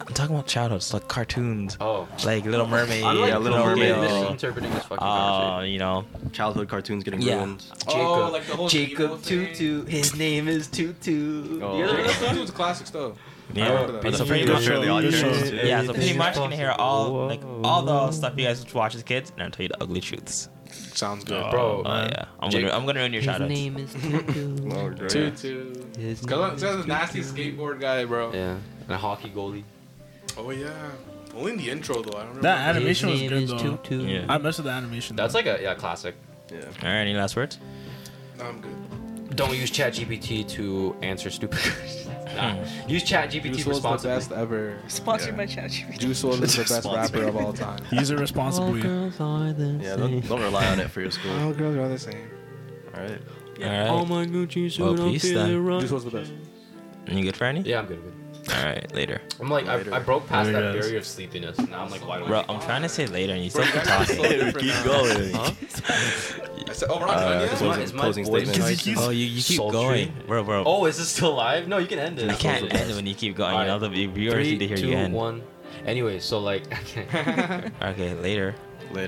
S5: I'm talking about childhoods, like cartoons,
S3: Oh.
S5: like Little Mermaid,
S3: I'm like
S4: Yeah, Little
S3: totally
S4: Mermaid.
S5: Pinocchio,
S3: misinterpreting this fucking
S5: Uh,
S3: conversation.
S5: you know,
S4: Childhood cartoons getting
S5: Yeah.
S4: ruined.
S2: Oh, like the whole Devo
S3: Jacob
S2: thing.
S3: Tutu. His name is Tutu.
S4: Oh.
S3: You know that
S2: Jacob
S3: song?
S2: Tutu's classic stuff. remember that.
S5: yeah. So
S4: I'm
S5: pretty
S4: pretty
S5: much,
S4: sure the audience
S1: Yeah.
S4: is too.
S5: yeah. So pretty
S3: Everything
S5: much
S3: is
S5: you're gonna hear
S3: possible.
S5: all like all the stuff you guys watch as kids, and I'll tell you the ugly truths.
S2: Sounds good.
S3: Bro,
S5: Oh yeah, I'm gonna I'm gonna ruin your
S3: his
S5: childhoods.
S3: name is Tutu.
S4: Oh, great.
S2: Tutu.
S3: His name
S2: Cause
S3: is
S2: that's a nasty
S3: Tutu.
S2: skateboard guy, bro.
S3: Yeah, and a hockey goalie.
S2: Oh yeah. Only in the intro though. I don't remember.
S11: That animation was
S3: name
S11: good
S3: is
S11: though.
S3: Tutu.
S5: Yeah.
S11: I messed with the animation.
S3: That's like a yeah classic.
S4: Yeah.
S5: All right, any last words?
S2: No, I'm good.
S3: Don't use ChatGPT to answer stupid questions. Nah. Use
S2: Juice
S3: ChatGPT
S2: was the best
S3: responsibly.
S2: ever.
S6: Sponsored
S4: Yeah.
S6: by ChatGPT.
S2: Juice was the best
S4: Sponsored.
S2: rapper of all time.
S11: Use it
S5: Oh,
S11: responsibly.
S3: girls are the
S4: Yeah, don't, don't rely on it for your school.
S2: All girls are the same.
S4: All right.
S5: All right,
S3: Oh my Gucci
S5: suit, Well, I'm peace feeling then.
S2: Juice was the best.
S5: you good for any?
S3: Yeah, I'm good with it.
S5: All right, later.
S3: I'm like, I,
S4: Later.
S3: I broke past
S11: Later,
S3: that
S11: guys.
S3: barrier of sleepiness. Now I'm like, why do
S5: Bro,
S3: I?
S5: I'm trying to say later, and you
S2: Bro,
S5: still
S2: you guys are
S5: keep
S2: so
S5: talking.
S2: different now.
S5: Huh?
S2: I said, oh, we're not
S4: Uh,
S2: done yet?
S4: closing,
S3: is my
S4: closing
S3: voice
S4: statement.
S11: He's-
S5: Oh, you, you keep
S3: Sultry.
S5: going, bro, bro.
S3: Oh, is this still live? No, you can end it.
S5: I can't end when you keep going. You know,
S3: Alright.
S5: the viewers
S3: Three,
S5: need to hear
S3: two,
S5: you end.
S3: one. Anyway, so like,
S5: Okay, later.
S4: Later.